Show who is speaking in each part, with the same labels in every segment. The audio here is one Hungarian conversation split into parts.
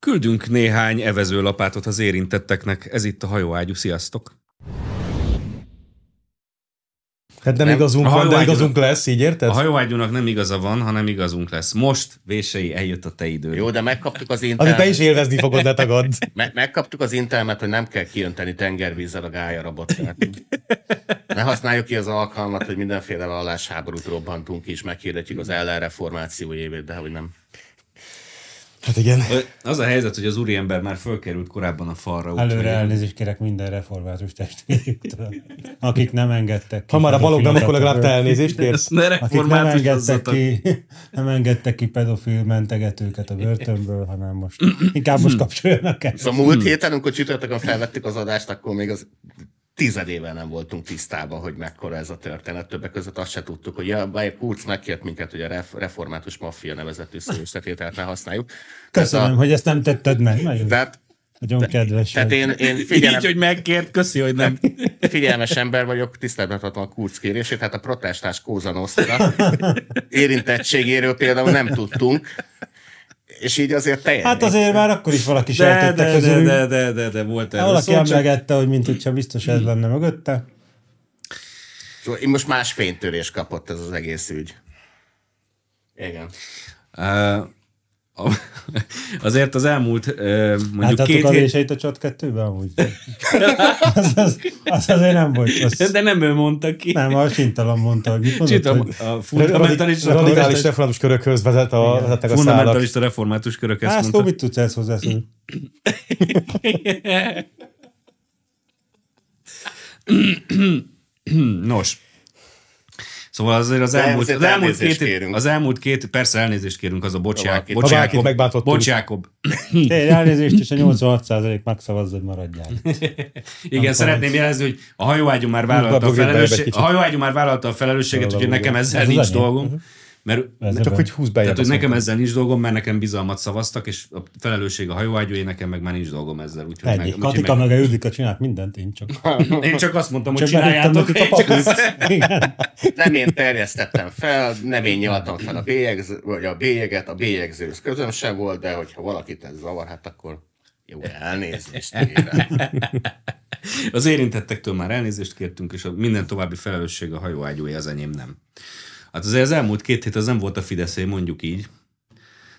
Speaker 1: Küldünk néhány evezőlapátot az érintetteknek. Ez itt a hajóágyú. Sziasztok!
Speaker 2: Hát
Speaker 1: Nem.
Speaker 2: nem, nem igazunk
Speaker 1: A
Speaker 2: van, de
Speaker 1: hajóágyúnak-
Speaker 2: igazunk lesz, így érted?
Speaker 1: A hajóágyúnak nem igaza van, hanem igazunk lesz. Most, Vései, eljött a te időd.
Speaker 3: Jó, de megkaptuk az
Speaker 2: Azért te
Speaker 3: internet,
Speaker 2: is élvezni fogod, ne tagadd.
Speaker 3: me- megkaptuk az internet, hogy nem kell kiönteni tengervízzel a gályarabot. Tehát Ne használjuk ki az alkalmat, hogy mindenféle vallásháborút robbantunk ki, és meghirdetjük az ellenreformáció évét, de hogy nem.
Speaker 2: Hát igen.
Speaker 1: Ö, Az a helyzet, hogy az úriember már fölkerült korábban a falra. úgyhogy-
Speaker 4: Előre elnézést kérek minden református testvérüktől, akik nem engedtek ki.
Speaker 2: Hamarabb balokban, akkor legalább te
Speaker 4: pedofil-
Speaker 2: elnézést kérsz.
Speaker 1: Ne
Speaker 4: Akik nem engedtek,
Speaker 1: reformátozzatok.
Speaker 4: ki, nem engedtek ki pedofil mentegetőket a börtönből, hanem most inkább
Speaker 1: Hm.
Speaker 4: most kapcsoljanak el.
Speaker 3: Szóval múlt héten, amikor csütörtökön felvettük az adást, akkor még az tizedével nem voltunk tisztában, hogy mekkora ez a történet. Többek között azt se tudtuk, hogy a Bayer Kurz megkért minket, hogy a ref- református maffia nevezetű szóösszetételt ne használjuk.
Speaker 4: Köszönöm, hogy ezt nem tetted meg. Nagyon,
Speaker 3: De hát,
Speaker 4: nagyon kedves.
Speaker 3: tehát
Speaker 4: vagy.
Speaker 3: én, én figyelem,
Speaker 1: Így, hogy megkért, köszi, hogy nem.
Speaker 3: figyelmes ember vagyok, tiszteletben tartom a kurz kérését, hát a protestás Kóza Nostra érintettségéről például nem tudtunk, és így azért teljesen.
Speaker 4: Hát azért már akkor is valaki
Speaker 1: De,
Speaker 4: sejtette
Speaker 1: de, de,
Speaker 4: közülünk.
Speaker 1: de, de, de, de volt erről
Speaker 4: Valaki
Speaker 1: szó, csak-
Speaker 4: emlegette, hogy mint hogyha biztos ez lenne mögötte.
Speaker 3: Én most más fénytörés kapott ez az egész ügy. Igen.
Speaker 1: Ö, a- Azért az elmúlt ö, mondjuk
Speaker 4: Mondjuk
Speaker 1: két
Speaker 4: Láttátok a
Speaker 1: hét...
Speaker 4: véseit a csat kettőben amúgy? az, az, az azért nem volt rossz.
Speaker 1: De nem ő mondta ki.
Speaker 4: Nem, a Sintalan mondta, hogy mit mondott,
Speaker 1: Csita,
Speaker 4: hogy
Speaker 1: a
Speaker 2: Radikális,
Speaker 1: fundamentalista,
Speaker 2: radikális református körökhöz vezet a, vezetnek a szálak.
Speaker 1: fundamentalista református körök ezt
Speaker 4: Hát, Szó,
Speaker 1: mondta.
Speaker 4: mit tudsz ezt hozzászólni?
Speaker 1: Nos. Szóval azért az
Speaker 3: De
Speaker 1: elmúlt,
Speaker 3: azért
Speaker 1: az elmúlt,
Speaker 3: elnézést
Speaker 1: két,
Speaker 3: kérünk.
Speaker 1: az elmúlt két, persze elnézést kérünk, az a bocsák,
Speaker 3: valakit-
Speaker 2: Ha valakit
Speaker 1: bocsák,
Speaker 2: megbántottunk.
Speaker 1: bocsákob. Hm.
Speaker 4: Tényleg elnézést, és a 86% megszavazza, hogy maradjál.
Speaker 1: Igen, szeretném jelezni, hogy a hajóágyú már vállalta a
Speaker 2: Dobjuk be ebbe
Speaker 1: felelősséget,
Speaker 2: kicsit.
Speaker 1: a hajóágyú már vállalta a felelősséget, úgyhogy nekem ezzel
Speaker 4: Ez az
Speaker 1: nincs
Speaker 4: enyém.
Speaker 1: dolgom. Mert
Speaker 4: Ez
Speaker 2: Csak
Speaker 4: ebben.
Speaker 2: hogy húz be.
Speaker 1: Tehát, hogy nekem ezzel nincs dolgom, mert nekem bizalmat szavaztak, és a felelősség a hajóágyúé, nekem meg már nincs dolgom ezzel. Úgyhogy meg,
Speaker 4: Ennyi.
Speaker 1: úgyhogy
Speaker 4: Katika
Speaker 1: meg,
Speaker 4: meg a Judika csinált mindent, én csak.
Speaker 1: Én csak azt mondtam, hogy
Speaker 4: Csak betettem
Speaker 1: csináljátok.
Speaker 4: nekik a
Speaker 1: Én csak azt-
Speaker 4: papírt. Igen.
Speaker 3: Nem én terjesztettem fel, nem én nyaltam fel a, bélyegz, vagy a bélyeget, a bélyegzőhöz közöm sem volt, de hogyha valakit ez zavar, hát akkor jó, elnézést kérem.
Speaker 1: Az érintettektől már elnézést kértünk, és a minden további felelősség a hajóágyúé, az enyém nem. Hát azért az elmúlt két hét az nem volt a Fideszé, mondjuk így.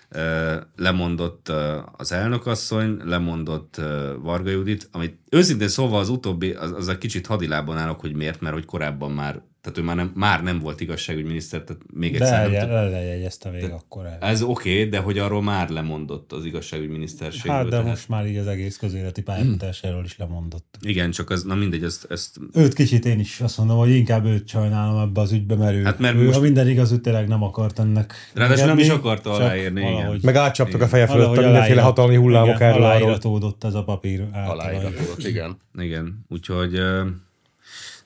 Speaker 1: Ö, Lemondott ö, az elnökasszony, lemondott ö, Varga Judit, amit őszintén szólva az utóbbi, az, az a kicsit hadilában állok, hogy miért, mert hogy korábban már, tehát ő már nem, már nem volt igazságügyminiszter, tehát még
Speaker 4: De
Speaker 1: egyszer nem
Speaker 4: elje-
Speaker 1: tudom.
Speaker 4: elejegyezte még akkor el.
Speaker 1: Ez oké, okay, de hogy arról már lemondott az igazságügyminiszterségről.
Speaker 4: Hát, de
Speaker 1: tehát- Hm.
Speaker 4: most már így az egész közéleti pályafutásáról is lemondott.
Speaker 1: Igen, csak az, na mindegy, ezt, ezt
Speaker 4: Őt kicsit én is azt mondom, hogy inkább őt sajnálom ebbe az ügybe, mert ő,
Speaker 1: Hát mert
Speaker 4: ő
Speaker 1: most-
Speaker 4: most... ha minden igaz, ő tényleg nem akart ennek.
Speaker 1: Ráadásul nem
Speaker 4: engedni,
Speaker 1: is akarta
Speaker 4: csak
Speaker 1: aláírni, igen.
Speaker 4: valahogy-
Speaker 2: Meg átcsaptak a feje fölött
Speaker 4: valahogy
Speaker 2: a mindenféle
Speaker 4: aláírat-
Speaker 2: hatalmi hullámok
Speaker 4: igen,
Speaker 2: erről. arról.
Speaker 4: Aláíratódott ez a papír Hát, által.
Speaker 3: Aláíratot, igen.
Speaker 1: Igen, úgyhogy ö,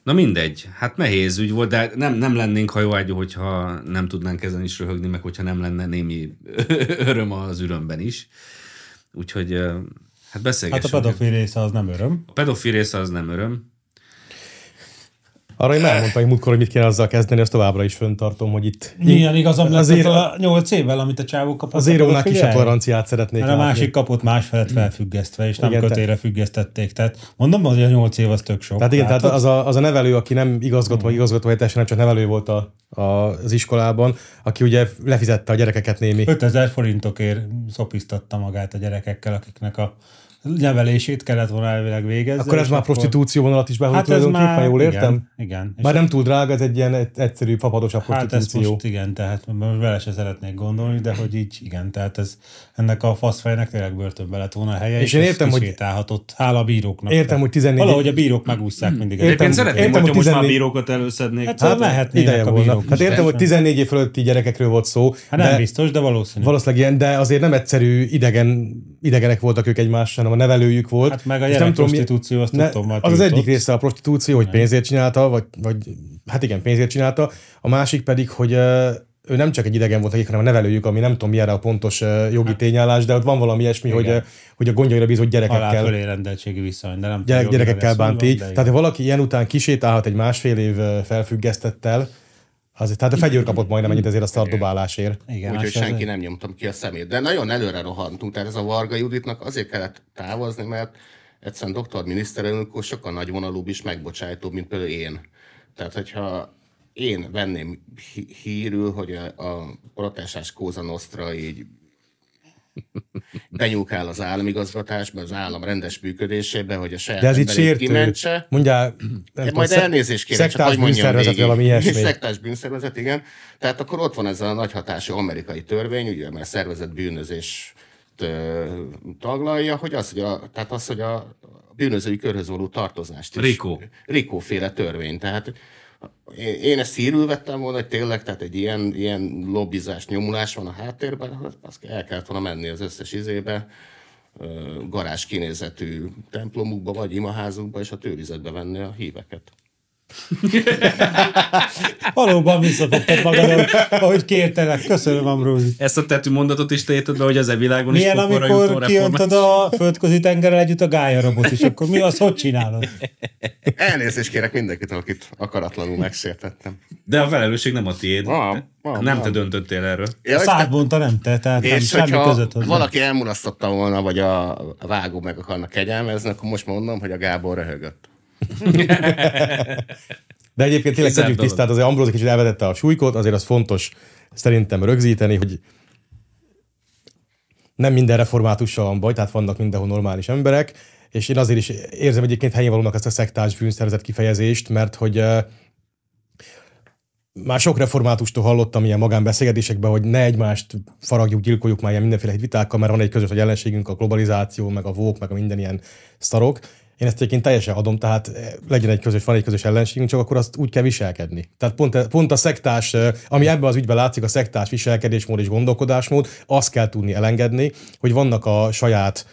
Speaker 1: na mindegy, hát nehéz ügy volt, de nem, nem lennénk hajóágyú, hogyha nem tudnánk ezen is röhögni, meg hogyha nem lenne némi öröm az ürömben is. Úgyhogy ö, hát
Speaker 4: Hát a
Speaker 1: beszélgessünk.
Speaker 4: pedofil része az nem öröm.
Speaker 1: a pedofil része az nem öröm.
Speaker 2: Arra én nem mondtam, hogy múltkor, hogy mit kéne azzal kezdeni, azt továbbra is föntartom, hogy itt
Speaker 4: Milyen igazabb lett
Speaker 2: Azért-
Speaker 4: azért a nyolc évvel, amit a csávó kapott. Hát,
Speaker 2: az
Speaker 4: a
Speaker 2: írónál
Speaker 4: pedofil
Speaker 2: kisebb
Speaker 4: ellen?
Speaker 2: garanciát szeretnék
Speaker 4: Mert a
Speaker 2: látni.
Speaker 4: másik kapott másfelet felfüggesztve, és nem
Speaker 2: Igen, te-
Speaker 4: kötére függesztették. Tehát mondom, hogy a nyolc év az tök sok.
Speaker 2: Tehát igen, tehát
Speaker 4: Látod?
Speaker 2: az a, az a nevelő, aki nem igazgató vagy igazgató helyettes, hanem csak nevelő volt a, a, az iskolában, aki ugye lefizette a gyerekeket némi.
Speaker 4: 5000 forintokért szopiztatta magát a gyerekekkel, akiknek a nevelését kellett volna elvileg végezni.
Speaker 2: Akkor ez
Speaker 4: és
Speaker 2: már prostitúció vonalat is behúz hát
Speaker 4: Hát ez
Speaker 2: tulajdonképpen,
Speaker 4: már,
Speaker 2: jól
Speaker 4: igen,
Speaker 2: értem?
Speaker 4: igen. És
Speaker 2: Már nem túl drága, ez egy ilyen egy- egyszerű, fapadosabb
Speaker 4: Hát ez
Speaker 2: prostitúció.
Speaker 4: most igen, tehát most vele se szeretnék gondolni, de hogy így igen, tehát ez ennek a faszfejnek tényleg börtönbe lett volna a helye,
Speaker 2: És én értem, hogy-
Speaker 4: kisétálhatott, hála a bíróknak.
Speaker 2: Értem, hogy 14
Speaker 4: Valahogy a bírók megúszszák mindig.
Speaker 2: Értem,
Speaker 1: Én szeretném, értem,
Speaker 2: értem,
Speaker 1: hogyha
Speaker 2: hogy
Speaker 1: most már
Speaker 2: 14
Speaker 1: bírókat előszednék.
Speaker 4: Hát,
Speaker 1: Tehát-
Speaker 4: hát lehetnének
Speaker 2: Ideje
Speaker 4: a
Speaker 2: volna.
Speaker 4: bírók.
Speaker 2: Hát
Speaker 4: is,
Speaker 2: értem, hogy
Speaker 4: persze.
Speaker 2: 14 év fölötti gyerekekről volt szó,
Speaker 4: Hát nem
Speaker 2: de
Speaker 4: biztos, de valószínű.
Speaker 2: valószínűleg ilyen, de azért nem egyszerű idegen, idegenek voltak ők egymás, hanem a nevelőjük volt.
Speaker 4: Hát meg a
Speaker 2: És
Speaker 4: gyerek
Speaker 2: mi-
Speaker 4: prostitúció, azt
Speaker 2: ne,
Speaker 4: tudtam, már
Speaker 2: Az az
Speaker 4: tiltott.
Speaker 2: egyik része a prostitúció, hogy pénzért csinálta, vagy, vagy hát igen, pénzért csinálta. A másik pedig, hogy ö, ő nem csak egy idegen volt nekik, hanem a nevelőjük, ami nem tudom, mi erre a pontos ö, jogi
Speaker 4: Hát-
Speaker 2: tényállás, de ott van valami ilyesmi, hogy, ö, hogy a gondjaira bízott
Speaker 4: halál
Speaker 2: gyerekekkel
Speaker 4: fölé rendeltségi viszony, de nem tudom,
Speaker 2: gyerek,
Speaker 4: jogilag
Speaker 2: gyerekekkel
Speaker 4: ez hogy
Speaker 2: bánt
Speaker 4: van,
Speaker 2: így.
Speaker 4: de
Speaker 2: Tehát ha valaki ilyen után kisétálhat egy másfél év ö, felfüggesztettel, Azért, tehát a fegyőr kapott majdnem ennyit ezért a szardobálásért.
Speaker 4: Igen,
Speaker 3: Úgyhogy
Speaker 4: azt
Speaker 3: senki
Speaker 4: azért-
Speaker 3: nem nyomtam ki a szemét. De nagyon előre rohantunk, tehát ez a Varga Juditnak azért kellett távozni, mert egyszerűen doktor miniszterelnök úr sokkal nagyvonalúbb és megbocsájtóbb, mint például én. Tehát, hogyha én venném hí- hírül, hogy a, a protestás Kóza Nostra így benyúkál az államigazgatásba, az állam rendes működésébe, hogy a saját
Speaker 2: De ez itt
Speaker 3: embereit
Speaker 2: sértő.
Speaker 3: kimentse.
Speaker 2: Mondjál, nem
Speaker 3: Nem majd
Speaker 2: szek-
Speaker 3: elnézést kérek, csak
Speaker 2: szektás
Speaker 3: hogy mondjam
Speaker 2: bűnszervezet,
Speaker 3: végig.
Speaker 2: valami ilyesmi.
Speaker 3: Szektás bűnszervezet, igen. Tehát akkor ott van ez a nagy hatású amerikai törvény, ugye, mert szervezett bűnözés ö, taglalja, hogy az, hogy a, tehát az, hogy a bűnözői körhöz való tartozást is.
Speaker 1: Rico.
Speaker 3: Rikóféle törvény. Tehát én- én ezt hírül vettem volna, hogy tényleg, tehát egy ilyen, ilyen lobbizás, nyomulás van a háttérben, az- az el kellett volna menni az összes izébe, ö, garázs kinézetű templomukba, vagy imaházukba, és a tőrizetbe venni a híveket.
Speaker 4: Valóban visszafogtad magadon, ahogy kértelek. Köszönöm, Ambrózi.
Speaker 1: Ezt a tetű mondatot is téted be, hogy ezen világon
Speaker 4: Milyen,
Speaker 1: is pokolra jutó
Speaker 4: amikor
Speaker 1: református.
Speaker 4: kiöntöd a földközi tengerrel együtt a gályarabot is, akkor mi azt hogy csinálod?
Speaker 3: Elnézést kérek mindenkit, akit akaratlanul megsértettem.
Speaker 1: De a felelősség nem a tiéd.
Speaker 3: Van, van,
Speaker 1: nem te
Speaker 3: van.
Speaker 1: döntöttél erről.
Speaker 3: Ja,
Speaker 4: A
Speaker 3: és te-
Speaker 4: szádbonta nem te, tehát nem,
Speaker 3: és
Speaker 4: semmi
Speaker 3: hogyha
Speaker 4: között hozzá.
Speaker 3: valaki elmulasztotta volna, vagy a a vágó meg akarna kegyelmezni, akkor most mondom, hogy a Gábor röhögött.
Speaker 2: De egyébként tényleg
Speaker 1: Kizárt
Speaker 2: tegyük
Speaker 1: dolog.
Speaker 2: tisztát, azért Ambrózi kicsit elvetette a súlykot, azért az fontos szerintem rögzíteni, hogy nem minden reformátussal van baj, tehát vannak mindenhol normális emberek, és én azért is érzem egyébként helyén valónak ezt a szektás bűnszervezet kifejezést, mert hogy eh, már sok reformátustól hallottam ilyen magánbeszélgetésekben, hogy ne egymást faragjuk, gyilkoljuk már ilyen mindenféle vitákkal, mert van egy közös nagy ellenségünk, a globalizáció, meg a vók, meg a minden ilyen szarok. Én ezt egyébként teljesen adom, tehát eh, legyen egy közös, van egy közös ellenségünk, csak akkor azt úgy kell viselkedni. Tehát pont, pont a szektás, eh, ami ebben az ügyben látszik, a szektás viselkedésmód és gondolkodásmód, azt kell tudni elengedni, hogy vannak a saját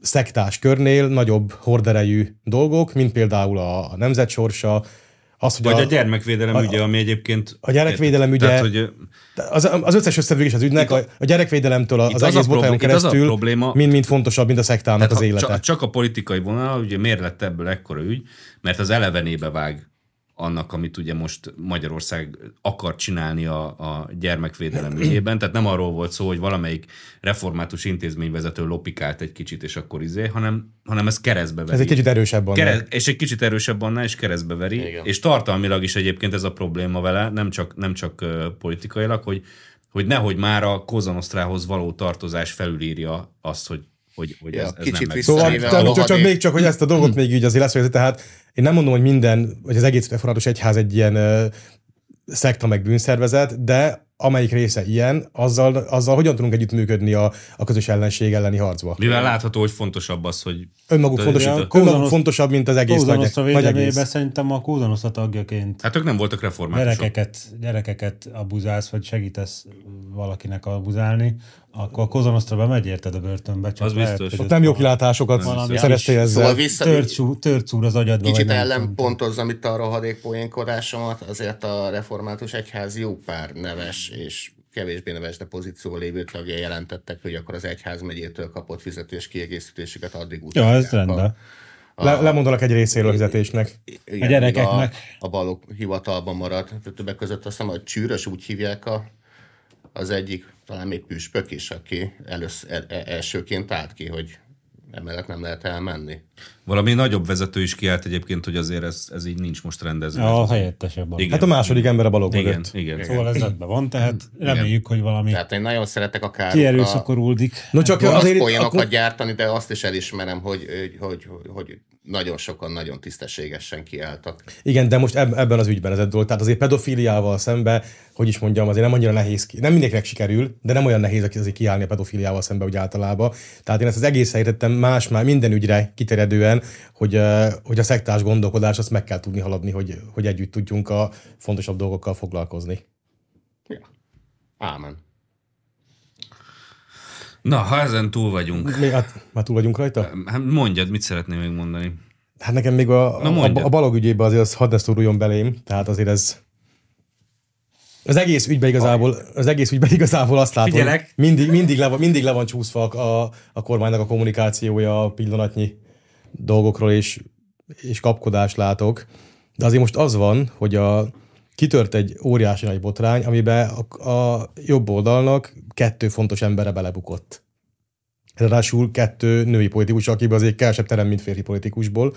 Speaker 2: szektás körnél nagyobb horderejű dolgok, mint például a, a nemzet sorsa, az, hogy
Speaker 1: Vagy a gyermekvédelem ügye, ami egyébként...
Speaker 2: a gyerekvédelem ügye-
Speaker 1: Tehát, hogy
Speaker 2: az, az összes összefüggés az ügynek, a, a gyerekvédelemtől az,
Speaker 1: itt
Speaker 2: az
Speaker 1: az a
Speaker 2: egész botrányon
Speaker 1: problém- itt az a
Speaker 2: keresztül
Speaker 1: probléma- Hát
Speaker 2: mind, mind fontosabb, mint a szektának Hát az
Speaker 1: ha
Speaker 2: élete.
Speaker 1: Csak, csak a politikai vonal, ugye miért lett ebből ekkora ügy? Mert az elevenébe vág annak, amit ugye most Magyarország akar csinálni a, a gyermekvédelem ügyében. Tehát nem arról volt szó, hogy valamelyik református intézményvezető lopikált egy kicsit, és akkor izé, hanem, hanem ez keresztbe veri.
Speaker 2: Ez egy kicsit erősebb annál.
Speaker 1: Kereszt, és egy kicsit erősebb annál, és keresztbe veri.
Speaker 3: Igen.
Speaker 1: Igen. És tartalmilag is egyébként ez a probléma vele, nem csak, nem csak ö, politikailag, hogy, hogy nehogy már a kozanosztrához való tartozás felülírja azt, hogy, hogy, hogy
Speaker 3: Ja,
Speaker 1: ez, ez
Speaker 3: kicsit
Speaker 1: nem
Speaker 3: vissza-
Speaker 2: Szóval
Speaker 3: Szerintem
Speaker 2: csak,
Speaker 3: a
Speaker 2: csak, csak
Speaker 3: rohadék-
Speaker 2: még csak, hogy ezt a dolgot még így azért leszögezni, tehát én nem mondom, hogy minden, vagy az egész református egyház egy ilyen ö, szekta meg bűnszervezet, de amelyik része ilyen, azzal, azzal hogyan tudunk együttműködni a, a közös ellenség elleni harcba.
Speaker 1: Mivel látható, hogy fontosabb az, hogy
Speaker 2: Önmaguk,
Speaker 1: Tudod,
Speaker 2: fontos,
Speaker 1: a
Speaker 2: önmaguk
Speaker 4: Kózanoszt-
Speaker 2: fontosabb, mint az egész nagy,
Speaker 4: Kózanosztra
Speaker 2: nagy egész.
Speaker 4: védelmében szerintem a kózanosztra tagjaként
Speaker 1: hát ők nem voltak reformátusok.
Speaker 4: gyerekeket, gyerekeket abuzálsz, vagy segítesz valakinek abuzálni, akkor a kozanosztra bemegy érted a börtönbe. Csak
Speaker 1: Az
Speaker 4: lehet,
Speaker 1: biztos.
Speaker 4: hogy
Speaker 2: Nem jó
Speaker 4: ott
Speaker 2: kilátásokat
Speaker 4: Valami
Speaker 2: szereztél ezzel.
Speaker 3: Szóval vissza,
Speaker 4: Tört, szúr- tört szúr az agyadba.
Speaker 3: kicsit
Speaker 4: vagy nem tudom.
Speaker 3: ellenpontozom itt a rohadék poénkodásomat, azért a református egyház jó pár neves és kevésbé neves, de pozíció lévő tagja jelentettek, hogy akkor az egyház megyétől kapott fizetés kiegészítésüket addig
Speaker 4: Ja,
Speaker 3: utálják
Speaker 4: ez
Speaker 3: a-
Speaker 4: rendben.
Speaker 1: Szóval-
Speaker 2: Le, lemondanak egy részéről a fizetésnek.
Speaker 3: igen,
Speaker 4: A gyerekeknek.
Speaker 3: míg A, a balok hivatalban maradt. Tehát Többek között azt hiszem, hogy Csűrös úgy hívják a, az egyik, talán még püspök is, aki elősz, el, el- elsőként állt ki, hogy emellett nem lehet elmenni.
Speaker 1: Valami nagyobb vezető is kiállt egyébként, hogy azért ez, ez így nincs most rendezve.
Speaker 4: A helyettesebb. a-
Speaker 1: Igen.
Speaker 2: Hát a második ember a balog
Speaker 1: igen,
Speaker 2: mögött.
Speaker 1: igen.
Speaker 4: Szóval ez rendben van, tehát reméljük, hogy valami
Speaker 3: Tehát én nagyon szeretek a károkra,
Speaker 4: kierőszakoruldik.
Speaker 2: No csak
Speaker 3: azért
Speaker 2: azért
Speaker 3: poénokat
Speaker 2: akkor,
Speaker 3: gyártani, de azt is elismerem, hogy, hogy, hogy, hogy nagyon sokan nagyon tisztességesen kiálltak.
Speaker 2: igen, de most eb- ebben az ügyben ez egy dolog. Tehát azért pedofiliával szembe, hogy is mondjam, azért nem annyira nehéz ki. Nem mindenkinek sikerül, de nem olyan nehéz aki- azért kiállni a pedofiliával szembe úgy általában. Tehát én ezt az egészre értettem más már minden ügyre kiterjedően, hogy, eh, hogy a szektás gondolkodás azt meg kell tudni haladni, hogy, hogy együtt tudjunk a fontosabb dolgokkal foglalkozni.
Speaker 3: Ja. Ámen.
Speaker 1: Na, ha ezen túl vagyunk,
Speaker 2: Még, hát, már túl vagyunk rajta?
Speaker 1: hát mondjad, mit szeretném még mondani?
Speaker 2: Hát nekem még a,
Speaker 1: Na,
Speaker 2: a,
Speaker 1: mondjad.
Speaker 2: a, a balog ügyében azért az hadd ne szoruljon belém, tehát azért ez az egész ügyben igazából, az egész ügyben igazából azt látom,
Speaker 1: Figyelek.
Speaker 2: hogy mindig, mindig, le, van- mindig le van csúszva a, a kormánynak a kommunikációja a pillanatnyi dolgokról, és, és kapkodást látok. De azért most az van, hogy a kitört egy óriási nagy botrány, amiben a, a jobb oldalnak kettő fontos embere belebukott. Ráadásul kettő női politikus, akiből azért kevesebb terem, mint férfi politikusból.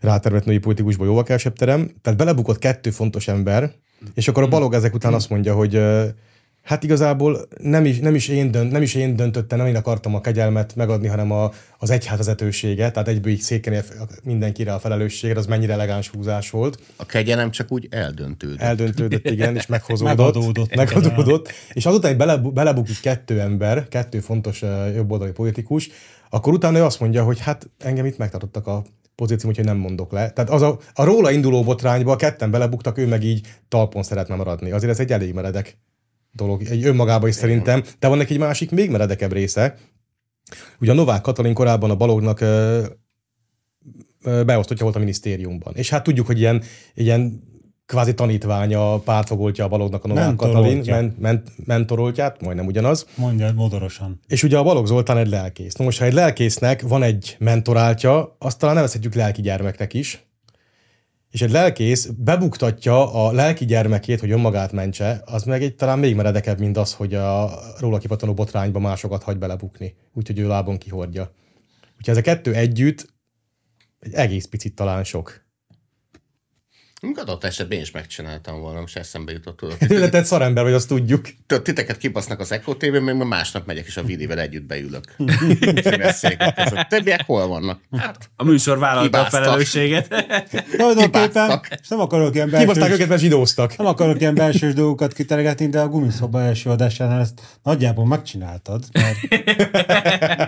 Speaker 2: Rátermett női politikusból jóval kevesebb terem. Tehát belebukott kettő fontos ember, és akkor a balog ezek után azt mondja, hogy ö, hát igazából nem is, nem is, én, dönt, nem is én döntöttem, nem én akartam a kegyelmet megadni, hanem a, az egyházvezetősége, tehát egyből így székeni mindenkire a felelősségre, az mennyire elegáns húzás volt.
Speaker 3: A kegyelem csak úgy eldöntődött.
Speaker 2: Eldöntődött, igen, és meghozódott.
Speaker 4: Megadódott.
Speaker 2: megadódott. És azután, hogy bele, belebukik kettő ember, kettő fontos ö, jobboldali politikus, akkor utána ő azt mondja, hogy hát engem itt megtartottak a pozícióm, úgyhogy nem mondok le. Tehát az a, a róla induló botrányba a ketten belebuktak, ő meg így talpon szeretne maradni. Azért ez egy elég meredek dolog, egy önmagában is szerintem. De van neki egy másik, még meredekebb része. Ugye a Novák Katalin korábban a balognak ö, ö, beosztottja volt a minisztériumban. És hát tudjuk, hogy ilyen, ilyen kvázi tanítványa, pártfogoltja a balognak a Novák Katalin,
Speaker 4: Mentoroltja.
Speaker 2: men, men, mentoroltját, majdnem ugyanaz.
Speaker 4: Mondjad modorosan.
Speaker 2: És ugye a Balogh Zoltán egy lelkész. Na most, ha egy lelkésznek van egy mentoráltja, azt talán nevezhetjük lelki gyermeknek is. És egy lelkész bebuktatja a lelki gyermekét, hogy önmagát mentse, az meg egy talán még meredekebb, mint az, hogy a róla kipatanó botrányba másokat hagy belebukni. Úgyhogy ő lábon kihordja. Úgyhogy ez a kettő együtt egy egész picit talán sok.
Speaker 3: Még Adott esetben én is megcsináltam volna, most eszembe jutott tudod.
Speaker 2: Életed szarember vagy, azt tudjuk.
Speaker 3: Tudod, Titeket kibasznak az Echo TV-n, még ma másnap megyek, és a Vidivel együtt beülök. Színes székek között. Többiek hol vannak? Hát,
Speaker 1: A műsor vállalta a
Speaker 3: Hibáztak.
Speaker 1: felelősséget.
Speaker 4: Tulajdonképpen,
Speaker 3: Hibáztak.
Speaker 4: és nem akarok ilyen
Speaker 2: Kibaszták
Speaker 4: belsős,
Speaker 2: őket, mert zsidóztak.
Speaker 4: nem akarok ilyen belsős dolgokat kiteregetni, de a gumiszoba első adásánál ezt nagyjából megcsináltad, mert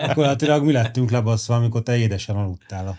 Speaker 4: gyakorlatilag mi lettünk lebaszva, amikor te édesen aludtál a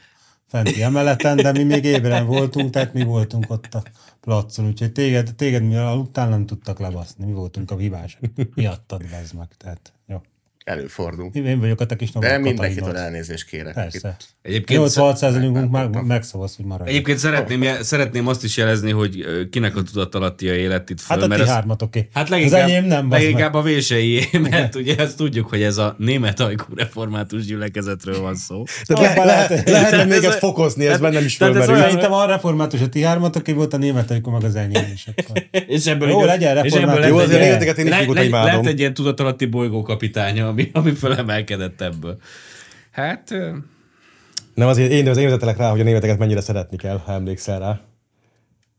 Speaker 4: fenti emeleten, de mi még ébren voltunk, tehát mi voltunk ott a placon, úgyhogy téged, téged mi aludtál, nem tudtak lebaszni, mi voltunk a hibások. Miattad bezd meg, tehát jó.
Speaker 3: előfordul.
Speaker 4: Én- Én vagyok a te kis
Speaker 3: De
Speaker 4: Novák
Speaker 3: mindenkitől
Speaker 4: Katalinod.
Speaker 3: elnézést kérek.
Speaker 4: Persze.
Speaker 1: Egyébként
Speaker 4: 86%-unk meg, megszavaz, hogy maradj.
Speaker 1: Egyébként szeretném, je- szeretném azt is jelezni, hogy ö, kinek a tudatalatti a élet itt föl.
Speaker 4: Hát a ti
Speaker 1: ez-
Speaker 4: hármat, oké.
Speaker 1: Hát leginkább,
Speaker 4: Az enyém nem, bazd meg.
Speaker 1: leginkább a vései, mert ugye ezt tudjuk, hogy ez a német ajkú református gyülekezetről van szó.
Speaker 2: Tehát le,
Speaker 4: Abba
Speaker 2: lehet,
Speaker 4: lehet-
Speaker 2: lehet, hogy
Speaker 1: Tehát
Speaker 2: még
Speaker 1: ez-
Speaker 2: ezt fokozni, ez
Speaker 1: tehát-
Speaker 2: bennem is
Speaker 1: tehát ez
Speaker 2: fölmerül.
Speaker 1: olyan-
Speaker 4: Szerintem a református a ti hármat, aki volt a német, amikor meg az enyém is. Akkor.
Speaker 1: És ebből
Speaker 4: Jó,
Speaker 1: igaz-
Speaker 4: legyen
Speaker 1: és ebből
Speaker 4: református.
Speaker 1: lett
Speaker 2: Jó,
Speaker 1: egy
Speaker 2: azért
Speaker 1: ilyen-
Speaker 2: németeket én is
Speaker 1: le-
Speaker 2: nyugodtan
Speaker 1: le-
Speaker 2: imádom.
Speaker 1: Lett egy ilyen tudatalatti bolygó kapitánya, ami, ami fölemelkedett ebből. Hát, ö,
Speaker 2: Nem, azért én, de az érzetelek rá, hogy a németeket mennyire szeretni kell, ha emlékszel rá.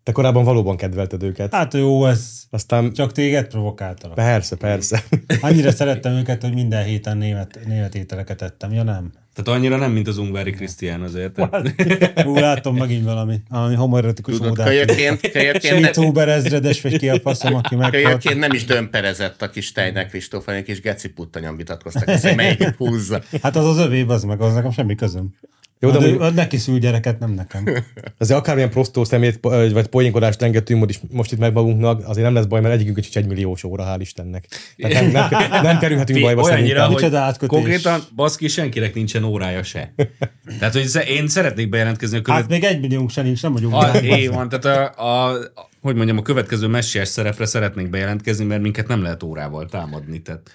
Speaker 2: Te korábban valóban kedvelted őket.
Speaker 4: Hát jó, ez
Speaker 2: Aztán
Speaker 4: csak téged provokáltalak.
Speaker 2: persze, persze.
Speaker 4: Annyira szerettem őket, hogy minden héten német, német ételeket ettem, ja nem?
Speaker 1: tehát annyira nem, mint az Ungvári Krisztián azért.
Speaker 4: Hát, Hú, látom megint valami, valami homoerotikus
Speaker 3: Tudod,
Speaker 4: ódát.
Speaker 3: kölyökként, kölyökként,
Speaker 4: Schmidt
Speaker 3: nem,
Speaker 4: Huber ezredes, vagy ki a faszom, aki meghalt.
Speaker 3: kölyökként nem is dömperezett a kis tejnek Kristófanék, és geci puttanyan vitatkoztak, ez, hogy melyik húzza.
Speaker 4: Hát az az övé, az meg, az nekem semmi közöm.
Speaker 2: Jó,
Speaker 4: Jó,
Speaker 2: de
Speaker 4: de
Speaker 2: amúgy-
Speaker 4: ő, neki szül gyereket, nem nekem.
Speaker 2: Azért akármilyen prostó szemét ö, vagy poénkodást rengetünk most, is, most itt meg magunknak, azért nem lesz baj, mert egyikünk sincs egy milliós óra, hál' Istennek. Tehát nem, nem, nem kerülhetünk bajba
Speaker 1: Olyannyira,
Speaker 2: szerintem.
Speaker 1: hogy
Speaker 4: Micsoda átkötés.
Speaker 1: konkrétan baszki, senkinek nincsen órája se. Tehát, hogy ze- én szeretnék bejelentkezni a
Speaker 4: Hát
Speaker 1: következő...
Speaker 4: még egy milliónk sem nincs, nem vagyunk.
Speaker 1: A,
Speaker 4: világban.
Speaker 1: így van, tehát a, a, a, hogy mondjam, a következő messiás szerepre szeretnénk bejelentkezni, mert minket nem lehet órával támadni. Tehát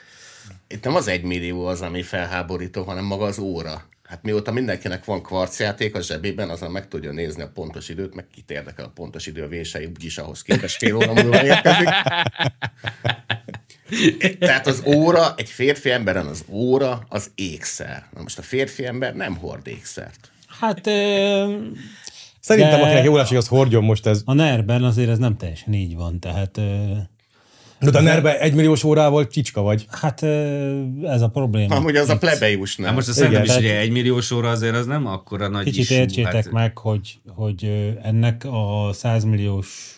Speaker 3: Itt nem az egymillió az, ami felháborító, hanem maga az óra. Hát mióta mindenkinek van kvarcjáték a zsebében, azon meg tudja nézni a pontos időt, meg kit érdekel a pontos idő, a vései úgyis ahhoz képest fél óra múlva érkezik. Tehát az óra, egy férfi emberen az óra az ékszer. Na most a férfi ember nem hord ékszert.
Speaker 4: Hát ö,
Speaker 2: Szerintem,
Speaker 4: De-
Speaker 2: akinek jó lesz, hogy az hordjon most ez.
Speaker 4: a NER-ben azért ez nem teljesen így van, tehát ö,
Speaker 2: No, de nerbe egy milliós órával csicska vagy.
Speaker 4: hát ö, ez a probléma.
Speaker 3: Amúgy az a plebejus nem.
Speaker 1: hát most
Speaker 3: Most
Speaker 1: azt szerintem is,
Speaker 4: tehát-
Speaker 1: hogy egy milliós óra azért az nem akkora nagy
Speaker 4: Kicsit
Speaker 1: issú,
Speaker 4: értsétek
Speaker 1: hát-
Speaker 4: meg, hogy, hogy ö, ennek a 100 milliós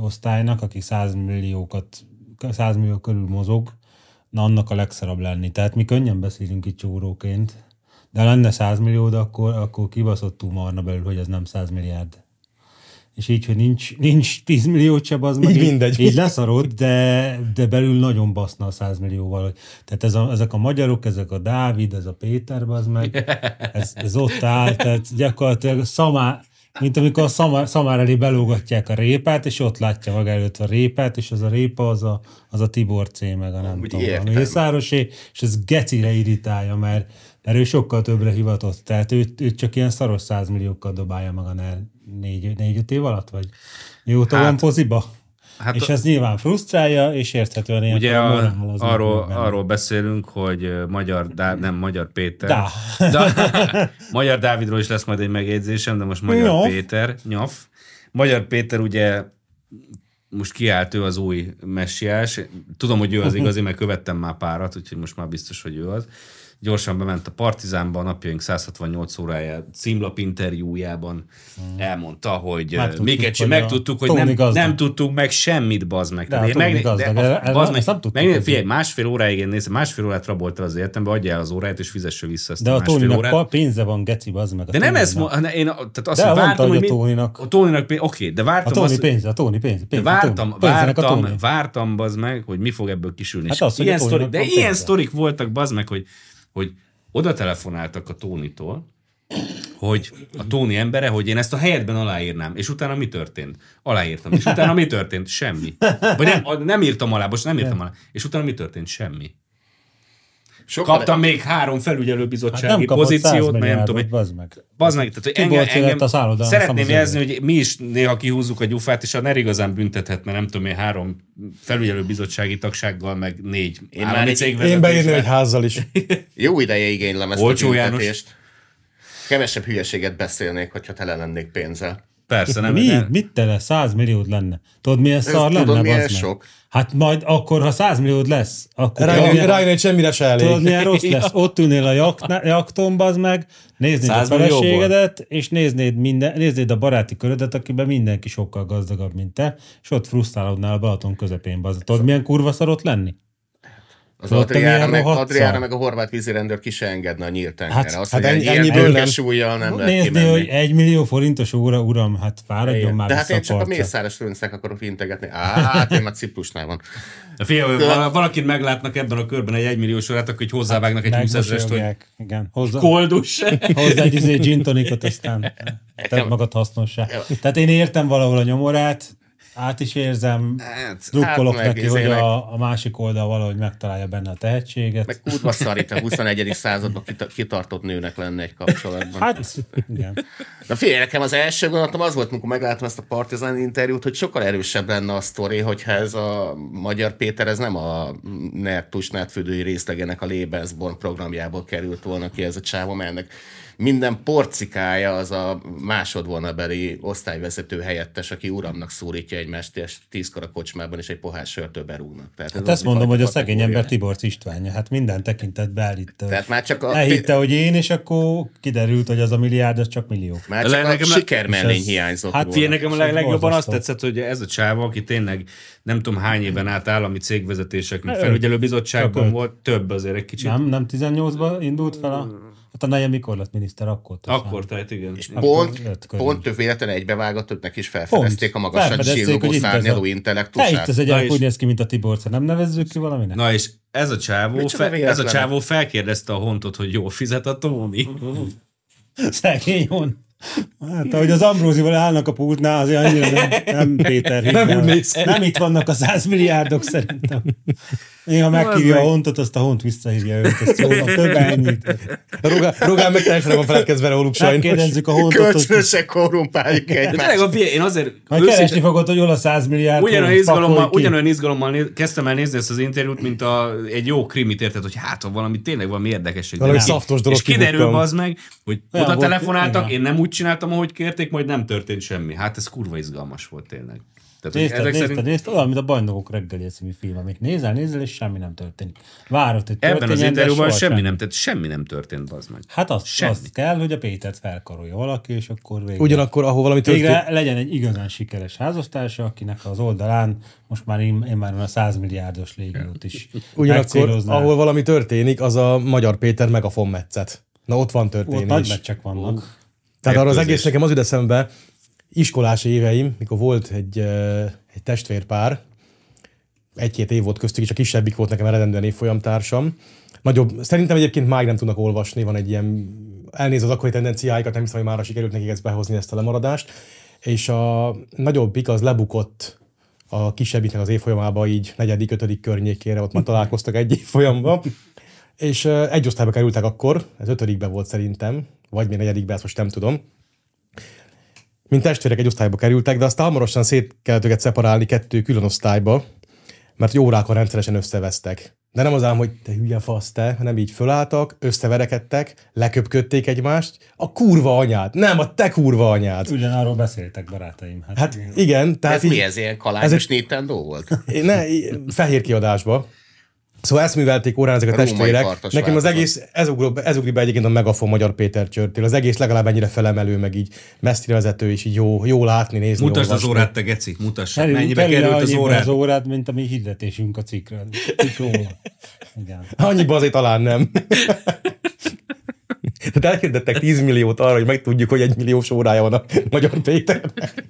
Speaker 4: osztálynak, aki 100 milliókat, 100 millió körül mozog, na annak a legszarabb lenni. Tehát mi könnyen beszélünk itt csóróként, de ha lenne 100 millió, de akkor, akkor kibaszottul marna belül, hogy ez nem 100 milliárd. És így, hogy nincs, nincs 10 millió se, az meg
Speaker 2: Így mindegy.
Speaker 4: Így leszarod, de, de belül nagyon baszna a 100 millióval. hogy- Tehát ez a, ezek a magyarok, ezek a Hát, Dávid, ez a Péter, az meg, ez, ez ott áll, tehát gyakorlatilag szamá, Mint amikor a szamár, szamár elé belógatják a répát, és ott látja maga előtt a répát, és az a répa az a, az a Tibor C, meg a nem
Speaker 3: Úgy
Speaker 4: Úgy tudom,
Speaker 3: értem.
Speaker 4: valami Mészárosé, és ez gecire irritálja, mert, mert ő sokkal többre hivatott, tehát őt, őt csak ilyen szaros százmilliókkal dobálja maga ne- négy, négy-öt év alatt, vagy mióta
Speaker 1: Hát-
Speaker 4: hát, van poziba?
Speaker 1: hát
Speaker 4: Hát és
Speaker 1: a-
Speaker 4: ez nyilván frusztrálja, és érthetően ilyen
Speaker 1: Ugye a,
Speaker 4: a, morál az
Speaker 1: arról,
Speaker 4: meg benne.
Speaker 1: arról beszélünk, hogy ö, Magyar, Dá, nem Magyar Péter.
Speaker 4: Dá.
Speaker 1: Da, Magyar Dávidról is lesz majd egy megjegyzésem, de most Magyar
Speaker 4: Nyaf.
Speaker 1: Péter. Nyaf. Magyar Péter ugye most kiállt ő az új messiás. Tudom, hogy
Speaker 4: Uh-huh.
Speaker 1: ő az igazi, mert követtem már párat, úgyhogy most már biztos, hogy ő az. Gyorsan bement a Partizánba, a napjaink 168 órája címlap interjújában elmondta, hogy
Speaker 4: Megtudtuk,
Speaker 1: megtudtuk, Mikecsi,
Speaker 4: Hmm. hogy a
Speaker 1: megtudtuk, hogy
Speaker 4: Tóni
Speaker 1: nem,
Speaker 4: gazdag.
Speaker 1: nem tudtunk meg semmit, bazd meg.
Speaker 4: De a Tóni gazdag,
Speaker 1: de
Speaker 4: ez- ez-
Speaker 1: bazd meg,
Speaker 4: ezt nem tudtuk
Speaker 1: meg
Speaker 4: azért.
Speaker 1: figyelj, másfél óráig én néztem, másfél órát rabolt el az életembe, adja el az óráját, és fizesse vissza ezt
Speaker 4: De
Speaker 1: a,
Speaker 4: a
Speaker 1: másfél
Speaker 4: Tóninak
Speaker 1: órát.
Speaker 4: pa- pénze van, geci, az meg a
Speaker 1: De nem
Speaker 4: Tóninak.
Speaker 1: ezt, mo- hanem én a- tehát azt hogy
Speaker 4: De mondta,
Speaker 1: vártam, hogy
Speaker 4: hogy a
Speaker 1: mi-
Speaker 4: Tóninak.
Speaker 1: A Tóninak, pé- oké, de
Speaker 4: A
Speaker 1: vártam
Speaker 4: Tóni
Speaker 1: azt,
Speaker 4: pénze, a Tóni pénze.
Speaker 1: de
Speaker 4: pénze a
Speaker 1: vártam,
Speaker 4: Tóni. Pénzenek a
Speaker 1: vártam,
Speaker 4: Tóni.
Speaker 1: vártam, bazd meg, hogy mi fog ebből kisülni.
Speaker 4: Hát
Speaker 1: És
Speaker 4: az, hogy a
Speaker 1: ilyen
Speaker 4: Tóninak
Speaker 1: sztorik, de
Speaker 4: van
Speaker 1: ilyen
Speaker 4: pénze.
Speaker 1: sztorik voltak, bazd meg, hogy, hogy oda telefonáltak a Tónitól, hogy a Tóni embere, hogy én ezt a helyetben aláírnám. És utána mi történt? Aláírtam. És utána mi történt? Semmi. Vagy nem, nem írtam alá, most nem írtam alá. És utána mi történt? Semmi.
Speaker 3: Sokan,
Speaker 1: Kaptam még három
Speaker 4: Hát
Speaker 1: felügyelőbizottsági
Speaker 4: nem kapott
Speaker 1: pozíciót, meg
Speaker 4: 100
Speaker 1: nem tudom,
Speaker 4: milliárdot,
Speaker 1: én.
Speaker 4: bazd meg.
Speaker 1: Bazd meg, tehát, hogy
Speaker 4: Tibor
Speaker 1: engem,
Speaker 4: Cél lett
Speaker 1: engem
Speaker 4: a szállodán,
Speaker 1: szeretném
Speaker 4: Szamos
Speaker 1: jelzni, hogy mi is néha kihúzzuk a gyufát, és a NER igazán büntethet, mert nem tudom én, három felügyelőbizottsági tagsággal, meg négy én
Speaker 3: már
Speaker 1: állami
Speaker 3: egy-
Speaker 2: Én beírni
Speaker 1: cégvezetésre.
Speaker 2: egy házzal is.
Speaker 3: jó ideje igénylem ezt
Speaker 1: Olcsó
Speaker 3: a
Speaker 1: János.
Speaker 3: büntetést. Kevesebb hülyeséget beszélnék, hogyha tele lennék pénzzel.
Speaker 1: Persze, nem.
Speaker 4: Mi?
Speaker 1: nem.
Speaker 4: Mit tele? 100 milliód lenne. Tudod, milyen szar
Speaker 3: tudod,
Speaker 4: lenne?
Speaker 3: milyen
Speaker 4: bazd meg?
Speaker 3: sok?
Speaker 4: Hát majd akkor, ha 100 milliód lesz, akkor tudod, milyen-
Speaker 2: Ryan egy semmire se
Speaker 4: Hát tudod,
Speaker 2: elég.
Speaker 4: milyen rossz lesz. Ott ülnél a jakna- jakton, bazd meg, néznéd a
Speaker 1: 100 millióból?
Speaker 4: feleségedet, és néznéd, minden, néznéd a baráti körödet, akiben mindenki sokkal gazdagabb, mint te, és ott frusztrálódnál a Balaton közepén, bazd. Tudod, milyen kurva szarot lenni?
Speaker 3: Az
Speaker 4: Tudod, te
Speaker 3: Adriára
Speaker 4: milyen
Speaker 3: meg,
Speaker 4: rohadt
Speaker 3: Adriára
Speaker 4: szar?
Speaker 3: meg a horvát vízirendőr ki se engedne a nyílt tengerre.
Speaker 4: Hát-
Speaker 3: Azt,
Speaker 2: hát
Speaker 3: hogy
Speaker 2: ennyi-
Speaker 3: ilyen
Speaker 2: ennyiből nem.
Speaker 3: bőkes ujjal nem lehet
Speaker 4: Nézni,
Speaker 3: kimenni.
Speaker 4: hogy egy millió forintos óra, uram, hát fáradjon
Speaker 3: Igen.
Speaker 4: már
Speaker 3: De hát
Speaker 4: vissza
Speaker 3: én csak a
Speaker 4: partra.
Speaker 3: Mészáros Lőncnek akarok integetni. Á, hát én már Ciprusnál van.
Speaker 1: Figyelj, ha valakit meglátnak ebben a körben egy egymilliós órát, akkor így hozzávágnak egy 20 ezerest, hogy
Speaker 4: Megmosolyogják, Igen, hozzá,
Speaker 1: koldus.
Speaker 4: hozzá egy izé gin tonicot, aztán te magad hasznossá. Tehát én értem valahol a nyomorát, át is érzem,
Speaker 3: Hát,
Speaker 4: drukkolok
Speaker 3: hát meg
Speaker 4: neki, hogy
Speaker 3: izének.
Speaker 4: a, a másik oldal valahogy megtalálja benne a tehetséget.
Speaker 3: Meg kurva szar itt a 21. században kita- kitartott nőnek lenni egy kapcsolatban.
Speaker 4: Hát, igen.
Speaker 3: Na figyelj, nekem az első gondolatom az volt, amikor megláttam ezt a Partizán interjút, hogy sokkal erősebb lenne a sztori, hogyha ez a Magyar Péter, ez nem a NER Tusnád fürdői részlegenek a Lébezborn programjából került volna ki ez a csávom ennek. Minden porcikája az a másodvonalbeli osztályvezető helyettes, aki uramnak szólítja egymást, és tízkor a kocsmában is egy pohár sörtől berúgnak. Tehát ez
Speaker 4: Hát
Speaker 3: az
Speaker 4: azt
Speaker 3: egy
Speaker 4: mondom,
Speaker 3: fajta
Speaker 4: hogy a szegény
Speaker 3: kategória.
Speaker 4: ember Tiborcs Istvánja, hát minden tekintetbe állít.
Speaker 3: Tehát már csak a,
Speaker 4: Elhitte, hogy én, és akkor kiderült, hogy az a milliárd, az csak millió.
Speaker 3: már
Speaker 1: Le-
Speaker 3: csak a
Speaker 1: nekem le-
Speaker 4: és
Speaker 3: sikermellény
Speaker 4: ez-
Speaker 3: hiányzott
Speaker 4: hát
Speaker 3: volna.
Speaker 1: Figyelj, nekem a leg-
Speaker 4: Ez
Speaker 1: legjobban azt
Speaker 4: borzasztó.
Speaker 1: tetszett, hogy ez a csáva, aki tényleg nem tudom hány éven át állami cégvezetések, meg felügyelőbizottságban
Speaker 4: Több.
Speaker 1: volt, több azért egy kicsit.
Speaker 4: Nem, nem 18-ban indult fel a...
Speaker 3: Mm.
Speaker 4: Hát a Naya mikor lett miniszter? Akkor. tőle.
Speaker 1: Akkor, tehát igen.
Speaker 3: És
Speaker 4: Akkor
Speaker 3: pont,
Speaker 4: öt körül.
Speaker 3: pont tök véletlenül egybevágott, hogy neki is felfedezték a
Speaker 4: Pont.
Speaker 3: magasan
Speaker 4: Felfedezték,
Speaker 3: csillogó
Speaker 4: hogy itt ez a-
Speaker 3: szárnyaló
Speaker 4: Te itt
Speaker 3: intellektusát.
Speaker 4: az
Speaker 1: Na
Speaker 4: egyenek
Speaker 1: és-
Speaker 4: úgy néz ki, mint a Tiborca, nem nevezzük ki valaminek?
Speaker 1: Na és ez a csávó,
Speaker 3: Micsoda
Speaker 1: fe, ez a
Speaker 3: véletlenek.
Speaker 1: csávó felkérdezte a hontot, hogy jól fizet a Tóni.
Speaker 4: Szegény hon. Hát, ahogy az Ambrózival állnak a pultnál, azért annyira nem, nem Péter Hill,
Speaker 2: Nem úgy néz
Speaker 4: nem itt vannak a százmilliárdok szerintem. Néha meghívja a hontot, azt a hont visszahívja őt, azt jól van, több ennyit.
Speaker 2: Rugán- Rugán meg teljesen van feledkezve róluk sajnos.
Speaker 4: Megkérdezzük a hontot, hogy
Speaker 3: Kölcsönösen korrumpáljuk
Speaker 1: De tényleg,
Speaker 3: egymást.
Speaker 1: a figyelj, én azért
Speaker 4: majd Hát. keresni fogod, hogy hol a százmilliárd.
Speaker 1: ugyanolyan
Speaker 4: hol
Speaker 1: izgalommal,
Speaker 4: pakolj ki.
Speaker 1: ugyanolyan izgalommal néz, kezdtem el nézni ezt az interjút, mint a, egy jó krimit érted, hogy hát ha valami tényleg valami érdekes. Hogy
Speaker 2: Valami
Speaker 1: nem.
Speaker 2: szaftos dolog
Speaker 1: És kiderül
Speaker 2: kibukkan.
Speaker 1: az meg, hogy
Speaker 4: Olyan
Speaker 1: oda
Speaker 4: volt,
Speaker 1: telefonáltak,
Speaker 4: igen.
Speaker 1: én nem úgy csináltam, ahogy kérték, majd nem történt semmi. Hát ez kurva izgalmas volt tényleg. Tehát, hogy
Speaker 4: Nézted,
Speaker 1: ezek
Speaker 4: nézted,
Speaker 1: szerint
Speaker 4: szerint... nézted, olyan, mint a Bajnokok reggeli című film, amit nézel, nézel, és semmi nem történik. Várod, hogy
Speaker 1: ebben az
Speaker 4: történjen, de
Speaker 1: interjúban
Speaker 4: soha
Speaker 1: semmi nem, tehát semmi nem történt, bazd meg.
Speaker 4: Hát azt,
Speaker 1: Semmi.
Speaker 4: azt kell, hogy a Pétert felkarolja valaki, és akkor végre.
Speaker 2: Ugyanakkor, ahol valami történt.
Speaker 4: Végre legyen egy igazán sikeres házastársa, akinek az oldalán most már én, én már a 100 milliárdos légiót is
Speaker 2: Ugyanakkor,
Speaker 4: megcélozná.
Speaker 2: ahol valami történik, az a Magyar Péter megafon metszet. Na ott van
Speaker 4: ott
Speaker 2: történés.
Speaker 4: nagy meccsek vannak.
Speaker 2: Tehát arra az
Speaker 1: Mérkőzés.
Speaker 2: egész nekem az jut eszembe, iskolás éveim, mikor volt egy, ö, egy testvérpár, egy-két év volt köztük, és a kisebbik volt nekem eredendően évfolyamtársam. Nagyobb, szerintem egyébként máig nem tudnak olvasni, van egy ilyen elnézve az akkori tendenciáikat, nem hiszem, hogy már sikerült nekik ezt behozni, ezt a lemaradást, és a nagyobbik az lebukott a kisebbiknek az évfolyamában így negyedik, ötödik környékére, ott már találkoztak egy évfolyamban, és ö, egy osztályba kerültek akkor, ez ötödikben volt szerintem, vagy még negyedikben, ezt most nem tudom. Mint testvérek egy osztályba kerültek, de aztán hamarosan szét kellett őket szeparálni kettő külön osztályba, mert jó órákon rendszeresen összevesztek. De nem az ám, hogy te hülye fasz te, hanem így fölálltak, összeverekedtek, leköpködték egymást, a kurva anyád, nem, a te kurva anyád.
Speaker 4: Ugyanarról beszéltek, barátaim. Hát,
Speaker 2: Hát
Speaker 4: igen.
Speaker 2: igen, tehát
Speaker 3: Ez
Speaker 2: így,
Speaker 3: mi ez, ilyen
Speaker 2: Ez
Speaker 3: kalácsos
Speaker 2: egy-
Speaker 3: egy... Nintendo volt?
Speaker 2: ne, í- fehér kiadásba. Szóval ezt művelték órán ezek a
Speaker 3: Római
Speaker 2: testvérek.
Speaker 3: kartos
Speaker 2: Nekem az
Speaker 3: változat.
Speaker 2: egész, ez, ugró, ez ugrik be egyébként a megafon magyar Péter Csörtől. Az egész legalább ennyire felemelő, meg így messzire vezető, és így jó, jó látni, nézni,
Speaker 1: Mutasd az
Speaker 2: olvasni.
Speaker 1: órát, te geci, mutass.
Speaker 4: Kerül-
Speaker 1: Mennyibe
Speaker 4: kerül
Speaker 1: került az
Speaker 4: annyiba
Speaker 1: órát?
Speaker 4: az órát, mint a mi hirdetésünk a cikkről. Cikklóval. Igen.
Speaker 2: Annyiban azért talán nem. Tehát elhirdettek 10 milliót arra, hogy megtudjuk, hogy egy milliós órája van a Magyar Péternek.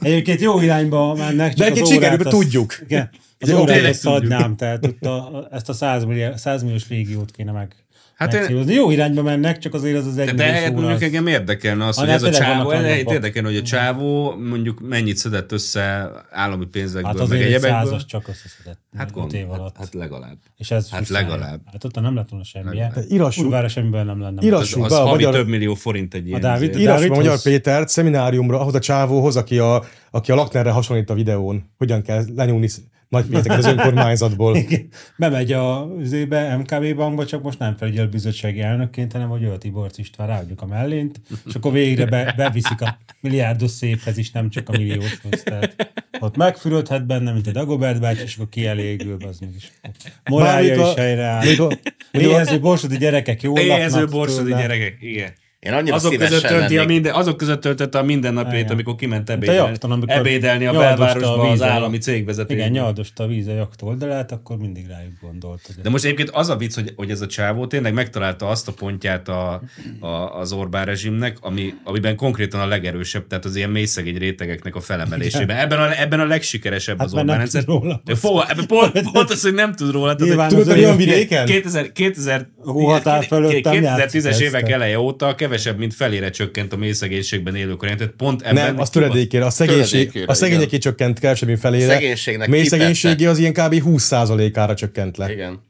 Speaker 4: Egyébként jó irányba mennek, csak
Speaker 2: De egyébként
Speaker 4: az
Speaker 2: sikerült,
Speaker 4: órát azt-
Speaker 2: tudjuk.
Speaker 4: Igen, az
Speaker 2: Ugye,
Speaker 4: órát
Speaker 2: tényleg
Speaker 4: azt adnám, tehát itt a, ezt a 100, millió, 100 milliós régiót kéne meg
Speaker 1: Hát
Speaker 4: hát
Speaker 1: én-
Speaker 4: megszívozni. Jó irányba mennek, csak azért az az egy milliós
Speaker 1: De hát
Speaker 4: óra.
Speaker 1: mondjuk
Speaker 4: az-
Speaker 1: engem érdekelne az, hogy
Speaker 4: Annál
Speaker 1: ez a
Speaker 4: tényleg
Speaker 1: csávó,
Speaker 4: vannak
Speaker 1: eh,
Speaker 4: nagyobbak.
Speaker 1: érdekelne, hogy a csávó mondjuk mennyit szedett össze állami pénzekből,
Speaker 4: Hát
Speaker 1: meg
Speaker 4: azért egy
Speaker 1: egyebekből.
Speaker 4: százas csak összeszedett.
Speaker 1: Hát
Speaker 4: öt év
Speaker 1: gondolom,
Speaker 4: alatt.
Speaker 1: hát, hát legalább.
Speaker 4: És ez
Speaker 1: hát
Speaker 4: muszáj.
Speaker 1: legalább.
Speaker 4: Hát ott nem lett volna semmi.
Speaker 2: De írassuk-
Speaker 4: Kurvára semmiből nem lenne.
Speaker 1: Az,
Speaker 2: Írassuk
Speaker 1: az
Speaker 2: be a
Speaker 1: havi
Speaker 2: magyar...
Speaker 1: több millió forint egy ilyen.
Speaker 4: Dávid-
Speaker 1: izé.
Speaker 4: Dávid-
Speaker 2: Írás be a Magyar
Speaker 4: Dávidhoz.
Speaker 2: Pétert szemináriumra, ahhoz a csávóhoz, aki a, aki a Laknerre hasonlít a videón. Hogyan kell lenyúlni sz- nagy pénzeket az önkormányzatból.
Speaker 4: Igen. Bemegy a üzébe, MKB bankba, csak most nem felügyel bizottsági elnökként, hanem hogy Ölti Borc István ráadjuk a mellényt, és akkor végre be, beviszik a milliárdos széphez is, nem csak a millióshoz. Tehát ott megfürödhet benne, mint a Dagobert bácsi, és akkor kielégül, az meg is.
Speaker 2: Bármikor-
Speaker 4: Morálja is helyreáll.
Speaker 2: még a- még a-
Speaker 4: Éhező borsodi gyerekek jól laknak.
Speaker 1: Éhező borsodi
Speaker 4: tőle.
Speaker 1: gyerekek, igen.
Speaker 3: Én annyira
Speaker 1: Azok
Speaker 3: szívesen
Speaker 1: között, tölti a
Speaker 3: lennék.
Speaker 1: minden, azok között töltötte a mindennapjait,
Speaker 4: Igen.
Speaker 1: amikor kiment
Speaker 4: a
Speaker 1: ebédelni,
Speaker 4: jakton, amikor
Speaker 1: ebédelni a
Speaker 4: nyaldosta a
Speaker 1: belvárosba az
Speaker 4: vízen.
Speaker 1: állami cégvezetőjével.
Speaker 4: Igen, nyaldosta a víz a jakt oldalát, akkor mindig rájuk gondolt. Hogy
Speaker 1: De most egyébként az a vicc, hogy, hogy ez a csávó tényleg megtalálta azt a pontját a, a, az Orbán rezsimnek, ami, amiben konkrétan a legerősebb, tehát az ilyen mélyszegény rétegeknek a felemelésében. Ebben a, ebben a legsikeresebb
Speaker 4: Hát
Speaker 1: az
Speaker 4: már
Speaker 1: Orbán
Speaker 4: nem
Speaker 1: rendszer.
Speaker 4: tud róla.
Speaker 1: Ő Fog, ebben pont, pont az, hogy nem tud róla. Tehát,
Speaker 4: Nyilván
Speaker 1: hogy-
Speaker 2: Tudod,
Speaker 4: az
Speaker 2: hogy olyan
Speaker 4: olyan-
Speaker 2: vidéken?
Speaker 1: 2000, 2000,
Speaker 4: Hóhatár fölött nem játszik
Speaker 1: 2010-es
Speaker 4: ezt.
Speaker 1: évek eleje óta kevesebb, mint felére csökkent a mélyszegénységben élők aránya. Tehát pont ebben...
Speaker 2: Nem, az töredékére, a, szegénység,
Speaker 3: Töredékére,
Speaker 2: a szegényeké csökkent kevesebb, mint felére.
Speaker 3: A szegénységnek
Speaker 2: Mély
Speaker 3: kitette.
Speaker 2: szegénységi az ilyen kb. 20%-ára csökkent le.
Speaker 3: Igen.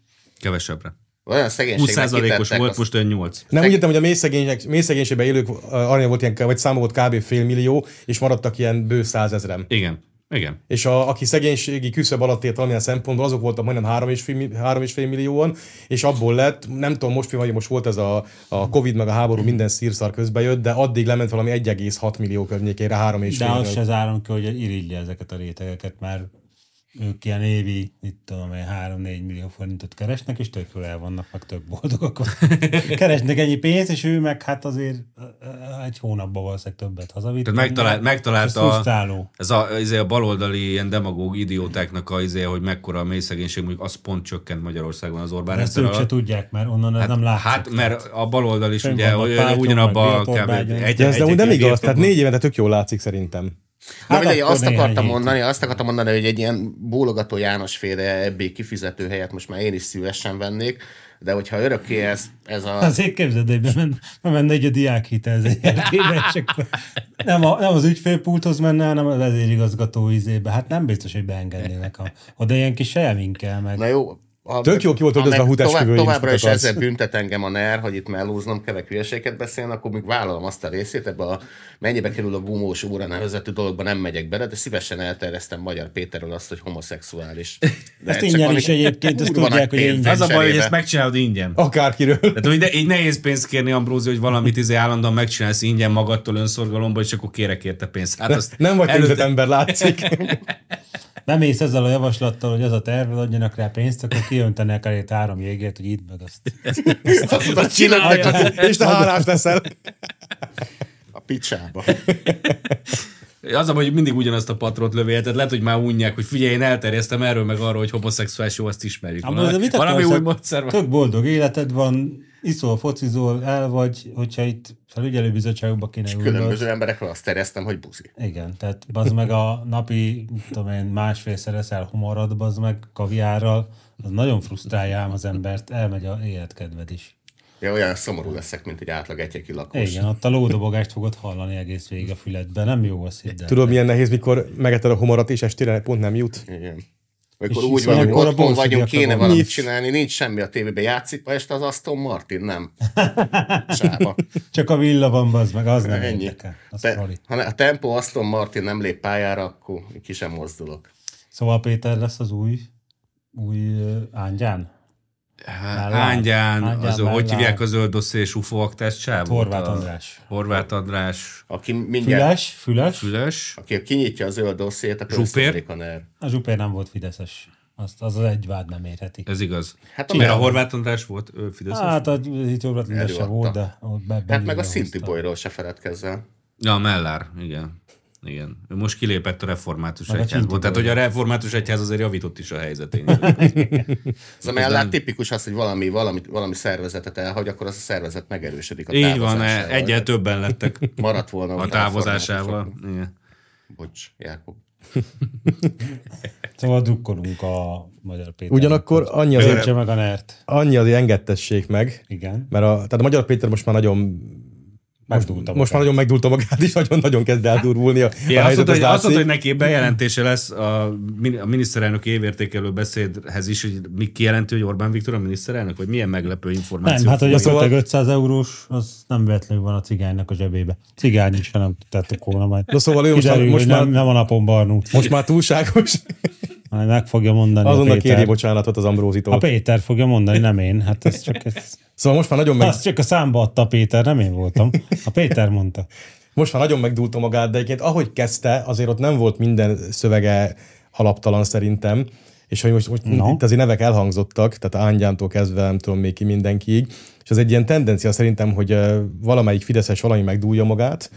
Speaker 1: Kevesebbre.
Speaker 3: Olyan szegénységnek
Speaker 1: 20%-os
Speaker 3: kitettek,
Speaker 1: volt,
Speaker 3: azt-
Speaker 1: most olyan 8.
Speaker 2: Nem úgy értem, hogy a mély, szegények, mély szegénységben élők ö, aránya volt ilyen, vagy száma volt kb. félmillió, és maradtak ilyen bő százezrem.
Speaker 1: Igen, igen.
Speaker 2: és a, aki szegénységi küszöb alatt élt valamilyen szempontból, azok voltak majdnem 3,5 millióan, és abból lett, nem tudom, most vagy most volt ez a, a Covid, meg a háború, minden szírszar közbe jött, de addig lement valami 1,6 millió környékére, 3,5
Speaker 4: De
Speaker 2: millió.
Speaker 4: az se zárom ki, hogy irigylje ezeket a rétegeket, már ők ilyen évi, itt tudom, én, 3-4 millió forintot keresnek, és tök jól el vannak, meg tök boldogok. Keresnek ennyi pénzt, és ő meg hát azért ö, ö, egy hónapban valószínűleg többet hazavitt.
Speaker 1: Tehát megtalált,
Speaker 4: Ez
Speaker 1: megtalálta a,
Speaker 4: frusztráló.
Speaker 1: ez a, izé a baloldali ilyen demagóg idiótáknak a, izé, hogy mekkora a mély szegénység, mondjuk az pont csökkent Magyarországon az Orbán
Speaker 4: Ezt
Speaker 1: rendszer
Speaker 4: Hát ők se
Speaker 1: alatt.
Speaker 4: tudják, mert onnan ez
Speaker 1: Hát,
Speaker 4: nem látszik.
Speaker 1: hát, mert a baloldal is
Speaker 4: Fönn
Speaker 1: ugye
Speaker 4: vannak
Speaker 1: hogy
Speaker 4: párton,
Speaker 1: ugyanabban
Speaker 4: meg
Speaker 1: kb. egy,
Speaker 4: Bátorványon.
Speaker 1: egy,
Speaker 2: De ez
Speaker 1: egy,
Speaker 2: de úgy nem
Speaker 1: egy
Speaker 2: igaz, tehát
Speaker 1: birtokban.
Speaker 2: négy évente tök jól látszik szerintem.
Speaker 3: Na
Speaker 4: Hát
Speaker 3: mindegy,
Speaker 4: akkor
Speaker 3: azt
Speaker 4: néhány
Speaker 3: akartam
Speaker 4: hét.
Speaker 3: mondani, azt akartam mondani, hogy egy ilyen bólogató János féle ebbé kifizető helyet most már én is szívesen vennék, de hogyha örökké ez, ez a...
Speaker 4: Azért képzeld, hogy bemen, bemenne egy a diákhitel zértébe, és akkor nem, a, nem az ügyfélpulthoz menne, hanem az vezérigazgató izébe. Hát nem biztos, hogy beengednének. A, oda ilyen kis sejeminkkel meg.
Speaker 3: Na jó, ha,
Speaker 2: Tök jó ki volt
Speaker 3: ha
Speaker 2: oldozva
Speaker 3: meg
Speaker 2: a hútás
Speaker 3: tovább,
Speaker 2: kövőjén,
Speaker 3: Továbbra
Speaker 2: mit
Speaker 3: is
Speaker 2: akarsz.
Speaker 3: ezzel büntet engem a NER, hogy itt mellúznom, kevek hülyeséget beszélni, akkor még vállalom azt a részét, ebbe a mennyibe kerül a gumós óra nevezetű dologba nem megyek bele, de szívesen elterjesztem Magyar Péterről azt, hogy homoszexuális. De
Speaker 4: Ezt
Speaker 3: csak
Speaker 4: ingyen
Speaker 3: ami-
Speaker 4: is egyébként, ezt
Speaker 3: kurva
Speaker 4: tudják,
Speaker 3: nagy
Speaker 4: hogy
Speaker 3: pénz
Speaker 4: ingyen.
Speaker 1: Az a baj, hogy
Speaker 3: cserébe.
Speaker 1: ezt megcsinálod ingyen.
Speaker 2: Akárkiről.
Speaker 1: Tehát hogy ne, így nehéz pénzt kérni, Ambrózi, hogy valamit izé állandóan megcsinálsz ingyen magadtól önszorgalomba, és akkor kérek érte pénzt. Hát azt
Speaker 2: Nem vagy te
Speaker 1: előtte-
Speaker 2: üzletember, látszik.
Speaker 4: Nem ész ezzel a javaslattal, hogy az a terv, hogy adjanak rá pénzt, akkor kiöntenek elé három jégért, hogy itt meg azt.
Speaker 3: Azt a csinálja csak
Speaker 2: és te hálás leszel.
Speaker 3: a picsába.
Speaker 1: Az a baj, hogy mindig ugyanazt a patrot lövél, tehát lehet, hogy már unják, hogy figyelj, én elterjesztem erről meg arról, hogy homoszexuális, jó, azt ismerjük.
Speaker 4: Ám
Speaker 1: Valami,
Speaker 4: az mit
Speaker 1: valami
Speaker 4: akarsz?
Speaker 1: új módszer van.
Speaker 4: Tök boldog életed van, iszol, focizol, el vagy, hogyha itt felügyelőbizottságokba kéne ülnöd.
Speaker 3: Különböző emberekről azt terjesztem, hogy buzi.
Speaker 4: Igen, tehát az meg a napi, mit tudom én, másfélszer eszel humorod, az meg kaviárral, az nagyon frusztrálja ám az embert, elmegy a életkedved is.
Speaker 3: Ja, olyan szomorú leszek, mint egy átlag egyeki lakos.
Speaker 4: Igen, ott a lódobogást fogod hallani egész végig a füledben, nem jó a szidden.
Speaker 2: Tudod, milyen nehéz, mikor megeted a humorat, és estére pont nem jut?
Speaker 3: Igen.
Speaker 4: És
Speaker 3: Amikor úgy
Speaker 4: hiszen
Speaker 3: van, hogy
Speaker 4: akkor a
Speaker 3: otthon
Speaker 4: bolsodjak
Speaker 3: vagyunk,
Speaker 4: a
Speaker 3: kéne
Speaker 4: van.
Speaker 3: valamit
Speaker 2: Nyif.
Speaker 3: csinálni, nincs semmi a tévében, játszik ma este az Aston Martin, nem. Sába.
Speaker 4: Csak a villa van, az meg, az nem
Speaker 3: Ennyi.
Speaker 4: érdekel. Az
Speaker 3: Te,
Speaker 4: Te...
Speaker 3: ha a tempó Aston Martin nem lép pályára, akkor ki sem mozdulok.
Speaker 4: Szóval Péter lesz az új, új ö, ángyán?
Speaker 1: Há-
Speaker 4: Láb.
Speaker 1: Ángyán,
Speaker 4: Ángyán,
Speaker 1: az, hogy
Speaker 4: láb.
Speaker 1: hívják az öldösszé és UFO aktás csávót?
Speaker 4: Horváth
Speaker 3: Hát
Speaker 1: A-
Speaker 4: András.
Speaker 1: Horváth András
Speaker 3: Aki mindjárt,
Speaker 4: Füles, füles.
Speaker 1: Füles.
Speaker 3: aki kinyitja az öld dossziét, akkor
Speaker 1: Zsupér?
Speaker 3: összeomlik a NER.
Speaker 4: A Zsupér nem volt Fideszes. Azt, az az egy vád nem érheti.
Speaker 1: Ez igaz.
Speaker 3: Hát
Speaker 1: Hát
Speaker 3: a
Speaker 1: a, mert a
Speaker 3: Melon.
Speaker 1: Horváth András volt ő Fideszes. Hát,
Speaker 4: Hát a Jobbrat minden se
Speaker 3: Előadta.
Speaker 4: volt, de ott be,
Speaker 3: Hát
Speaker 4: belülről
Speaker 3: meg a
Speaker 4: hozta.
Speaker 3: Szinti bolyról se feledkezz el.
Speaker 1: ja, a Mellár, igen. Igen. Ő most kilépett a református
Speaker 4: Meg a
Speaker 1: egyházból.
Speaker 4: Csinti
Speaker 1: Tehát, hogy a református egyház azért javított is a helyzetén.
Speaker 3: Ez a mellett tipikus az, hogy valami, valami, valami szervezetet elhagy, akkor az a szervezet megerősödik a
Speaker 1: Így van, e,
Speaker 3: távozásával.
Speaker 1: egyel többen lettek
Speaker 3: Maradt volna
Speaker 1: a
Speaker 3: ott
Speaker 1: távozásával.
Speaker 3: reformátusok.
Speaker 1: Igen.
Speaker 3: Bocs, Jákob.
Speaker 4: Szóval drukkolunk a Magyar Péter.
Speaker 2: Ugyanakkor annyi azért,
Speaker 4: Őrtse meg a nert.
Speaker 2: annyi azért engedtessék meg,
Speaker 4: Igen.
Speaker 2: mert a, tehát a Magyar Péter most már nagyon most,
Speaker 4: Megdúlta
Speaker 2: most
Speaker 4: magát.
Speaker 2: már nagyon megdulta magát, és nagyon-nagyon kezd eldurvulni a,
Speaker 1: Igen, azt,
Speaker 2: a helyzet,
Speaker 1: mondta, hogy,
Speaker 2: az
Speaker 1: azt mondta,
Speaker 2: látszik.
Speaker 1: hogy neki bejelentése lesz a, min- a miniszterelnök évértékelő beszédhez is, hogy mi kijelenti, hogy Orbán Viktor a miniszterelnök, vagy milyen meglepő információ.
Speaker 4: Nem, hát hogy
Speaker 1: fogadott.
Speaker 3: szóval-
Speaker 4: gyakorlatilag 500 eurós, az nem véletlenül van a cigánynak a zsebébe. Cigány is, ha nem tudtátok volna majd.
Speaker 2: Na szóval ő most
Speaker 4: Kiderül,
Speaker 2: már- most
Speaker 4: hogy nem, nem a napon barnult,
Speaker 2: Most már túlságos.
Speaker 4: hanem meg fogja mondani a
Speaker 2: Azonnal
Speaker 4: Péter.
Speaker 2: kérje bocsánatot az
Speaker 4: a
Speaker 2: Ambrózitól.
Speaker 4: Péter fogja mondani, nem én. Hát ez csak, ez,
Speaker 2: Szóval most már nagyon meg,
Speaker 4: azt csak a számba adta a Péter, nem én voltam. A Péter mondta.
Speaker 2: most már nagyon megdúlta magát, de egyébként ahogy kezdte, azért ott nem volt minden szövege alaptalan szerintem, és hogy most, most no.
Speaker 4: No.
Speaker 2: itt azért nevek elhangzottak, tehát Ángyántól kezdve, nem tudom még ki mindenkiig, és ez egy ilyen tendencia szerintem, hogy ö, valamelyik fideszes valami megdúlja magát,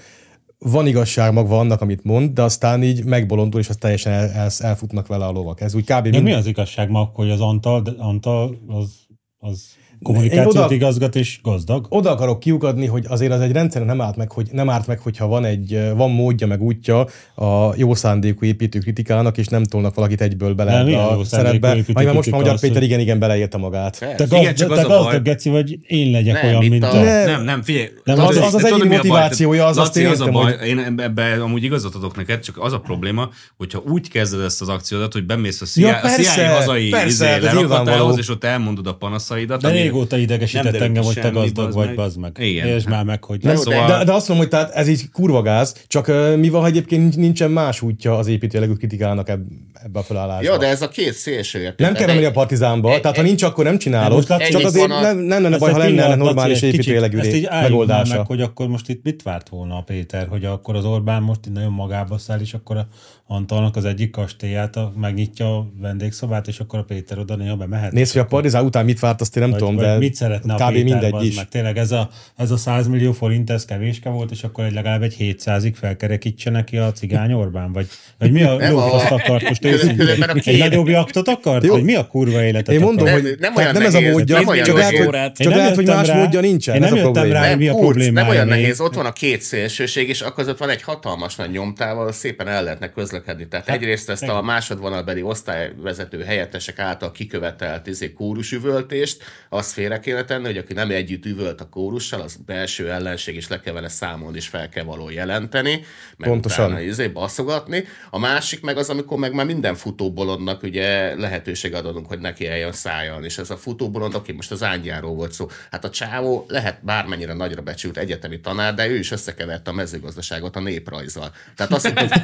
Speaker 2: van igazság magva annak, amit mond, de aztán így megbolondul, és az teljesen el, el, elfutnak vele a lovak. Ez úgy kb.
Speaker 4: De
Speaker 2: mind-
Speaker 4: mi az igazság ma, akkor, hogy az Antal, de Antal az, az kommunikációt
Speaker 2: Én oda-
Speaker 4: igazgat és gazdag?
Speaker 2: oda akarok kiukadni, hogy azért az egy rendszer nem árt meg, hogy nem árt meg, hogyha van egy van módja meg útja a jó szándékú építő kritikának, és nem tolnak valakit egyből bele
Speaker 4: Nem,
Speaker 2: ebbe
Speaker 4: milyen
Speaker 2: a
Speaker 4: jó szándékú
Speaker 2: szerepbe. Majd
Speaker 4: építő
Speaker 2: már most már
Speaker 4: kritika
Speaker 2: Magyar
Speaker 4: az,
Speaker 2: Péter
Speaker 4: hogy-
Speaker 2: igen, igen beleérte magát.
Speaker 4: Te,
Speaker 3: Persze.
Speaker 4: gazd,
Speaker 1: Igen, csak
Speaker 4: te
Speaker 1: az a baj.
Speaker 4: gazdag geci vagy, én legyek
Speaker 3: Nem,
Speaker 4: olyan,
Speaker 3: itt
Speaker 4: mint
Speaker 3: a-
Speaker 4: a...
Speaker 2: Ne,
Speaker 1: Nem, nem, figyelj.
Speaker 4: Nem,
Speaker 1: tudod,
Speaker 4: az-
Speaker 1: mi-
Speaker 2: az az
Speaker 1: tudod,
Speaker 2: egyik
Speaker 1: mi a baj?
Speaker 2: motivációja, az azt
Speaker 1: Laci, az a
Speaker 2: értem,
Speaker 1: baj, én ebbe amúgy igazat adok neked, csak az a probléma, hogyha úgy kezded ezt az akciódat, hogy bemész a CIA,
Speaker 2: Ja, persze,
Speaker 1: a CIA hazai
Speaker 2: persze, hát
Speaker 1: izé,
Speaker 2: ez
Speaker 1: lerakatához,
Speaker 2: nyilvánvaló.
Speaker 1: és ott elmondod a panaszaidat.
Speaker 4: De
Speaker 1: ami-
Speaker 4: régóta
Speaker 1: nem
Speaker 4: idegesített
Speaker 1: derül ki
Speaker 4: engem, hogy te
Speaker 1: semmi,
Speaker 4: gazdag
Speaker 1: bazd
Speaker 4: vagy,
Speaker 1: meg.
Speaker 4: bazd meg.
Speaker 1: Igen.
Speaker 4: Értsd már meg, hogy...
Speaker 3: Na jó,
Speaker 1: Szóval-
Speaker 2: De, de azt mondom, hogy tehát ez így kurva gáz, csak ö, mi van, ha egyébként nincs- nincsen más útja az építőjelegű kritikának ebb, ebbe a felállásba?
Speaker 3: Jó, de ez a két szélső érték.
Speaker 2: nem kell menni a partizánba,
Speaker 3: egy-
Speaker 2: tehát ha
Speaker 3: egy-
Speaker 2: nincs, akkor nem csinálod,
Speaker 4: most látszik,
Speaker 2: csak
Speaker 3: egy
Speaker 2: azért
Speaker 3: vonal-
Speaker 2: nem, nem lenne
Speaker 4: Ez
Speaker 2: baj,
Speaker 4: egy
Speaker 2: ha lenne
Speaker 4: pillanat, Laci,
Speaker 2: normális
Speaker 4: egy kicsit Ezt
Speaker 2: építőjelegű
Speaker 4: így álljuk már
Speaker 2: megoldása.
Speaker 4: meg, hogy akkor most itt mit várt volna a Péter, hogy akkor az Orbán most így nagyon magába száll, és akkor a Antalnak az egyik kastélyát a, megnyitja a vendégszobát, és akkor a Péter oda néha bemehet.
Speaker 2: Nézd, hogy a Partizán után mit várt, azt én nem
Speaker 4: Vagy-
Speaker 2: tudom,
Speaker 4: vagy
Speaker 2: de
Speaker 4: mit szeretne
Speaker 2: kb.
Speaker 4: a Péter,
Speaker 2: mindegy
Speaker 4: bazd
Speaker 2: is.
Speaker 4: Meg. Tényleg ez a, ez a 100 millió forint, ez kevéske volt, és akkor egy legalább egy 700-ig felkerekítse neki a cigány Orbán, vagy, vagy mi a
Speaker 3: Nem,
Speaker 4: lófaszt
Speaker 3: a-
Speaker 4: akart most
Speaker 3: Külön- különben
Speaker 4: őszintén?
Speaker 3: a
Speaker 4: Egy
Speaker 3: két-
Speaker 4: nagyobb jaktot akart?
Speaker 2: Jó.
Speaker 4: Vagy mi a kurva életet
Speaker 2: Én
Speaker 4: akar?
Speaker 2: mondom,
Speaker 3: Nem-
Speaker 2: hogy
Speaker 3: nem
Speaker 2: nem,
Speaker 3: olyan
Speaker 2: tehát nem ez a
Speaker 3: nehéz,
Speaker 2: módja,
Speaker 3: nem olyan
Speaker 2: csak lehet,
Speaker 3: nehéz.
Speaker 2: hogy,
Speaker 4: Én
Speaker 2: csak
Speaker 4: nem
Speaker 2: lehet, hogy
Speaker 4: jöttem
Speaker 2: más
Speaker 4: rá-
Speaker 2: módja nincsen.
Speaker 4: Én
Speaker 2: ez
Speaker 4: nem
Speaker 2: a
Speaker 4: jöttem
Speaker 2: probléma.
Speaker 4: rá, hogy mi a
Speaker 3: kurz,
Speaker 4: problémája.
Speaker 3: nem olyan
Speaker 4: még.
Speaker 3: nehéz, ott van a két szélsőség, és akkor között van egy hatalmas nagy nyomtával, szépen el lehetne közlekedni. Tehát egyrészt ezt a másodvonalbeli osztályvezető helyettesek által kikövetelt izé, kórus üvöltést, azt félre kéne tenni, hogy aki nem együtt üvölt a kórussal, az belső ellenség is le kell vele számolni, és fel kell való jelenteni, meg
Speaker 2: Pontosan.
Speaker 3: utána izé, basszogatni. A másik meg az, amikor meg már minden futóbolondnak ugye lehetőség adunk, hogy neki eljön szájon, és ez a futóbolond, aki most az ángyáról volt szó. Hát a csávó lehet bármennyire nagyra becsült egyetemi tanár, de ő is összekeverte a mezőgazdaságot a néprajzzal. Tehát azt hitte, hogy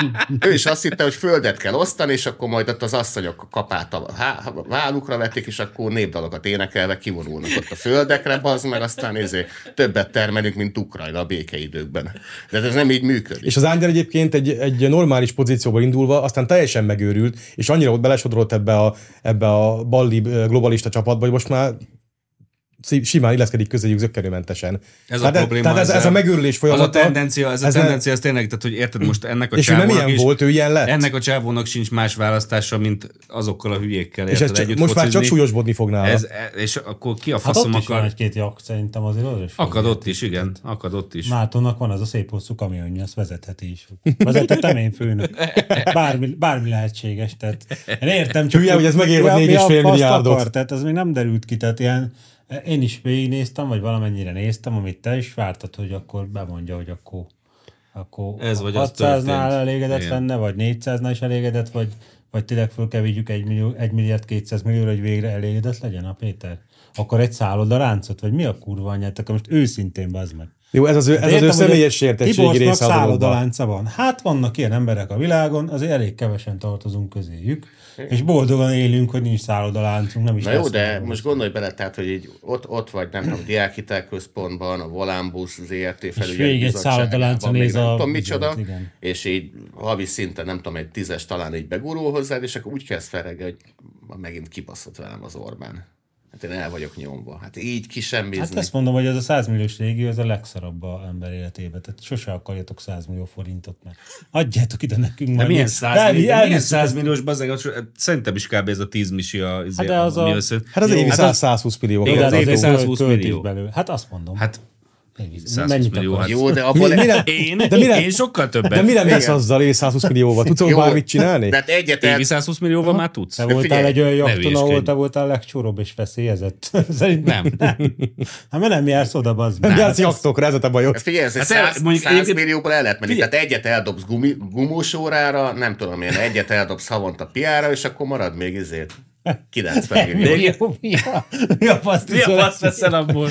Speaker 3: ő is azt hitte, hogy földet kell osztani, és akkor majd ott az asszonyok kapát a há- vállukra vették, és akkor népdalokat énekelve kivonulnak ott a földekre, bazd meg, aztán nézé, többet termelünk, mint Ukrajna a békeidőkben. De ez nem így működik.
Speaker 2: És az Ángyel egyébként egy, egy normális pozícióból indulva, aztán teljesen megőrült, és annyira ott belesodrott ebbe a, ebbe a balli eh, globalista csapatba, hogy most már szí- simán illeszkedik közéjük zökkenőmentesen.
Speaker 1: Ez a
Speaker 2: tehát, e-
Speaker 1: probléma
Speaker 2: Tehát ez, ez, a
Speaker 1: ezzel.
Speaker 2: megőrülés folyamata.
Speaker 1: Az a tendencia, ez a
Speaker 2: ez
Speaker 1: ez
Speaker 2: nem-
Speaker 1: tendencia, ez tényleg, tehát hogy érted most ennek a
Speaker 2: És ő nem
Speaker 1: csávónak
Speaker 2: ilyen
Speaker 1: is,
Speaker 2: volt, ő ilyen lett.
Speaker 1: Ennek a csávónak sincs más választása, mint azokkal a hülyékkel.
Speaker 2: és
Speaker 1: érted,
Speaker 2: ez csak,
Speaker 1: együtt
Speaker 2: most már csak
Speaker 1: focizni.
Speaker 2: súlyosbodni fog nála.
Speaker 1: ez, e- és akkor ki a
Speaker 4: Hát
Speaker 1: faszom
Speaker 4: ott is van
Speaker 1: akar?
Speaker 4: egy-két jak, szerintem azért az is.
Speaker 1: Akad ott is, igen, akad ott is.
Speaker 4: Mátonnak van az a szép hosszú kamionja, azt vezetheti is. Vezethetem én főnök. Bármi, bármi lehetséges. Tehát én értem, csak
Speaker 2: Hülye, hogy ez megér, vagy
Speaker 4: mi a-
Speaker 2: négy és
Speaker 4: mi a
Speaker 2: fél
Speaker 4: faszt
Speaker 2: milliárdot.
Speaker 4: akar? Tehát ez még nem derült ki, tehát ilyen Én is végignéztem, vagy valamennyire néztem, amit te is vártad, hogy akkor bemondja, hogy akkor, akkor
Speaker 1: Ez vagy az
Speaker 4: 600-nál
Speaker 1: történt.
Speaker 4: elégedett
Speaker 1: Igen.
Speaker 4: lenne, vagy 400-nál is elégedett, vagy, vagy tényleg fölkevígyük 1, millió, 1 milliárd 200 millióra, hogy végre elégedett legyen a Péter. Akkor egy szálloda ráncot, vagy mi a kurva anyát, akkor most őszintén bazd meg.
Speaker 2: Jó, ez az ő, ez az ő
Speaker 4: Értem, hogy a
Speaker 2: személyes sértettségi
Speaker 4: Tiborcnak
Speaker 2: része a dologban.
Speaker 4: szállodalánca van. Hát vannak ilyen emberek a világon, azért elég kevesen tartozunk közéjük, és boldogan élünk, hogy nincs szállodaláncunk, nem is
Speaker 3: Na jó,
Speaker 4: lesz Hát
Speaker 3: de
Speaker 4: ilyen.
Speaker 3: most gondolj bele, tehát, hogy így ott, ott vagy, nem tudom, diákhitelközpontban, a Volánbusz ZRT
Speaker 4: végig egy
Speaker 3: felügyelő
Speaker 4: szállodaláncon
Speaker 3: még
Speaker 4: néz
Speaker 3: nem
Speaker 4: a
Speaker 3: tudom micsoda,
Speaker 4: bizonyot, igen.
Speaker 3: és így havi szinten, nem tudom, egy tízes talán így begurul hozzád, és akkor úgy kezd felreggel, hogy ma megint kibaszott velem az Orbán. Hát én el vagyok nyomva. Hát így ki sem
Speaker 4: Hát
Speaker 3: bízni.
Speaker 4: ezt mondom, hogy ez a 100 milliós régió, ez a legszarabb a ember életében. Tehát sose akarjatok 100 millió forintot, mert adjátok ide nekünk.
Speaker 1: De
Speaker 4: majd
Speaker 1: milyen
Speaker 4: mi-
Speaker 1: százmilliós,
Speaker 4: elvi-
Speaker 1: milyen
Speaker 4: elviszük ezt-
Speaker 1: százmilliós bazeg, az- szerintem is kb. ez a 10 misi a,
Speaker 4: Hát de az a-
Speaker 1: össze...
Speaker 2: Hát az
Speaker 4: Jó,
Speaker 2: évi
Speaker 4: hát
Speaker 2: 100 120 millió.
Speaker 1: Igen, az
Speaker 4: Oda
Speaker 1: évi
Speaker 4: adó,
Speaker 1: 120
Speaker 4: költés
Speaker 1: millió.
Speaker 4: belőle. Hát azt mondom.
Speaker 1: Hát
Speaker 4: Elvisz-
Speaker 1: 120
Speaker 4: mennyit
Speaker 1: millió.
Speaker 4: akarsz?
Speaker 1: Hát.
Speaker 3: Jó, de abból... e-
Speaker 2: Mi- mire-
Speaker 1: Én?
Speaker 2: De mire-
Speaker 1: Én sokkal többet.
Speaker 2: De mire mész azzal évi 120 millióval? Tudsz hogy
Speaker 3: Jó,
Speaker 2: bármit csinálni?
Speaker 3: De hát egyet
Speaker 1: Évi 120 millióval már tudsz?
Speaker 4: Te voltál
Speaker 3: figyelj,
Speaker 4: egy olyan
Speaker 1: ne
Speaker 4: jakton, ahol
Speaker 1: hülyeskedj.
Speaker 4: te voltál legcsóróbb és feszélyezett. Szerintem.
Speaker 1: Nem.
Speaker 4: Hát mert nem jársz oda, bazd meg.
Speaker 2: Nem jársz
Speaker 4: Hát
Speaker 2: jaktokra, ez a te bajod.
Speaker 3: Figyelj, ez
Speaker 1: Hát
Speaker 3: hát
Speaker 1: el-
Speaker 3: 100,
Speaker 1: mondjuk
Speaker 3: 100
Speaker 1: egyébként-
Speaker 3: millióból el lehet menni.
Speaker 1: Figyelj.
Speaker 3: Tehát egyet eldobsz gumi, gumós órára, nem tudom én, egyet eldobsz havonta piára, és akkor marad még ezért 90 millió.
Speaker 4: ez- Mi a- Mi a paszt?
Speaker 1: Mi a fasz veszel abból?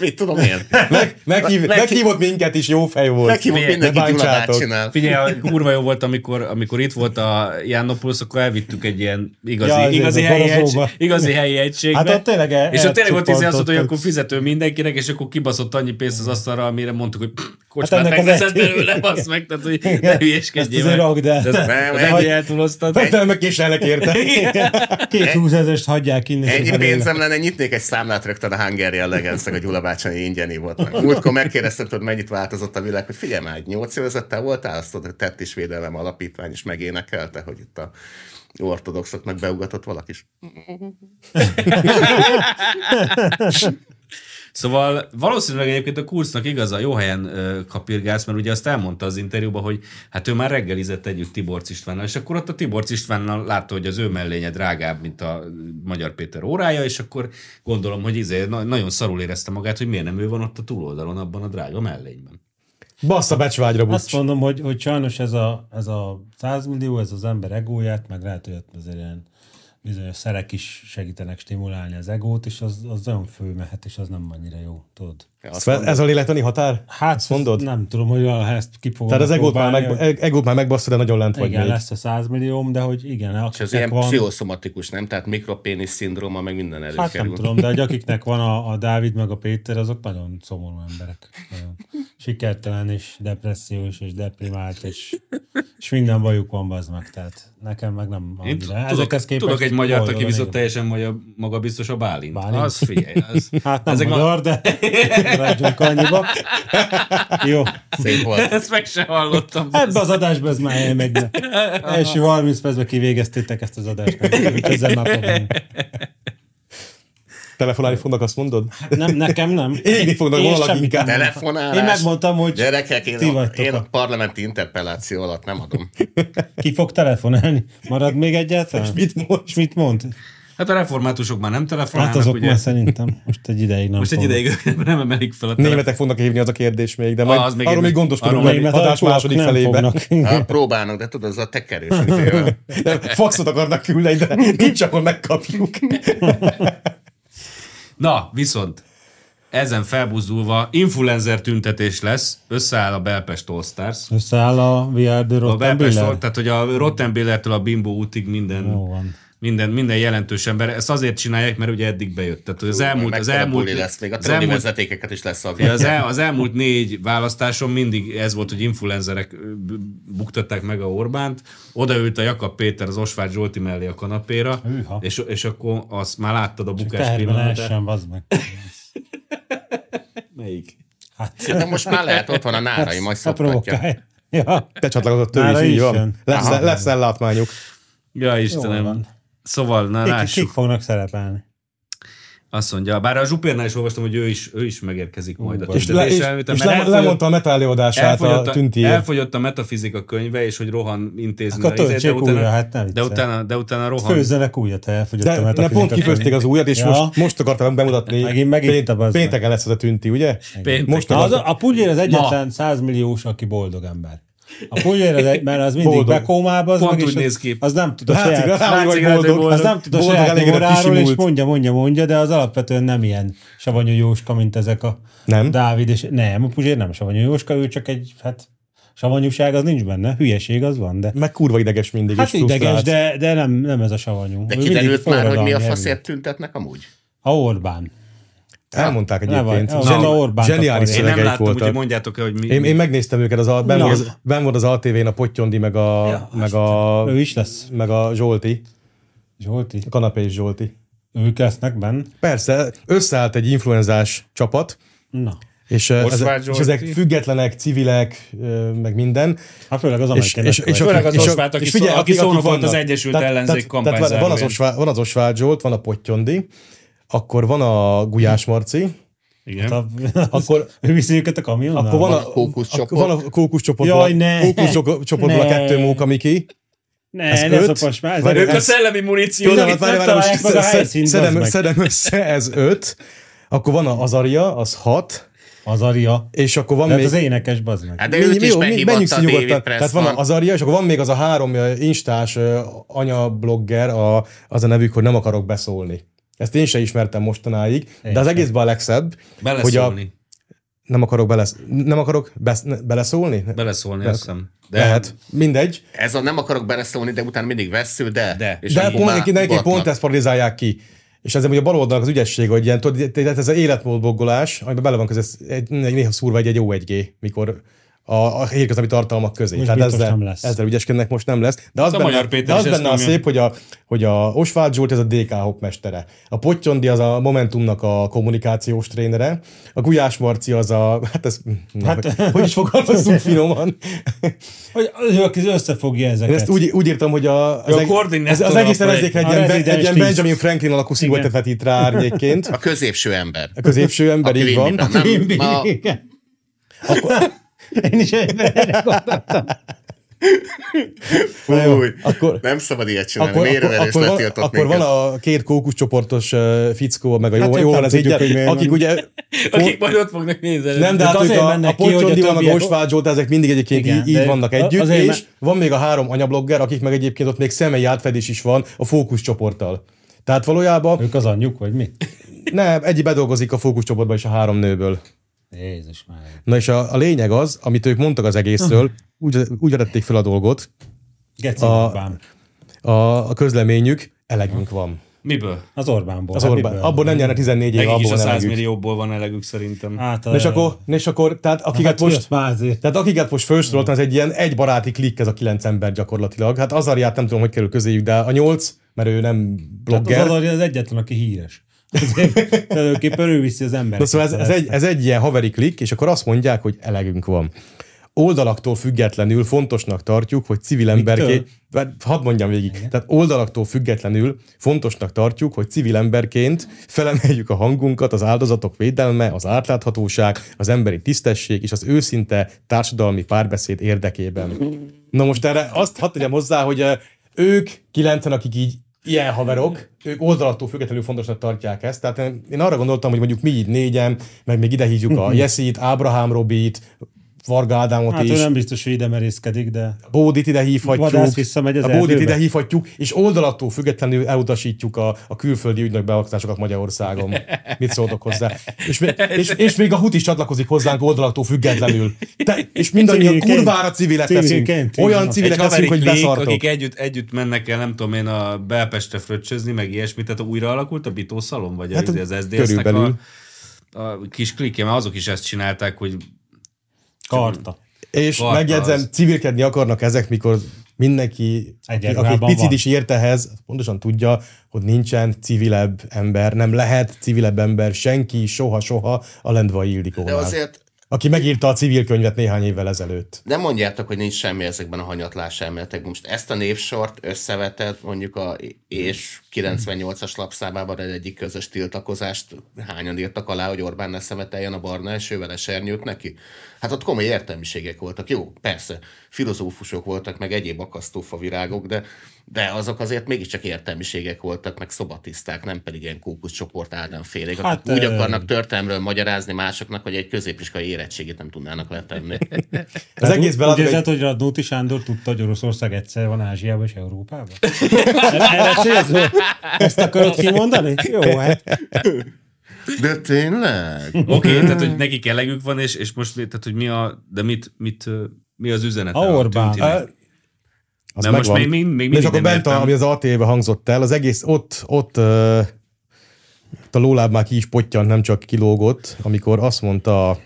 Speaker 3: Mit tudom én?
Speaker 2: Meg, meghív,
Speaker 3: Meg-
Speaker 2: meghívott minket is, jó fej volt.
Speaker 3: Meghívok
Speaker 1: Ne
Speaker 3: mindenki gyuladát
Speaker 2: bántsátok.
Speaker 3: csinál.
Speaker 1: Figyelj, kurva jó volt, amikor, amikor itt volt a Jánopoulos, akkor elvittük egy ilyen igazi,
Speaker 4: Ja,
Speaker 1: ja,
Speaker 4: azért
Speaker 1: igazi,
Speaker 4: a
Speaker 1: helyi,
Speaker 4: borozóba.
Speaker 1: egység, igazi helyi egységbe.
Speaker 4: Hát ott tényleg el-
Speaker 1: és ott tényleg ott izé azt mondta, hogy
Speaker 4: elcuppantottuk.
Speaker 1: akkor fizető mindenkinek, és akkor kibaszott annyi pénzt az asztalra, amire mondtuk, hogy pff, kocsmát
Speaker 4: Hát
Speaker 1: hát
Speaker 4: ennek az
Speaker 1: megveszed
Speaker 4: egy-
Speaker 1: belőle, basz meg, tehát hogy ne
Speaker 4: Igen. Ezt
Speaker 1: hülyeskedjél
Speaker 4: azért rakd el.
Speaker 1: Tehát
Speaker 3: Nem,
Speaker 1: az
Speaker 3: egy-
Speaker 1: egy eltúloztad.
Speaker 2: Te meg késelnek érte.
Speaker 4: Két húzezest hagyják innen. és
Speaker 3: Ennyi
Speaker 4: belőle.
Speaker 3: pénzem lenne, nyitnék egy számlát rögtön a Hungary Legends-nek, a Gyula bácsányi ingyeni volt. meg. Múltkor megkérdeztem, hogy mennyit változott a világ, hogy figyelj már, egy 8 évezettel voltál, azt tudod, tett is védelem alapítvány, és megénekelte, hogy itt a ortodoxoknak beugatott valaki is.
Speaker 1: Szóval valószínűleg egyébként a kurcnak igaza, jó helyen ö, kapirgálsz, mert ugye azt elmondta az interjúban, hogy hát ő már reggelizett együtt Tiborc Istvánnal, és akkor ott a Tiborc Istvánnal látta, hogy az ő mellénye drágább, mint a Magyar Péter órája, és akkor gondolom, hogy izé, na, nagyon szarul érezte magát, hogy miért nem ő van ott a túloldalon abban a drága mellényben.
Speaker 2: Bassza becsvágyra
Speaker 4: Azt
Speaker 2: bucs.
Speaker 4: mondom, hogy, hogy sajnos ez a, ez a 100 millió, ez az ember egóját, meg lehet, hogy ott azért ilyen bizonyos szerek is segítenek stimulálni az egót, és az, az nagyon fölmehet, és az nem annyira jó, tudod.
Speaker 2: Ezt fel- Ez a lélektani határ?
Speaker 4: Hát ezt
Speaker 2: mondod?
Speaker 4: Nem tudom, hogy valaha ezt ki fogom
Speaker 2: Tehát az egót már,
Speaker 4: próbálni,
Speaker 2: meg, e-
Speaker 4: hogy-
Speaker 2: egót már megbasztod, de nagyon lent vagy
Speaker 4: Igen,
Speaker 2: még.
Speaker 4: lesz a 100 millióm, de hogy igen,
Speaker 3: És ez
Speaker 4: akiknek
Speaker 3: ilyen
Speaker 4: van...
Speaker 3: pszichoszomatikus, nem? Tehát mikropénis szindróma, meg minden előkerül.
Speaker 4: Hát nem tudom, de hogy akiknek van a, a Dávid meg a Péter, azok nagyon szomorú emberek. Nagyon sikertelen és depressziós és deprimált, és, és minden bajuk van bazd meg. Tehát nekem meg nem
Speaker 1: Én
Speaker 4: annyira.
Speaker 1: tudok,
Speaker 4: Ezekhez képest
Speaker 1: tudok egy magyart, aki
Speaker 4: Hát, boldogan
Speaker 1: viszont
Speaker 4: élek.
Speaker 1: teljesen magyar, maga biztos a Bálint.
Speaker 4: Bálint.
Speaker 1: Az figyelj, az,
Speaker 4: Hát nem
Speaker 1: ezek
Speaker 4: Ezek
Speaker 1: ma-
Speaker 4: magyar, de maradjunk annyiba. Jó.
Speaker 3: Szép volt.
Speaker 1: ezt meg sem hallottam.
Speaker 4: Ebbe az adásba ez már elmegy. ne. Első 30 percben kivégeztétek ezt az adást. Úgyhogy Ezzel már probléma.
Speaker 2: Telefonálni fognak, azt mondod?
Speaker 4: Nem, nekem nem.
Speaker 2: Égni fognak
Speaker 4: Én
Speaker 2: valaki
Speaker 4: semmit
Speaker 2: inkább.
Speaker 4: nem mondtam.
Speaker 3: Telefonálás.
Speaker 4: Én megmondtam, hogy
Speaker 3: Gyerekek, én,
Speaker 4: ti
Speaker 3: a,
Speaker 4: vagytok
Speaker 3: én
Speaker 4: a-
Speaker 3: a parlamenti interpelláció alatt nem adom.
Speaker 4: Ki fog telefonálni? Marad még egyáltalán? És
Speaker 2: mit mond?
Speaker 4: És mit mond?
Speaker 1: Hát a reformátusok már nem telefonálnak,
Speaker 4: Hát azok
Speaker 1: ugye?
Speaker 4: már szerintem most egy ideig nem
Speaker 1: Most egy
Speaker 4: fognak.
Speaker 1: ideig nem emelik fel a telefon.
Speaker 2: Németek fognak hívni, az a kérdés még, de majd
Speaker 1: Ah, az még
Speaker 2: arról
Speaker 1: egy-
Speaker 2: még
Speaker 1: arról
Speaker 2: gondoskodunk
Speaker 1: még
Speaker 2: a
Speaker 4: Német
Speaker 2: adás
Speaker 4: alcsóak
Speaker 2: második
Speaker 4: nem
Speaker 2: felébe.
Speaker 4: fognak.
Speaker 3: Hát, próbálnak, de tudod, az a tekerős. izével.
Speaker 2: Nem, Faxot akarnak küldeni, de nincs, ahol megkapjuk.
Speaker 1: Na, viszont ezen felbuzdulva influencer tüntetés lesz, összeáll a Belpest All Stars.
Speaker 4: Összeáll a VR de
Speaker 1: A
Speaker 4: Rotten
Speaker 1: Belpest
Speaker 4: Biller?
Speaker 1: All, tehát hogy a Rottenbillertől a Bimbo útig minden,
Speaker 4: Jó van.
Speaker 1: minden, minden jelentős ember. Ezt azért csinálják, mert ugye eddig bejött. Tehát hogy az elmúlt, az
Speaker 3: Mekkora
Speaker 1: elmúlt,
Speaker 3: buli lesz, még a
Speaker 1: az
Speaker 3: trolli
Speaker 1: elmúlt
Speaker 3: vezetékeket is lesz a
Speaker 1: az, el, az elmúlt négy választáson mindig ez volt, hogy influenzerek ö, b- buktatták meg a Orbánt, odaült a Jakab Péter az Osvágy Zsolti mellé a kanapéra,
Speaker 4: Hűha.
Speaker 1: és, és akkor azt már láttad a bukás
Speaker 4: Teherben
Speaker 1: pillanatát.
Speaker 4: essen, bazd meg.
Speaker 1: Melyik?
Speaker 4: Hát,
Speaker 3: De most már lehet, ott van a nárai, majd
Speaker 4: ne
Speaker 3: szoktatja.
Speaker 4: provokálj. Ja.
Speaker 2: Te csatlakozott ő
Speaker 4: Nála
Speaker 2: is, így
Speaker 4: is
Speaker 2: van.
Speaker 4: jön.
Speaker 2: Lesz, lesz ellátmányuk.
Speaker 1: Ja,
Speaker 4: Jól
Speaker 1: Istenem.
Speaker 4: van.
Speaker 1: Szóval, na
Speaker 4: Kik, kik
Speaker 1: lássuk.
Speaker 4: fognak szerepelni?
Speaker 1: Azt mondja, bár a Zsupérnál is olvastam, hogy ő is, ő is megérkezik majd a
Speaker 2: És, le, és,
Speaker 1: tüntetésen,
Speaker 2: és
Speaker 1: mert
Speaker 2: le,
Speaker 1: elfogyott-
Speaker 2: lemondta a metállódását a tünti
Speaker 1: elfogyott a metafizika könyve, és hogy rohan intézni
Speaker 4: Akkor
Speaker 1: a izét,
Speaker 4: töltsék újra, hát ne
Speaker 1: de
Speaker 4: viccelj.
Speaker 1: utána, de utána rohan.
Speaker 4: Főzzenek újat, ha elfogyott
Speaker 2: De,
Speaker 4: a
Speaker 2: de pont
Speaker 4: metafizika
Speaker 2: kifőzték az újat, és
Speaker 4: Ja. Hát,
Speaker 2: ja. most, most akartam bemutatni.
Speaker 4: Megint megittem az meg.
Speaker 2: Pénteken lesz az a tünti, ugye?
Speaker 1: Pénteken.
Speaker 2: Most
Speaker 4: Na, az,
Speaker 2: akartam.
Speaker 4: a pugyér az egyetlen 100 milliós, aki boldog ember. A pugyér az egy, mert az mindig
Speaker 2: Boldog.
Speaker 4: boldog. bekómába, az,
Speaker 1: Pont
Speaker 4: meg,
Speaker 1: úgy
Speaker 4: és az,
Speaker 1: néz ki.
Speaker 4: az nem tud a
Speaker 2: Látszik,
Speaker 4: saját,
Speaker 2: Hát, látszik, hogy
Speaker 1: látszik, hogy
Speaker 2: boldog.
Speaker 4: az nem tud a
Speaker 2: Boldog
Speaker 4: saját
Speaker 2: elégedett
Speaker 4: óráról, és
Speaker 2: kisimult.
Speaker 4: mondja, mondja, mondja, de az alapvetően nem ilyen savanyú jóska, mint ezek a
Speaker 2: Nem?
Speaker 4: Dávid, és nem, a Puzsér nem savanyú jóska, ő csak egy, hát savanyúság az nincs benne, hülyeség az van, de
Speaker 2: Meg kurva ideges mindig.
Speaker 4: hát
Speaker 2: és frusztrált.
Speaker 4: ideges, de, de nem, nem ez a savanyú.
Speaker 3: De
Speaker 4: Ő mindig
Speaker 3: kiderült már, hogy mi a
Speaker 4: forradalmi
Speaker 3: faszért tüntetnek amúgy?
Speaker 4: erő. A Orbán. Ne
Speaker 2: Elmondták egyébként.
Speaker 4: vaj-
Speaker 2: Zseni-
Speaker 4: Na, Orbánt
Speaker 2: Zseniális
Speaker 4: akarják.
Speaker 1: Én nem
Speaker 2: szövegeik
Speaker 1: láttam, úgyhogy
Speaker 2: voltak.
Speaker 1: mondjátok el, hogy mi.
Speaker 2: Én, én megnéztem őket, az, al- ben,
Speaker 4: Na. hát
Speaker 2: volt az, ben volt az ATV-n a Pottyondi, meg a, ja, meg, a,
Speaker 4: Ő is lesz.
Speaker 2: meg a Zsolti,
Speaker 4: Zsolti.
Speaker 2: a kanapé és Zsolti.
Speaker 4: Ők lesznek benne.
Speaker 2: Persze, összeállt egy influenzás csapat,
Speaker 4: Na.
Speaker 2: és, ö,
Speaker 1: Osváld
Speaker 2: ezek, és
Speaker 1: Zsolti.
Speaker 2: ezek függetlenek, civilek, ö, meg minden.
Speaker 4: Hát főleg az
Speaker 2: És,
Speaker 4: amerikai.
Speaker 2: és, és,
Speaker 1: Főleg
Speaker 2: akik-
Speaker 1: az
Speaker 2: és a-
Speaker 1: Osváld, aki
Speaker 2: és figyelj,
Speaker 1: szó- aki
Speaker 2: akik- akik
Speaker 1: szóra volt
Speaker 2: vannak.
Speaker 1: az Egyesült
Speaker 2: Tehát-
Speaker 1: Ellenzék
Speaker 2: tehát- tehát van- van, az
Speaker 1: kampányzárműen.
Speaker 2: Osváld, van az Osváld Zsolt, van a Pottyondi, akkor van a Gulyás Marci, hát
Speaker 1: Igen.
Speaker 4: a,
Speaker 2: akkor-
Speaker 4: akkor ő viszi őket a kamionnal?
Speaker 2: akkor van
Speaker 3: van
Speaker 2: a,
Speaker 3: a kókuszcsoport.
Speaker 2: van a kókuszcsoportból,
Speaker 4: Jaj,
Speaker 2: a,
Speaker 4: ne!
Speaker 2: kókuszcsoportból a
Speaker 4: Ne!
Speaker 2: kettő Móka Miki. ez
Speaker 4: ne, ne
Speaker 2: öt?
Speaker 4: szopass már. Ez
Speaker 2: Vagy
Speaker 4: ez-
Speaker 1: Ők a
Speaker 4: ez-
Speaker 1: szellemi muníciót,
Speaker 2: Pillanat,
Speaker 4: itt
Speaker 2: várj,
Speaker 4: nem
Speaker 2: várj, most
Speaker 4: találják meg a
Speaker 2: szed-
Speaker 4: helyszínt, bazd
Speaker 2: szedem,
Speaker 4: meg.
Speaker 2: szedem össze, ez öt. Akkor van az Azaria, az hat,
Speaker 4: Az aria.
Speaker 2: és akkor van
Speaker 4: De hát
Speaker 2: még...
Speaker 4: az énekes, bazd meg.
Speaker 3: Hát de őt is meghívatta a David
Speaker 2: Tehát van
Speaker 3: Pressman.
Speaker 2: az Aria, és akkor van még az a három ö, instás ö, anya blogger, a, az a nevük, hogy nem akarok beszólni. Ezt én se ismertem mostanáig, de az
Speaker 4: sem.
Speaker 2: egészben a legszebb, hogy a,
Speaker 1: Beleszólni.
Speaker 2: nem akarok, belesz, nem akarok besz, ne, beleszólni?
Speaker 1: Beleszólni, azt hiszem.
Speaker 2: De, Lehet, mindegy.
Speaker 3: Ez a nem akarok beleszólni, de utána mindig vesző, de.
Speaker 1: De.
Speaker 3: És
Speaker 2: de
Speaker 3: akkor
Speaker 2: pont
Speaker 3: már
Speaker 2: neki, neki
Speaker 3: vatnak.
Speaker 2: pont ezt paralizálják ki. És ezzel ugye a baloldalnak az ügyesség, hogy ilyen, tudod, tehát ez az életmódboggolás, amiben bele van között, egy, néha szúrva egy, egy jó 1G, mikor a, a hétköznapi tartalmak közé.
Speaker 4: Most
Speaker 2: tehát
Speaker 4: biztos
Speaker 2: ezzel,
Speaker 4: nem lesz.
Speaker 2: ezzel ügyeskednek most nem lesz. De az
Speaker 1: a
Speaker 2: benne,
Speaker 1: Magyar Péter
Speaker 2: de
Speaker 1: is
Speaker 2: az
Speaker 1: ezt
Speaker 2: benne a
Speaker 1: nyomja.
Speaker 2: szép, hogy a, hogy a Osváld Zsolt ez a DK hopmestere. A Pottyondi az a Momentumnak a kommunikációs trénere. A Gulyás Marci az a, hát ez, hát, hogy is fogalmazunk finoman.
Speaker 4: Hogy az, ő, aki összefogja
Speaker 2: Én
Speaker 4: ezeket.
Speaker 2: ezt úgy, úgy írtam, hogy a, az,
Speaker 1: a
Speaker 2: eg-
Speaker 1: koordinátor
Speaker 2: ez, az egész
Speaker 1: akkor
Speaker 2: ellenzékre egy,
Speaker 4: egy-
Speaker 2: ilyen
Speaker 4: a
Speaker 2: be- egy
Speaker 4: residens
Speaker 2: ilyen
Speaker 4: tiszt.
Speaker 2: Benjamin Franklin alakú szigolt
Speaker 4: Igen.
Speaker 2: vetít rá árnyékként.
Speaker 3: A középső ember.
Speaker 2: A középső ember így van.
Speaker 3: Quimby-ben, nem?
Speaker 4: Bimbi.
Speaker 3: Ma-
Speaker 4: Igen. Én is erre gondoltam.
Speaker 3: Fúj,
Speaker 2: Akkor-
Speaker 3: nem szabad ilyet csinálni.
Speaker 2: Akkor, akkor,
Speaker 3: Vérverés
Speaker 2: akkor, van,
Speaker 3: letiltott
Speaker 2: akkor
Speaker 3: minket.
Speaker 2: van a két kókuszcsoportos uh, fickó, meg a jó,
Speaker 4: Hát
Speaker 2: hát
Speaker 4: nem
Speaker 2: jóval ez
Speaker 4: tudjuk, hogy
Speaker 2: így,
Speaker 4: miért
Speaker 2: akik
Speaker 4: van.
Speaker 2: ugye...
Speaker 1: Akik majd ott fognak nézni.
Speaker 2: Nem, de
Speaker 4: De
Speaker 2: hát
Speaker 4: azért
Speaker 2: ők a, a
Speaker 4: mennek ki, hogy a
Speaker 2: Potyondival, meg a
Speaker 4: többiek-
Speaker 2: Osváld Zsolt, ezek mindig egyébként
Speaker 4: Igen,
Speaker 2: így, így
Speaker 4: de
Speaker 2: vannak
Speaker 4: a-
Speaker 2: együtt,
Speaker 4: azért
Speaker 2: és
Speaker 4: me-
Speaker 2: van még a három anyablogger, akik meg egyébként ott még személyi átfedés is van a fókuszcsoporttal. Tehát valójában
Speaker 4: Ők az anyjuk, vagy mi?
Speaker 2: nem, egy bedolgozik a fókuszcsoportba is a három nőből.
Speaker 4: Jézus már.
Speaker 2: Na és a, a lényeg az, amit ők mondtak az egészről, úgy, úgy vették fel a dolgot,
Speaker 4: Geci
Speaker 2: A-
Speaker 4: Orbán.
Speaker 2: a, a közleményük, elegünk van.
Speaker 1: Miből?
Speaker 4: Az Orbánból.
Speaker 2: Az
Speaker 4: Hát
Speaker 2: Orbán,
Speaker 4: miből?
Speaker 2: abból nem nyerne 14
Speaker 1: Nekik
Speaker 2: év,
Speaker 1: is
Speaker 2: abból
Speaker 1: a
Speaker 2: nem
Speaker 1: 100
Speaker 2: elegük.
Speaker 1: millióból van elegük szerintem.
Speaker 4: Hát,
Speaker 2: Na És akkor, na és akkor, tehát akiket
Speaker 4: hát
Speaker 2: most...
Speaker 4: most már azért.
Speaker 2: Tehát akiket most felsoroltam, az egy ilyen egy baráti klikk ez a kilenc ember gyakorlatilag. Hát Azariát nem tudom, hogy kerül közéjük, de a nyolc, mert ő nem
Speaker 4: Hát az
Speaker 2: blogger.
Speaker 4: Azari az egyetlen, aki híres. Azért Tulajdonképpen ő viszi az embereket.
Speaker 2: Na szóval ez, ez, egy, ez egy ilyen haveri klik, és akkor azt mondják, hogy elegünk van. Oldalaktól függetlenül fontosnak tartjuk, hogy civil emberként... Várj, Hadd mondjam végig. Tehát oldalaktól függetlenül fontosnak tartjuk, hogy civil emberként felemeljük a hangunkat az áldozatok védelme, az átláthatóság, az emberi tisztesség és az őszinte társadalmi párbeszéd érdekében. Na most erre azt hadd tegyem hozzá, hogy eh, ők kilencen, akik így ilyen haverok, ők oldalattól függetlenül fontosnak tartják ezt. Tehát én- én arra gondoltam, hogy mondjuk mi így négyen, meg még ide hívjuk a Jeszit, Ábrahám Robit, Varga Ádámot
Speaker 4: Hát
Speaker 2: is,
Speaker 4: ő nem biztos, hogy ide merészkedik, de...
Speaker 2: Bódit ide
Speaker 4: Vadász
Speaker 2: hívhatjuk,
Speaker 4: visszamegy az
Speaker 2: a Bódit
Speaker 4: erdőbe.
Speaker 2: ide hívhatjuk, és oldalattól függetlenül elutasítjuk a, a külföldi ügynök beavatásokat Magyarországon. Mit szóltok hozzá? És, még- és, és még a hut is csatlakozik hozzánk oldalattól függetlenül. Te, és mindannyian
Speaker 4: Civilként.
Speaker 2: kurvára civilek leszünk.
Speaker 4: Civilként, így
Speaker 2: Olyan
Speaker 4: van.
Speaker 1: Egy
Speaker 2: civilek
Speaker 1: haveri
Speaker 2: leszünk, hogy
Speaker 1: klik,
Speaker 2: beszartok.
Speaker 1: akik együtt, együtt mennek el, nem tudom én, a Belpestre fröccsözni, meg ilyesmit, tehát újra alakult a bitószalom, vagy
Speaker 2: Hát
Speaker 1: hát, az SZDSZ-nek a,
Speaker 2: körülbelül.
Speaker 1: a kis klikje, mert azok is ezt csinálták, hogy
Speaker 4: Karta.
Speaker 2: És
Speaker 1: Karta
Speaker 2: megjegyzem,
Speaker 1: az.
Speaker 2: civilkedni akarnak ezek, mikor mindenki, aki, aki
Speaker 4: ruhában
Speaker 2: picit
Speaker 4: van.
Speaker 2: is ért ehhez, az pontosan tudja, hogy nincsen civilebb ember, nem lehet civilebb ember senki, soha-soha a Lendvai
Speaker 3: De
Speaker 2: Ildikónál.
Speaker 3: azért
Speaker 2: aki megírta a civil könyvet néhány évvel ezelőtt.
Speaker 3: Nem mondjátok, hogy nincs semmi ezekben a hanyatlás elméletekben. Most ezt a névsort összevetett mondjuk a és 98-as lapszámában az egyik közös tiltakozást hányan írtak alá, hogy Orbán ne szemeteljen a barna esővel, esernyők neki? Hát ott komoly értelmiségek voltak. Jó, persze, filozófusok voltak, meg egyéb akasztófa virágok, de, de azok azért mégiscsak értelmiségek voltak, meg szobatiszták, nem pedig ilyen kókuszcsoport ádámfélék, hát, akik úgy
Speaker 4: ö-
Speaker 3: akarnak történelmről magyarázni másoknak, hogy egy középiskolai érettségét nem tudnának letenni.
Speaker 2: Az
Speaker 3: Hát,
Speaker 2: egészben
Speaker 4: úgy
Speaker 2: adok
Speaker 4: érzed,
Speaker 2: egy...
Speaker 4: hogy Radnóti Sándor tudta, hogy Oroszország egyszer van Ázsiában és Európában? Erre célzol? Ezt akarod kimondani? Jó, hát
Speaker 3: De tényleg?
Speaker 2: Hm,
Speaker 1: Oké, okay, tehát hogy nekik elegük van, és, és most tehát, hogy mi a, de mit, mit, ö, mi az üzenet?
Speaker 4: a Orbán.
Speaker 2: Ö, Hát, Az
Speaker 1: Na most még mind- még mindig
Speaker 2: És akkor
Speaker 1: nem
Speaker 2: bent, a,
Speaker 1: értem.
Speaker 2: ami az ATV hangzott el, az egész ott, ott ö, ott a lóláb már ki is pottyant, nem csak kilógott, amikor azt mondta a,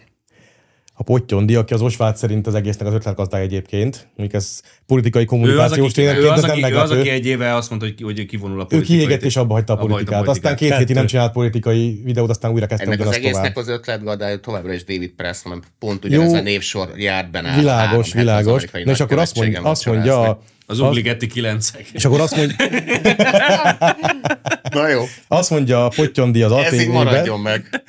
Speaker 2: a Pottyondi, aki az Osváth szerint az egésznek az ötletgazdája egyébként, mondjuk ez politikai
Speaker 1: Ő az,
Speaker 2: kommunikációs
Speaker 1: aki, ő,
Speaker 2: tényleg,
Speaker 1: az,
Speaker 2: ez nem
Speaker 1: aki, ő az, aki
Speaker 2: meglepő.
Speaker 1: egy éve azt mondta, hogy, ki- hogy ő kivonul a
Speaker 2: Ő
Speaker 1: politikai.
Speaker 2: kiégett és abba hagyta a
Speaker 1: abba hagyta
Speaker 2: politikát. aztán két
Speaker 4: Kettő.
Speaker 2: hétig nem csinált politikai videót, aztán újra kezdte
Speaker 3: Ennek az
Speaker 2: ugyanazt
Speaker 3: egésznek
Speaker 2: tovább.
Speaker 3: az ötletgadája továbbra is David Press, hanem pont ugyanez
Speaker 2: Jó.
Speaker 3: a névsor járt benne. át három
Speaker 2: Világos,
Speaker 3: hete hát az amerikai
Speaker 2: világos. Na és akkor azt mondja,
Speaker 3: nagykövetségen
Speaker 2: azt mondja a,
Speaker 3: vacsoráznak.
Speaker 1: Az Obligetti kilencek.
Speaker 2: és akkor azt mondja,
Speaker 3: Na jó,
Speaker 2: azt mondja a Pottyondi az
Speaker 3: ez így
Speaker 2: ATV-ben,
Speaker 3: maradjon meg.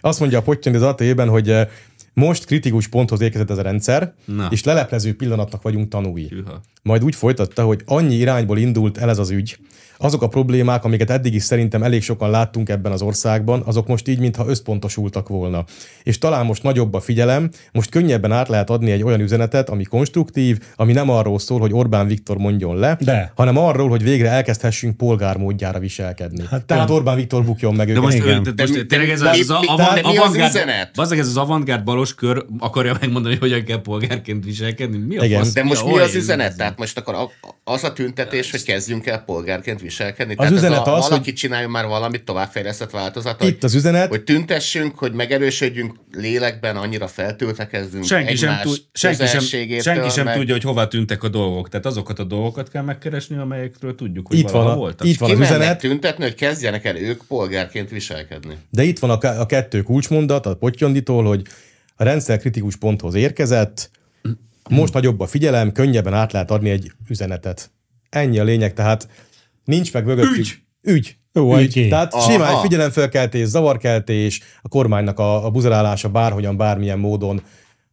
Speaker 2: Azt mondja a Pottyondi az ATV-ben, hogy eh, most kritikus ponthoz érkezett ez a rendszer,
Speaker 1: Na.
Speaker 2: Na. és leleplező pillanatnak vagyunk tanúi.
Speaker 1: Hűha.
Speaker 2: Majd úgy folytatta, hogy annyi irányból indult el ez az ügy, azok a problémák, amiket eddig is szerintem elég sokan láttunk ebben az országban, azok most így, mintha összpontosultak volna. És talán most nagyobb a figyelem, most könnyebben át lehet adni egy olyan üzenetet, ami konstruktív, ami nem arról szól, hogy Orbán Viktor mondjon le,
Speaker 4: De.
Speaker 2: hanem arról, hogy végre elkezdhessünk polgármódjára viselkedni. Hát, Tehát Orbán Viktor bukjon meg
Speaker 1: De
Speaker 2: őket.
Speaker 1: most, ő,
Speaker 4: Igen.
Speaker 1: tehát most
Speaker 3: mi-
Speaker 1: tényleg ez
Speaker 3: de
Speaker 1: az,
Speaker 3: mi-
Speaker 1: az,
Speaker 3: mi-
Speaker 1: avant,
Speaker 3: de mi az
Speaker 1: avantgárd,
Speaker 3: üzenet?
Speaker 1: bazdmeg ez az avantgárd balos kör akarja megmondani, hogy hogyan kell polgárként viselkedni. Mi a
Speaker 2: Igen.
Speaker 1: fasz?
Speaker 3: De most
Speaker 1: Ja,
Speaker 3: mi
Speaker 1: olyan
Speaker 3: az üzenet? Tehát most akkor a- az a tüntetés, hogy kezdjünk el polgárként viselkedni? Az
Speaker 2: üzenet
Speaker 3: ez a,
Speaker 2: az, hogy-
Speaker 3: valaki csináljon már valamit továbbfejlesztett változat,
Speaker 2: Itt az üzenet,
Speaker 3: hogy tüntessünk, hogy megerősödjünk lélekben, annyira feltöltekezzünk
Speaker 1: Senki sem, tud, senki sem,
Speaker 3: közelségétől,
Speaker 1: senki sem
Speaker 3: meg-
Speaker 1: tudja, hogy hova tűntek a dolgok. Tehát azokat a dolgokat kell megkeresni, amelyekről tudjuk, hogy
Speaker 2: Itt van
Speaker 1: valaha
Speaker 2: a-
Speaker 1: voltak.
Speaker 2: itt van.
Speaker 3: Ki
Speaker 2: az
Speaker 3: mennek
Speaker 2: üzenet.
Speaker 3: tüntetni, hogy kezdjenek el ők polgárként viselkedni.
Speaker 2: De itt van a, ke- a kettő kulcsmondat a Pottyonditól, hogy a rendszer kritikus ponthoz érkezett, most nagyobb a figyelem, könnyebben át lehet adni egy üzenetet. Ennyi a lényeg, tehát nincs meg mögöttük. Ügy! Ügy.
Speaker 4: Jó,
Speaker 2: Ügy.
Speaker 4: oké.
Speaker 2: Tehát
Speaker 3: Aha.
Speaker 2: simán figyelemfelkeltés, zavarkeltés, a kormánynak a, a buzerálása bárhogyan, bármilyen módon.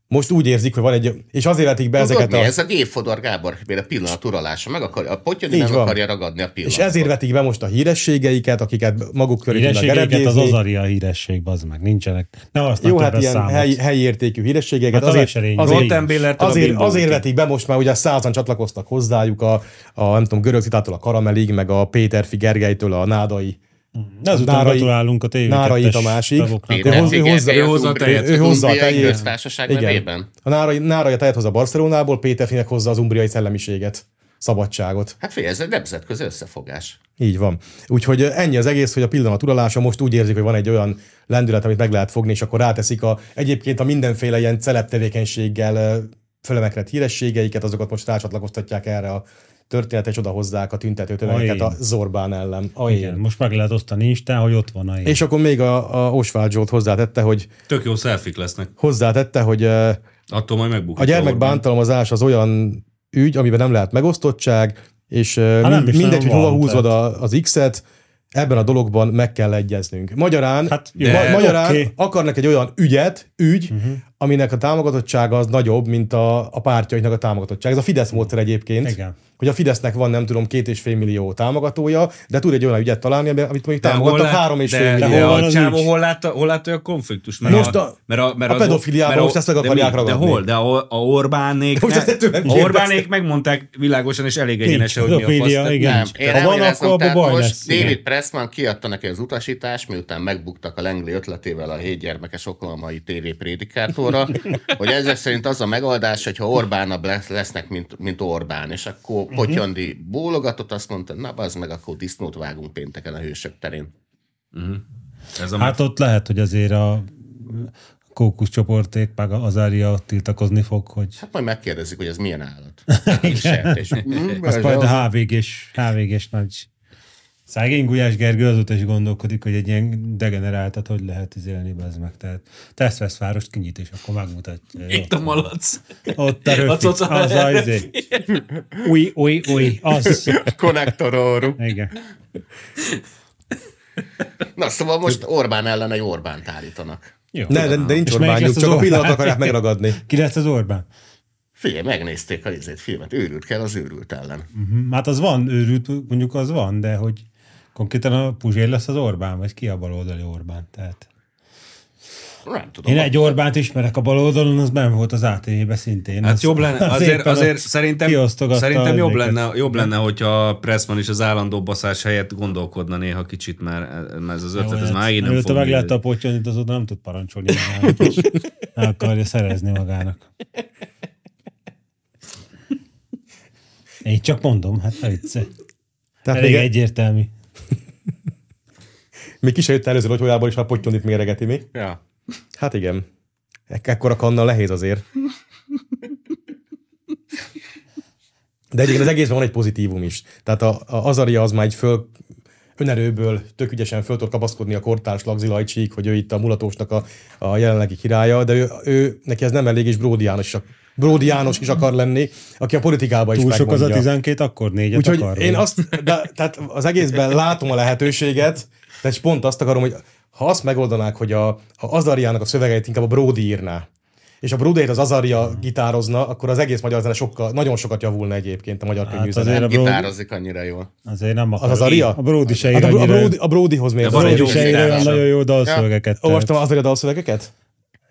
Speaker 2: Most úgy érzik, hogy van egy, és azért vetik be
Speaker 3: Tudod
Speaker 2: ezeket
Speaker 3: mi?
Speaker 2: a...
Speaker 3: Ez a gépfodor Gábor például a pillanat uralása. Meg akar, a potyoni
Speaker 2: Így
Speaker 3: meg
Speaker 2: van.
Speaker 3: akarja ragadni a
Speaker 2: És
Speaker 3: pillanatot.
Speaker 2: ezért vetik be most a hírességeiket, akiket maguk köré tudnak
Speaker 4: hírességeket az
Speaker 2: gerebjézni.
Speaker 4: Azaria híresség, bazd meg, nincsenek. Ne
Speaker 2: Jó,
Speaker 4: használj
Speaker 2: hát
Speaker 4: többes
Speaker 2: ilyen
Speaker 4: számot.
Speaker 2: helyi, helyi értékű hírességeket.
Speaker 4: Hát az
Speaker 2: azért,
Speaker 4: se lényeg.
Speaker 2: azért,
Speaker 1: Rottenbéllertől Hát a
Speaker 2: azért,
Speaker 1: Bimbo
Speaker 2: azért
Speaker 1: útig.
Speaker 2: vetik be most már, ugye százan csatlakoztak hozzájuk a, a nem tudom, görög citától a Karamelig, meg a Péterfi Gergelytől a Nádai.
Speaker 4: Ezután
Speaker 2: Nárai-
Speaker 4: gratulálunk a tv
Speaker 2: Nárai a másik.
Speaker 3: Péter
Speaker 2: ő hoz- ő
Speaker 3: Sziget,
Speaker 2: hozzá-
Speaker 1: ő hozzá a
Speaker 3: az
Speaker 1: tejet.
Speaker 3: Umbria-
Speaker 2: Ő hozzá a
Speaker 3: Umbriai
Speaker 2: tejet.
Speaker 3: Köztársaság nevében.
Speaker 2: A Nárai, Nárai a tehet hozzá Barcelonából, Péterfinek hozzá az umbriai szellemiséget, szabadságot.
Speaker 3: Hát figyelj, ez egy nemzetközi összefogás.
Speaker 2: Így van. Úgyhogy ennyi az egész, hogy a pillanat uralása most úgy érzik, hogy van egy olyan lendület, amit meg lehet fogni, és akkor ráteszik a, egyébként a mindenféle ilyen celeb tevékenységgel ö, fölemekret hírességeiket, azokat most rácsatlakoztatják erre a történetet, és odahozzák a tüntető tömegeket a
Speaker 4: Ajj.
Speaker 2: Zorbán ellen. Ajj.
Speaker 4: Igen, most meg lehet osztani Instán, hogy ott van a én.
Speaker 2: És akkor még a, a Osváld Zsolt hozzátette, hogy,
Speaker 1: Tök jó szelfik lesznek.
Speaker 2: hozzátette, hogy ö,
Speaker 1: Attól majd megbukik.
Speaker 2: a
Speaker 1: Orbán.
Speaker 2: gyermekbántalmazás az olyan ügy, amiben nem lehet megosztottság, és Há,
Speaker 4: nem is,
Speaker 2: mindegy,
Speaker 4: hanem
Speaker 2: hogy
Speaker 4: van,
Speaker 2: hova húzod a, az X-et, ebben a dologban meg kell egyeznünk. Magyarán,
Speaker 4: Hát
Speaker 2: hát,
Speaker 4: jó,
Speaker 2: ma, magyarán
Speaker 4: oké. Mhm.
Speaker 2: okay. akarnak egy olyan ügyet, ügy, uh-huh. aminek a támogatottsága az nagyobb, mint a, a pártjaiknak a támogatottság. Ez a Fidesz módszer egyébként.
Speaker 4: Igen.
Speaker 2: Hogy a Fidesznek van, nem tudom, két és fél millió támogatója, de tud egy olyan ügyet találni, ami- amit mondjuk
Speaker 1: De hol
Speaker 2: támogatnak
Speaker 1: lát-
Speaker 2: három és
Speaker 1: de-
Speaker 2: fél
Speaker 1: de
Speaker 2: millió.
Speaker 4: hol
Speaker 1: hol
Speaker 4: van
Speaker 1: a
Speaker 4: az
Speaker 1: csávó,
Speaker 4: ügy?
Speaker 1: hol látta, hol látta a konfliktus? Mert
Speaker 2: Most a-
Speaker 1: mert a, mert
Speaker 2: a
Speaker 1: az or-
Speaker 2: pedofiliában
Speaker 1: mert a-
Speaker 2: most ezt meg
Speaker 1: de mi?
Speaker 2: akarják
Speaker 1: De
Speaker 2: ragadni.
Speaker 1: hol? De a, a Orbánék,
Speaker 2: Most ezt
Speaker 1: ne,
Speaker 2: tőlem
Speaker 1: a
Speaker 2: kérdezte.
Speaker 1: Orbánék megmondták világosan és elég egyenesen, hogy mi a fasz.
Speaker 4: pedofília,
Speaker 1: Tehát-
Speaker 4: igen.
Speaker 3: Nem, én
Speaker 4: Ha van,
Speaker 3: remélem,
Speaker 4: akkor abban
Speaker 3: tehát
Speaker 4: baj
Speaker 3: most
Speaker 4: lesz.
Speaker 3: David
Speaker 4: Igen.
Speaker 3: Pressman kiadta neki az utasítást, miután megbuktak a Lengli ötletével a hétgyermekes oklahomai TV prédikátorra, hogy ezek szerint az a megoldás, hogyha Orbánabb lesz, lesznek, mint, mint Orbán, és akkor Potyondi bólogatott, azt mondta, na az meg akkor disznót vágunk pénteken a hősök terén.
Speaker 1: Ez a
Speaker 4: Hát ott lehet, hogy azért a kókuszcsoporték, meg az Ária tiltakozni fog, hogy
Speaker 3: Hát majd megkérdezzük, hogy ez milyen állat. Sertés. Mm,
Speaker 4: az majd a HVG-s, HVG-s nagy Szegény Gulyás Gergő azóta is gondolkodik, hogy egy ilyen degeneráltat hogy lehet izélni, bazd meg. Tehát tesz vesz várost, kinyit, és akkor megmutatja.
Speaker 5: Itt a malac.
Speaker 4: Ott a röfi,
Speaker 5: coca
Speaker 4: az a izé. Új, új, új, az.
Speaker 3: Konnektoróruk.
Speaker 4: Igen.
Speaker 3: Na szóval most Orbán ellen egy Orbánt állítanak.
Speaker 4: Jó.
Speaker 2: Ne, de, de nincs
Speaker 4: És melyik
Speaker 2: Orbánjuk,
Speaker 4: lesz az
Speaker 2: csak a
Speaker 4: Orbán?
Speaker 2: pillanatot akarják megragadni.
Speaker 4: Ki lesz az Orbán?
Speaker 3: Figyelj, megnézték a izét filmet. Őrült kell az őrült ellen.
Speaker 4: Mhm. Hát az van, őrült, mondjuk az van, de hogy konkrétan a Puzsér lesz az Orbán, vagy ki a baloldali Orbán. Tehát
Speaker 3: Nem tudom.
Speaker 4: én egy Orbánt ismerek a baloldalon, az nem volt az ATV-be szintén.
Speaker 1: Hát
Speaker 4: Az-
Speaker 1: jobb lenne,
Speaker 4: az
Speaker 1: azért,
Speaker 4: éppen
Speaker 1: azért
Speaker 4: ott
Speaker 1: szerintem,
Speaker 4: kiosztogatta
Speaker 1: szerintem jobb,
Speaker 4: ezeket.
Speaker 1: lenne, jobb lenne, hogyha a Pressman is az állandó baszás helyett gondolkodna néha kicsit, mert, mert ez az
Speaker 4: Jó,
Speaker 1: ötlet, ez
Speaker 4: hát,
Speaker 1: már így nem
Speaker 4: előtte
Speaker 1: fog
Speaker 4: meglátta
Speaker 1: működni.
Speaker 4: a potyonit, azóta nem tud parancsolni magának, és el akarja szerezni magának. Én csak mondom, hát ne vicce.
Speaker 2: Tehát
Speaker 4: Elég
Speaker 2: még,
Speaker 4: egyértelmű.
Speaker 2: még ki se jött előző lotyójából is, már pottyon itt méregeti mi.
Speaker 3: Ja.
Speaker 2: Hát igen. Ekkora kannal nehéz azért. De egyébként az egészben van egy pozitívum is. Tehát a, a Azaria az már egy föl, önerőből tök ügyesen föl tud kapaszkodni a kortárs Lagzi Lajcsik, hogy ő itt a mulatósnak a, a jelenlegi királya, de ő, ő, neki ez nem elég, és Bródi János is, ak- Bródi János is akar lenni, aki a politikába is
Speaker 4: Túl sok az a
Speaker 2: megmondja.
Speaker 4: 12, akkor négyet
Speaker 2: Úgyhogy
Speaker 4: akar.
Speaker 2: én azt, de, tehát az egészben látom a lehetőséget, de és pont azt akarom, hogy ha azt megoldanák, hogy a, a Azariának a szövegeit inkább a Brody írná, és a Brodyt az Azaria gitározna, akkor az egész magyar zene sokkal, nagyon sokat javulna egyébként a magyar
Speaker 4: Hát
Speaker 2: könyvzene.
Speaker 4: azért
Speaker 2: Hát,
Speaker 4: a Brody,
Speaker 3: Gitározik annyira jól.
Speaker 4: azért nem akar.
Speaker 2: az Azaria?
Speaker 4: A Brody se ír
Speaker 2: hát a, a,
Speaker 4: annyira.
Speaker 2: Brody, a Brodyhoz miért?
Speaker 1: De van
Speaker 2: az
Speaker 1: egy
Speaker 4: Brody
Speaker 2: Brody-
Speaker 1: jó
Speaker 4: se ír
Speaker 1: gitárosa.
Speaker 4: olyan nagyon jó dalszövegeket. tehát.
Speaker 2: Olvastam az Azaria dalszövegeket?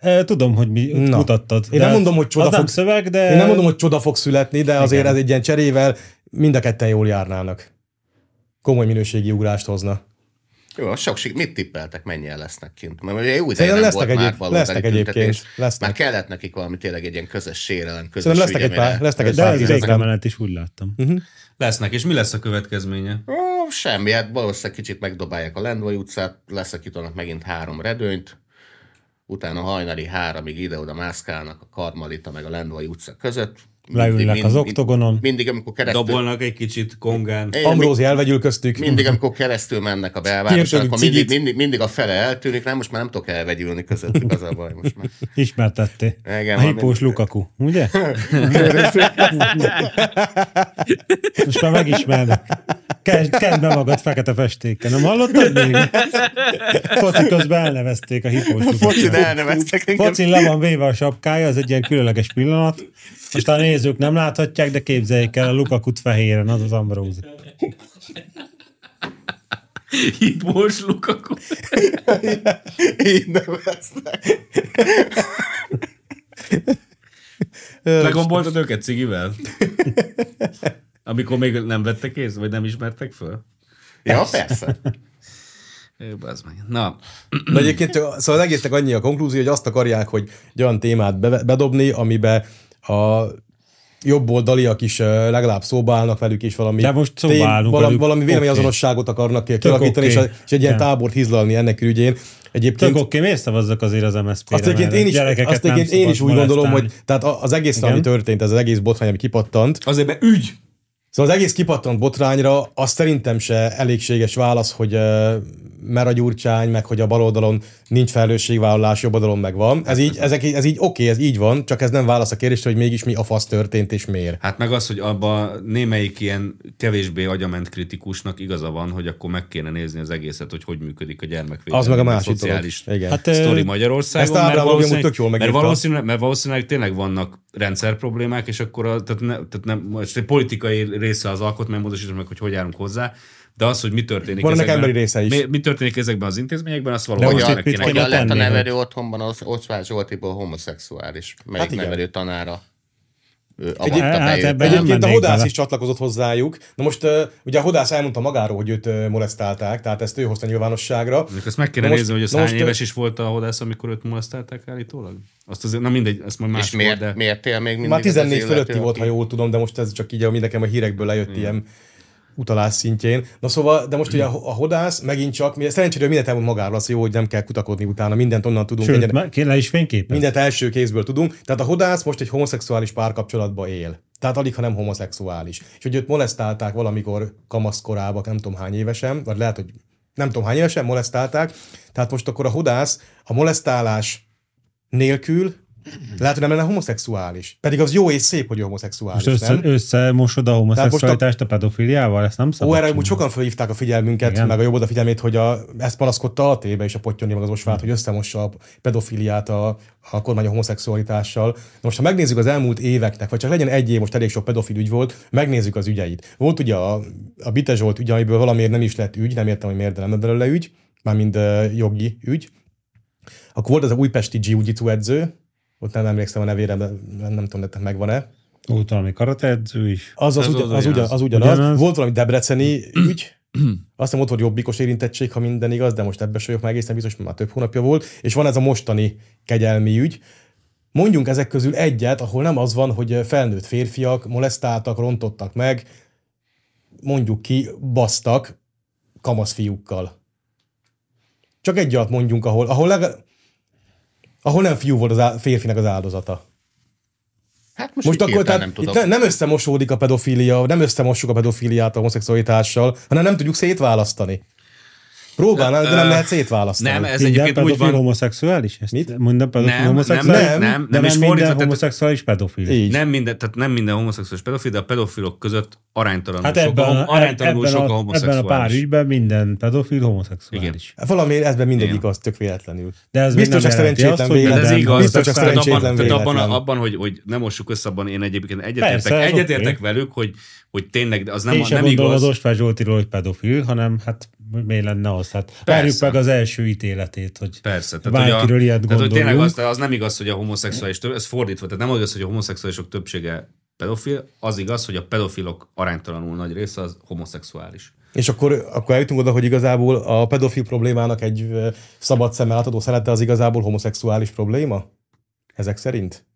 Speaker 4: E, Tudom, hogy mi
Speaker 2: Na.
Speaker 4: mutattad.
Speaker 2: Én
Speaker 4: de
Speaker 2: nem mondom, hogy
Speaker 4: az
Speaker 2: csoda
Speaker 4: nem
Speaker 2: fog-
Speaker 4: szöveg, de...
Speaker 2: Én nem mondom, hogy csoda fog születni, de azért ez egy ilyen cserével mind a ketten jól járnának. Komoly minőségi ugrást hozna.
Speaker 3: Jó, sok sik- Mit tippeltek, mennyien lesznek kint? Mert ugye jó ideje
Speaker 2: Szerintem
Speaker 3: nem
Speaker 2: lesznek,
Speaker 3: volt már
Speaker 2: egyéb,
Speaker 3: baloldali
Speaker 2: lesznek egyébként.
Speaker 3: tüntetés. Már
Speaker 2: Lesznek.
Speaker 3: kellett nekik valami tényleg egy ilyen közös sérelem, közös
Speaker 2: Szerintem lesznek egy
Speaker 3: ügy,
Speaker 2: pár,
Speaker 3: amire-
Speaker 2: lesznek egy
Speaker 4: De
Speaker 2: pár
Speaker 4: ez
Speaker 2: tízezer.
Speaker 4: végremenet is úgy láttam.
Speaker 2: Mhm.
Speaker 1: Lesznek, és mi lesz a következménye?
Speaker 3: Ó, semmi, hát valószínűleg kicsit megdobálják a Lendvai utcát, leszakítanak megint három redőnyt, utána hajnali háromig ide-oda mászkálnak a Karmalita meg a Lendvai utca között. Mindig-
Speaker 4: Leülnek
Speaker 3: mind-
Speaker 4: az
Speaker 3: mind-
Speaker 4: oktogonon.
Speaker 3: Mindig, amikor keresztül,
Speaker 1: Dobolnak egy kicsit kongán.
Speaker 3: Én mi-
Speaker 2: Ambrózi elvegyül köztük.
Speaker 3: mindig, amikor keresztül mennek a belvároson,
Speaker 2: Kértünk
Speaker 3: akkor mindig,
Speaker 2: cigit.
Speaker 3: mindig, mindig, a fele eltűnik, nem, most már nem tudok elvegyülni közöttük, az a baj most már.
Speaker 4: Ismertetté.
Speaker 3: Igen,
Speaker 4: a
Speaker 3: van-
Speaker 4: hipós Lukaku, ugye? Most már megismernek. Kezd, kezd be magad fekete festékkel. Nem hallottad még? Foci közben elnevezték a hipós
Speaker 3: Focin
Speaker 4: Lukaku.
Speaker 3: elneveztek engem.
Speaker 4: Focin le van véve a sapkája, az egy ilyen különleges pillanat. Most a nézők nem láthatják, de képzeljék el a Lukakut fehéren, az az Ambrózi.
Speaker 5: Hipós Lukaku.
Speaker 3: Így neveztek.
Speaker 1: Legomboltad őket cigivel? Amikor még nem vettek észre, vagy nem ismertek föl?
Speaker 3: Ja, persze.
Speaker 1: Ő, bazd meg. Na,
Speaker 2: De egyébként szóval az egésznek annyi a konklúzió, hogy azt akarják, hogy egy olyan témát be- bedobni, amibe a jobboldaliak is ö, legalább szóba állnak velük, és valami,
Speaker 4: De most szóba állunk
Speaker 2: valami,
Speaker 4: velük.
Speaker 2: valami véleményazonosságot akarnak kialakítani, okay. és,
Speaker 4: oké.
Speaker 2: a- és egy ilyen
Speaker 4: Nem.
Speaker 2: tábort hízlalni ennek ügyén. Egyébként
Speaker 4: Tök oké, miért szavazzak azért az MSZP-re?
Speaker 2: azt egyébként én is, azt egyébként én is úgy gondolom, hogy tehát a- az egész, ami
Speaker 4: Igen.
Speaker 2: történt, ez az egész botrány, ami kipattant,
Speaker 1: azért be ügy!
Speaker 2: Szóval az egész kipattant botrányra az szerintem se elégséges válasz, hogy uh, mer a gyurcsány, meg hogy a bal oldalon nincs felelősségvállalás, jobb oldalon meg van. Ez így, ezek, így- ez így oké, ez így van, csak ez nem válasz a kérdésre, hogy mégis mi a fasz történt és miért.
Speaker 1: Hát meg az, hogy abban némelyik ilyen kevésbé agyament kritikusnak igaza van, hogy akkor meg kéne nézni az egészet, hogy hogy működik a gyermekvédelem.
Speaker 2: Az meg a
Speaker 1: meg
Speaker 2: másik
Speaker 1: szociális
Speaker 2: dolog. Igen.
Speaker 4: Hát,
Speaker 2: Hát,
Speaker 4: ö,
Speaker 1: sztori Magyarországon.
Speaker 2: ezt Ábrám
Speaker 1: mert
Speaker 2: Lóri amúgy
Speaker 1: valószínűleg-
Speaker 2: tök jól
Speaker 1: mert
Speaker 2: megírta.
Speaker 1: valószínűleg, mert valószínűleg tényleg vannak rendszer problémák, és akkor a, tehát ne, tehát nem, most egy politikai része az alkotmánymódosításnak, hogy hogy járunk hozzá, de az, hogy mi történik,
Speaker 2: Van ennek
Speaker 1: ezekben,
Speaker 2: emberi része is.
Speaker 1: Mi, mi, történik ezekben az intézményekben, azt
Speaker 4: most
Speaker 1: valószínűleg
Speaker 4: itt mit
Speaker 1: kéne
Speaker 4: kéne
Speaker 3: Hogyan lett a
Speaker 4: tenni,
Speaker 3: nevelő otthonban az Oszvágy Zsoltiból homoszexuális? Melyik
Speaker 2: Hát igen.
Speaker 3: nevelő tanára? Ő,
Speaker 2: Egyéb-
Speaker 3: avatta
Speaker 4: hát
Speaker 3: be őt.
Speaker 4: ebben- Nem
Speaker 2: Egyébként a
Speaker 4: mennék
Speaker 2: Hodász
Speaker 4: bele.
Speaker 2: is csatlakozott hozzájuk. Na most uh, ugye a Hodász elmondta magáról, hogy őt uh, molesztálták, tehát ezt ő hozta nyilvánosságra.
Speaker 1: Mondjuk Ezt meg kéne
Speaker 2: Na most-
Speaker 1: nézni, hogy az
Speaker 2: na
Speaker 1: hány
Speaker 2: most, ö,
Speaker 1: éves is volt a hodász, amikor őt molesztálták állítólag? Azt azért, na mindegy, ezt majd
Speaker 3: És
Speaker 1: más
Speaker 3: miért,
Speaker 1: de...
Speaker 3: miért él még mindig?
Speaker 2: Már
Speaker 3: az az
Speaker 2: 14
Speaker 3: illető,
Speaker 2: fölötti volt,
Speaker 3: aki-
Speaker 2: ha jól tudom, de most ez csak így, ami nekem a hírekből lejött ilyen utalás szintjén. Na szóval, de most ugye a, a hodász megint csak, mi- szerencsére mindent elmond magáról, az jó, hogy nem kell kutakodni utána, mindent onnan tudunk,
Speaker 4: Sőt,
Speaker 2: egyen-
Speaker 4: már kéne le is fényképezni.
Speaker 2: mindent első kézből tudunk. Tehát a hodász most egy homoszexuális párkapcsolatba él. Tehát alig, ha nem homoszexuális. És hogy őt molesztálták valamikor kamaszkorában, nem tudom hány évesen, vagy lehet, hogy nem tudom hány évesen molesztálták. Tehát most akkor a hodász a molesztálás nélkül lehet, hogy nem lenne homoszexuális. Pedig az jó és szép, hogy ő homoszexuális,
Speaker 4: Most össze,
Speaker 2: nem?
Speaker 4: összemosod a homoszexualitást a pedofiliával? Ezt nem szabad
Speaker 2: Ó, erre
Speaker 4: csinálni.
Speaker 2: amúgy sokan felhívták a figyelmünket, Igen.
Speaker 4: Igen.
Speaker 2: meg a jobb figyelmét, hogy a, ezt panaszkodta a tébe és a Pottyoni meg az Osvát, hogy összemossa a pedofiliát a, a kormány a homoszexualitással. Na most, ha megnézzük az elmúlt éveknek, vagy csak legyen egy év, most elég sok pedofil ügy volt, megnézzük az ügyeit. Volt ugye a, a Bite Zsolt ügy, amiből valamiért nem is lett ügy, nem értem, hogy miért, de nem lett belőle ügy, mármint uh, jogi ügy. Akkor volt az a újpesti jiu edző, ott nem emlékszem a nevére, de nem, nem tudom, hogy megvan-e.
Speaker 4: Volt valami karateedző is.
Speaker 2: Az, az,
Speaker 1: Ez Mm.
Speaker 2: ugyan,
Speaker 1: az
Speaker 2: az, ugyan,
Speaker 1: ugyanaz.
Speaker 2: az ugyanaz. ugyanaz.
Speaker 4: Ugyanaz.
Speaker 2: Volt valami debreceni ügy, azt hiszem ott volt jobbikos érintettség, ha minden igaz, de most ebben sajok már egészen biztos, mert már több hónapja volt, és van ez a mostani kegyelmi ügy. Mondjunk ezek közül egyet, ahol nem az van, hogy felnőtt férfiak molesztáltak, rontottak meg, mondjuk ki, basztak kamasz fiúkkal. Csak egy olyat mondjunk, ahol, ahol, legal- ahol nem fiú volt az á- férfinek az áldozata.
Speaker 3: Hát most,
Speaker 2: Most
Speaker 3: így
Speaker 2: akkor
Speaker 3: hirtelen
Speaker 2: tehát
Speaker 3: nem tudom.
Speaker 2: itt nem összemosódik a pedofília, nem összemossuk a pedofíliát a homoszexualitással, hanem nem tudjuk szétválasztani. Próbálnál, de nem lehet szétválasztani.
Speaker 1: Nem, ez
Speaker 4: minden
Speaker 1: egyébként úgy
Speaker 4: pedofil
Speaker 1: van,
Speaker 4: homoszexuális? Ezt
Speaker 2: Mit?
Speaker 4: Minden pedofil
Speaker 1: Nem,
Speaker 4: homoszexuális?
Speaker 1: nem, nem,
Speaker 4: de
Speaker 1: nem, és
Speaker 4: nem
Speaker 1: fordítva,
Speaker 4: minden
Speaker 1: tehát-
Speaker 4: homoszexuális pedofil.
Speaker 2: Így.
Speaker 1: nem minden, tehát nem minden homoszexuális pedofil, de a pedofilok között aránytalanul
Speaker 4: Hát
Speaker 1: sok,
Speaker 4: ebben,
Speaker 1: a,
Speaker 4: a,
Speaker 1: aránytalanul
Speaker 4: ebben,
Speaker 1: sok a
Speaker 4: a, ebben
Speaker 1: homoszexuális.
Speaker 4: a pár ügyben minden pedofil homoszexuális.
Speaker 2: Hát Valamiért ezben mindegyik
Speaker 1: Igen.
Speaker 2: az tök véletlenül.
Speaker 4: De ez még
Speaker 2: Biztos
Speaker 4: nem
Speaker 2: csak
Speaker 4: jelenti
Speaker 2: szerencsétlen
Speaker 4: azt,
Speaker 1: Hát
Speaker 4: hogy
Speaker 2: véletlen.
Speaker 1: ez
Speaker 4: minden
Speaker 1: igaz,
Speaker 2: Biztos csak
Speaker 1: tehát abban,
Speaker 2: szerencsétlen
Speaker 1: tehát abban,
Speaker 2: véletlen.
Speaker 1: abban hogy, hogy nem mossuk össze, abban én egyébként egyetértek,
Speaker 4: Persze, ez
Speaker 1: egyetértek
Speaker 4: oké.
Speaker 1: velük, hogy, hogy tényleg az nem,
Speaker 4: Nem, Én sem
Speaker 1: nem
Speaker 4: gondolom
Speaker 1: igaz.
Speaker 4: az Ostvágy Zsoltiról, hogy pedofil, hanem hát miért lenne az? Hát várjuk meg az első ítéletét, hogy
Speaker 1: Persze.
Speaker 4: bárkiről
Speaker 1: hogy a,
Speaker 4: ilyet
Speaker 1: tehát, hogy tényleg
Speaker 4: gondoljunk.
Speaker 1: az, az nem igaz, hogy a homoszexuális több, ez fordítva, tehát nem az, hogy a homoszexuálisok többsége pedofil, az igaz, hogy a pedofilok aránytalanul nagy része az homoszexuális.
Speaker 2: És akkor, akkor eljutunk oda, hogy igazából a pedofil problémának egy ö, szabad szemmel átadó szelete az igazából homoszexuális probléma? Ezek szerint?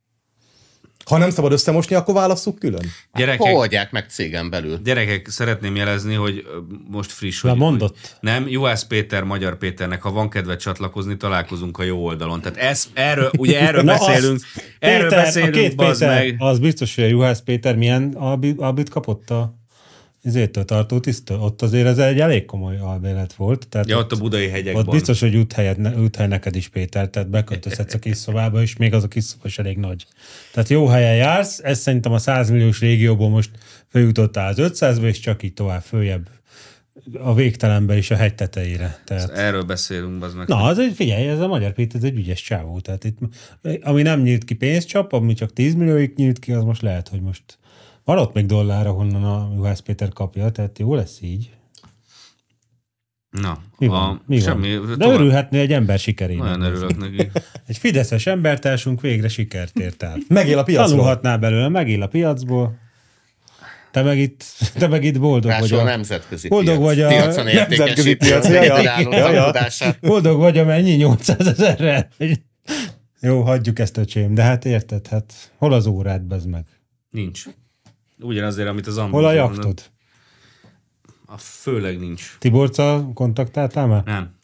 Speaker 2: Ha nem szabad összemosni, akkor válasszuk külön.
Speaker 1: Gyerekek,
Speaker 3: Oldják meg cégen belül.
Speaker 1: Gyerekek, szeretném jelezni, hogy ö, most friss, hogy...
Speaker 4: Na, mondott.
Speaker 1: hogy- Nem, Juhász Péter, Magyar Péternek, ha van kedve csatlakozni, találkozunk a jó oldalon. Tehát ez, erről, ugye erről
Speaker 4: Na
Speaker 1: beszélünk,
Speaker 4: azt,
Speaker 1: erről
Speaker 4: Péter,
Speaker 1: beszélünk,
Speaker 4: a két
Speaker 1: bazd
Speaker 4: Péter,
Speaker 1: meg.
Speaker 4: Az biztos, hogy a Juhász Péter milyen albi- albit kapott a ezért tartó tisztől. Ott azért ez egy elég komoly albélet volt. Tehát
Speaker 1: Ja, ott a budai hegyekben.
Speaker 4: Ott biztos, hogy jut helyed, ne- jut hely neked is, Péter, tehát beköltözhetsz a kis szobába, és még az a kis szoba is elég nagy. Tehát jó helyen jársz, ez szerintem a 100 milliós régióból most följutottál az 500-ba, és csak így tovább, följebb a végtelenbe és a hegy tetejére. Tehát,
Speaker 1: Erről beszélünk, bazd meg.
Speaker 4: na, az egy, figyelj, ez a Magyar Péter, ez egy ügyes csávó. Tehát itt, ami nem nyílt ki pénzcsap, ami csak 10 millióig nyílt ki, az most lehet, hogy most van ott még dollár, ahonnan a Juhász Péter kapja, tehát jó lesz így.
Speaker 1: Na,
Speaker 4: Mi van?
Speaker 1: a,
Speaker 4: Mi van?
Speaker 1: semmi,
Speaker 4: De
Speaker 1: tovább-
Speaker 4: örülhetné egy ember sikerének.
Speaker 1: Nagyon örülök neki.
Speaker 4: Egy fideszes embertársunk végre sikert ért el.
Speaker 2: Megél a piacról.
Speaker 4: Tanulhatnál belőle, megél a piacból. Te meg itt, te meg itt boldog vagy.
Speaker 3: Ráadásul a
Speaker 4: A,
Speaker 3: nemzetközi
Speaker 4: Boldog
Speaker 3: piac.
Speaker 4: vagy a-
Speaker 3: Piacon
Speaker 2: Nemzetközi
Speaker 3: értékesíti
Speaker 2: piac,
Speaker 3: az
Speaker 2: ja, ja.
Speaker 3: egyedi álló
Speaker 2: Ja, ja.
Speaker 3: alkotását.
Speaker 4: boldog vagy, amennyi 800 ezerre. Jó, hagyjuk ezt, öcsém, de hát érted, hát hol az órád, bezd meg?
Speaker 1: Nincs. Ugyanazért, amit az Ambrózia
Speaker 4: Hol a
Speaker 1: mondott.
Speaker 4: jaktod?
Speaker 1: A főleg nincs.
Speaker 4: Tiborca kontaktáltál már?
Speaker 1: Nem,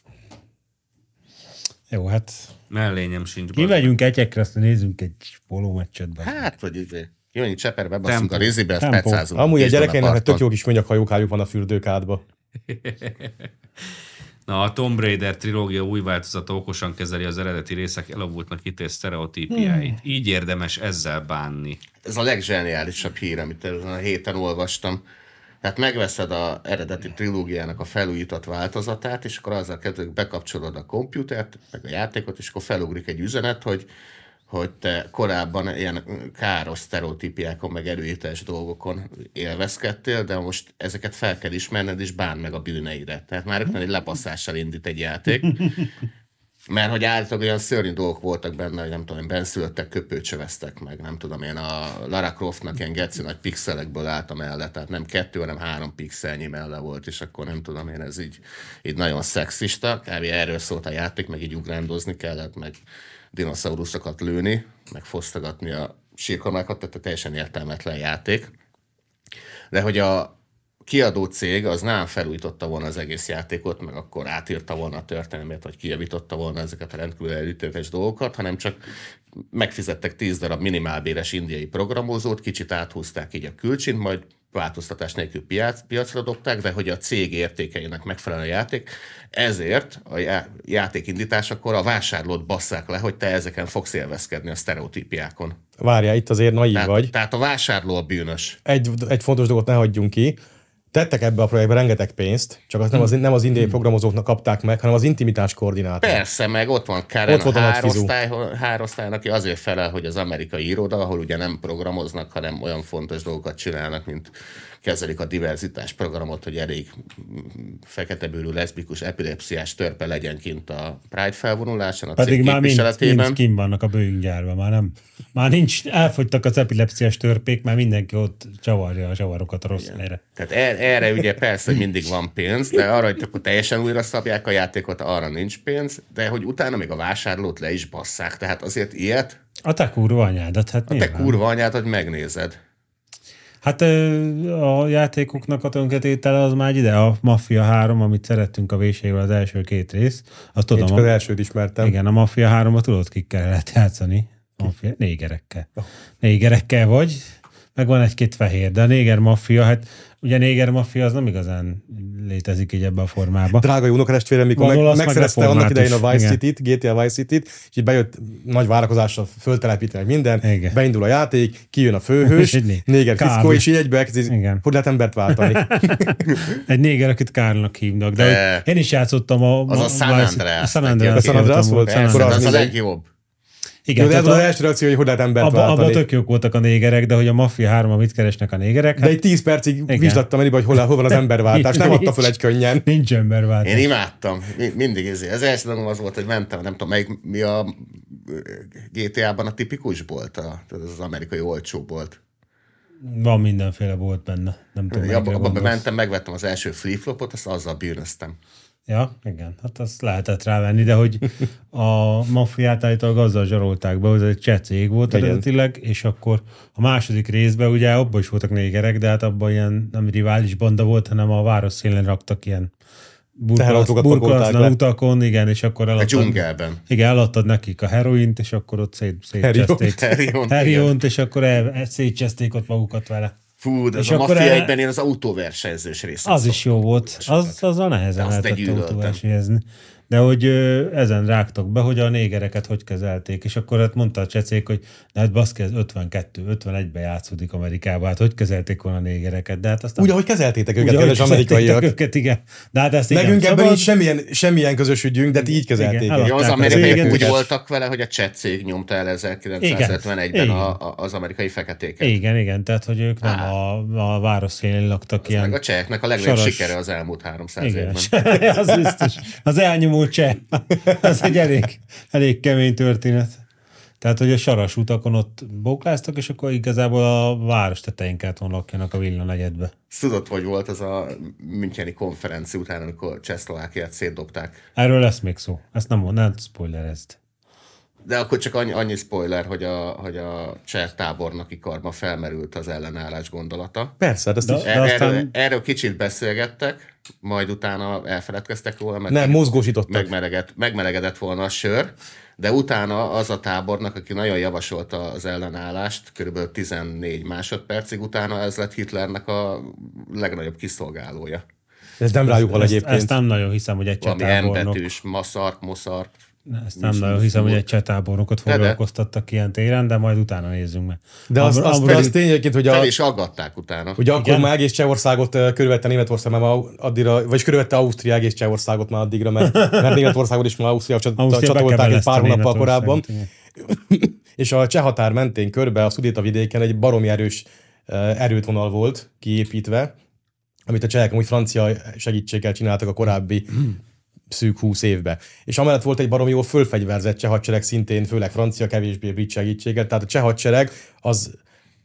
Speaker 4: Jó, hát
Speaker 1: mellényem sincs.
Speaker 4: mi
Speaker 1: bazd.
Speaker 4: megyünk egyekre, aztán nézzünk egy pólómeccset be.
Speaker 3: Hát, vagy izé. Jönni cseperbe, basszunk
Speaker 1: Tempó.
Speaker 3: a rizibe, azt
Speaker 4: Tempó.
Speaker 3: percázunk.
Speaker 2: Amúgy a
Speaker 3: Kisdon
Speaker 2: gyerekeinek
Speaker 3: parton.
Speaker 2: tök jó kis mennyahajókájuk van a fürdőkádba.
Speaker 1: Na, a Tomb Raider trilógia új változata okosan kezeli az eredeti részek elavultnak ítélt sztereotípiáit.
Speaker 2: Hmm.
Speaker 1: Így érdemes ezzel bánni.
Speaker 3: Ez a leggeniálisabb hír, amit ezen a héten olvastam. Tehát megveszed a eredeti trilógiának a felújított változatát, és akkor azzal kezdve hogy bekapcsolod a komputert, meg a játékot, és akkor felugrik egy üzenet, hogy hogy te korábban ilyen káros sztereotípiákon, meg erőítés dolgokon élvezkedtél, de most ezeket fel kell ismerned, és bánd meg a bűneire. Tehát már rögtön egy lepasszással indít egy játék. Mert hogy állítólag olyan szörnyű dolgok voltak benne, hogy nem tudom, én benszülöttek, köpőcsöveztek meg, nem tudom, én a Lara Croftnak ilyen geci nagy pixelekből állt a melle, tehát nem kettő, hanem három pixelnyi melle volt, és akkor nem tudom, én ez így, így nagyon szexista, kb. erről szólt a játék, meg így ugrándozni kellett, meg dinoszauruszokat lőni, meg fosztogatni a sírkamákat, tehát teljesen értelmetlen játék. De hogy a, kiadó cég az nem felújította volna az egész játékot, meg akkor átírta volna a történelmét, vagy kijavította volna ezeket a rendkívül előtétes dolgokat, hanem csak megfizettek 10 darab minimálbéres indiai programozót, kicsit áthúzták így a külcsint, majd változtatás nélkül piac, piacra dobták, de hogy a cég értékeinek megfelelő a játék, ezért a já- játék indításakor a vásárlót basszák le, hogy te ezeken fogsz élvezkedni a sztereotípiákon.
Speaker 2: Várjál, itt azért naív
Speaker 3: Tehát,
Speaker 2: vagy.
Speaker 3: tehát a vásárló a bűnös.
Speaker 2: Egy, egy fontos dolgot ne hagyjunk ki. Tettek ebbe a projektbe rengeteg pénzt, csak azt nem az, nem az indiai programozóknak kapták meg, hanem az intimitás koordinátort.
Speaker 3: Persze, meg ott van Karen
Speaker 2: Ott volt
Speaker 3: ott
Speaker 2: a
Speaker 3: a
Speaker 2: nagy
Speaker 3: hárosztály, hárosztályon, aki azért felel, hogy az amerikai iroda, ahol ugye nem programoznak, hanem olyan fontos dolgokat csinálnak, mint kezelik a diverzitás programot, hogy elég mm, feketebőrű leszbikus epilepsziás törpe legyen kint a Pride felvonuláson, a
Speaker 4: Pedig
Speaker 3: cég
Speaker 4: már mind, mind
Speaker 3: képviseletében.
Speaker 4: kim vannak a bőjünkgyárban, már nem. Már nincs, elfogytak az epilepsziás törpék, már mindenki ott csavarja a zsavarokat a rossz helyre.
Speaker 3: Tehát er, erre ugye persze hogy mindig van pénz, de arra, hogy akkor teljesen újra szabják a játékot, arra nincs pénz, de hogy utána még a vásárlót le is basszák, tehát azért ilyet
Speaker 4: A te kurva anyádat, hát
Speaker 3: a te
Speaker 4: nyilván.
Speaker 3: kurva anyád, hogy megnézed.
Speaker 4: Hát ö, a játékoknak a tönkretétele az már egy ide, a Mafia 3, amit szerettünk a vésével az első két rész, azt
Speaker 2: Én
Speaker 4: tudom,
Speaker 2: csak az
Speaker 4: a,
Speaker 2: elsőt ismertem.
Speaker 4: igen, a Mafia 3 at tudod, kikkel lehet játszani. Mafia, négerekkel.
Speaker 3: Oh.
Speaker 4: Négerekkel vagy, meg van egy-két fehér, de a néger maffia, hát ugye néger maffia az nem igazán létezik így ebbe a formában.
Speaker 2: drága jó unokatestvérem, mikor
Speaker 4: Valahol
Speaker 2: meg,
Speaker 4: azt meg
Speaker 2: megszerezte annak
Speaker 4: református.
Speaker 2: idején a Vice
Speaker 4: Igen.
Speaker 2: City-t, GTA Vice City-t, és így bejött nagy várakozással föltelepítenek minden,
Speaker 4: Igen.
Speaker 2: beindul a játék, kijön a
Speaker 4: És
Speaker 2: főhős,
Speaker 4: így né-
Speaker 2: néger
Speaker 4: Kár.
Speaker 2: fickó, és így egybe elkezdi,
Speaker 4: Igen.
Speaker 2: hogy lehet embert váltani.
Speaker 4: Egy néger, akit Kárnak hívnak, de,
Speaker 3: De-
Speaker 4: hogy én is játszottam a...
Speaker 3: a
Speaker 4: ma-
Speaker 3: San
Speaker 4: Vice-
Speaker 3: Andreas.
Speaker 4: A San Andreas.
Speaker 2: A San Andreas
Speaker 4: játszottam
Speaker 2: volt?
Speaker 4: a- San
Speaker 3: Persze, de
Speaker 2: Akkor
Speaker 4: Andreas.
Speaker 3: az a
Speaker 2: mindegy.
Speaker 3: legjobb.
Speaker 4: Igen,
Speaker 2: Jó, de ez
Speaker 4: tehát
Speaker 2: volt az
Speaker 4: a-
Speaker 2: első reakció, hogy hogy lehet embert
Speaker 4: Abba, abba
Speaker 2: váltani.
Speaker 4: tök jók voltak a négerek, de hogy a maffia három, amit keresnek a négerek,
Speaker 2: de
Speaker 4: hát
Speaker 2: egy 10 percig vizslattam elébe, hogy hol, hol van az emberváltás. Nem adta fel egy könnyen.
Speaker 4: nincs emberváltás.
Speaker 3: Én imádtam, Mi- mindig ez. Az első dolgom az volt, hogy mentem, nem tudom, melyik, mi a ö, GTA-ban a tipikus bolt, a, ez az amerikai olcsó bolt.
Speaker 4: Van mindenféle volt benne. Nem tudom,
Speaker 3: Abba,
Speaker 4: melyikre
Speaker 3: abba
Speaker 4: gondolsz.
Speaker 3: bementem, megvettem az első flip-flopot, azt azzal bűnöztem.
Speaker 4: Ja, igen, hát azt lehetett rávenni, de hogy a maffiát állítólag azzal zsarolták be, hogy ez egy csecég volt
Speaker 2: Igen.
Speaker 4: eredetileg, és akkor a második részben ugye abban is voltak négerek, de hát abban ilyen nem rivális banda volt, hanem a város szélén raktak ilyen
Speaker 2: Teherautókat
Speaker 4: burkolatlan
Speaker 2: pakolták le.
Speaker 4: utakon, igen, és akkor
Speaker 3: A
Speaker 4: eladtak,
Speaker 3: dzsungelben.
Speaker 4: igen, eladtad nekik a heroint, és akkor ott szét, szétcseszték.
Speaker 3: Herion, igen.
Speaker 4: Heriont, és akkor el, el- szétcseszték ott magukat vele.
Speaker 3: Fú, de
Speaker 4: És
Speaker 3: az a
Speaker 4: akkor e-
Speaker 3: Mafia
Speaker 4: el-
Speaker 3: egyben én az autóversenyzős részt.
Speaker 4: Az is jó volt. Az, azzal
Speaker 3: De
Speaker 4: nehezen
Speaker 3: azt
Speaker 4: lehetett
Speaker 3: egy üdöltem.
Speaker 4: autóversenyezni. De hogy ö, ezen rágtak be, hogy a négereket hogy kezelték, és akkor hát mondta a csecék, hogy de hát baszki, ez 52, 51-ben játszódik Amerikában, hát hogy kezelték volna a négereket, de hát aztán...
Speaker 2: Úgy, ahogy kezeltétek
Speaker 4: Ugye,
Speaker 2: őket,
Speaker 4: ahogy
Speaker 2: kedves
Speaker 4: kezelték
Speaker 2: amerikaiak.
Speaker 4: Őket, igen. De hát ezt igen,
Speaker 2: Nekünk ebben
Speaker 4: szabad.
Speaker 2: nincs semmilyen, semmilyen közös ügyünk, de ti így kezelték.
Speaker 4: eladták
Speaker 3: Jó, az
Speaker 4: az
Speaker 3: amerikaiak úgy
Speaker 4: céget.
Speaker 3: voltak vele, hogy a chat cég nyomta el 1971-ben
Speaker 4: Igen.
Speaker 3: a, a, az amerikai feketéket.
Speaker 4: Igen, igen, tehát hogy ők nem a, a város szélén laktak
Speaker 3: Ez meg a
Speaker 4: ilyen...
Speaker 3: cseheknek a legnagyobb
Speaker 4: Saras.
Speaker 3: sikere az elmúlt 300
Speaker 4: Igen,
Speaker 3: évben.
Speaker 4: az biztos. Az elnyomó cseh. Az egy elég, elég kemény történet. Tehát, hogy a saras utakon ott bókláztak, és akkor igazából a város tetején kellett volna lakjanak a villa negyedbe.
Speaker 3: Ezt Tudod, hogy volt az a Müncheni konferencia után, amikor Csehszlovákiát szétdobták.
Speaker 4: Erről lesz még szó. Ezt nem, nem spoilerezd.
Speaker 3: De akkor csak annyi, annyi spoiler, hogy a, hogy a cseh tábornoki karma felmerült az ellenállás gondolata.
Speaker 2: Persze, hát ezt is.
Speaker 4: De
Speaker 3: Er,
Speaker 4: aztán-
Speaker 3: erről, erről kicsit beszélgettek, majd utána elfeledkeztek róla, mert
Speaker 2: Nem, mozgósítottak.
Speaker 3: megmelegedett, megmelegedett volna a sör, de utána az a tábornak, aki nagyon javasolta az ellenállást, körülbelül 14 másodpercig utána ez lett Hitlernek a legnagyobb kiszolgálója.
Speaker 2: Ez nem rájuk van
Speaker 4: Ezt,
Speaker 2: egyébként.
Speaker 4: ezt nem nagyon hiszem, hogy egy
Speaker 3: Valami
Speaker 4: csatábornok.
Speaker 3: embetűs, maszark, moszark.
Speaker 4: Ezt nem nagyon hiszem, hogy egy csatábornokot
Speaker 3: de.
Speaker 4: foglalkoztattak ilyen téren, de majd utána nézzünk meg.
Speaker 2: De az,
Speaker 4: Abra-
Speaker 2: az,
Speaker 4: abra-
Speaker 2: az tényeként, hogy a,
Speaker 3: Fel is aggatták utána.
Speaker 2: Ugye akkor már egész Csehországot ö, körülvette Németország, már ma addigra, vagy körülvette Ausztria egész Csehországot már addigra, mert, mert Németországot is már Ausztria csat-
Speaker 4: Ausztria
Speaker 2: csatolták egy
Speaker 4: bekebelezte
Speaker 2: pár hónappal
Speaker 4: Németországot,
Speaker 2: korábban.
Speaker 4: igen.
Speaker 2: És a cseh határ mentén körbe a Szudéta vidéken egy baromi erős ö, erődvonal volt kiépítve, amit a csehek amúgy francia segítséggel csináltak a korábbi szűk 20 évbe. És amellett volt egy barom jó fölfegyverzett cseh hadsereg, szintén főleg francia, kevésbé brit segítséggel. Tehát a cseh hadsereg az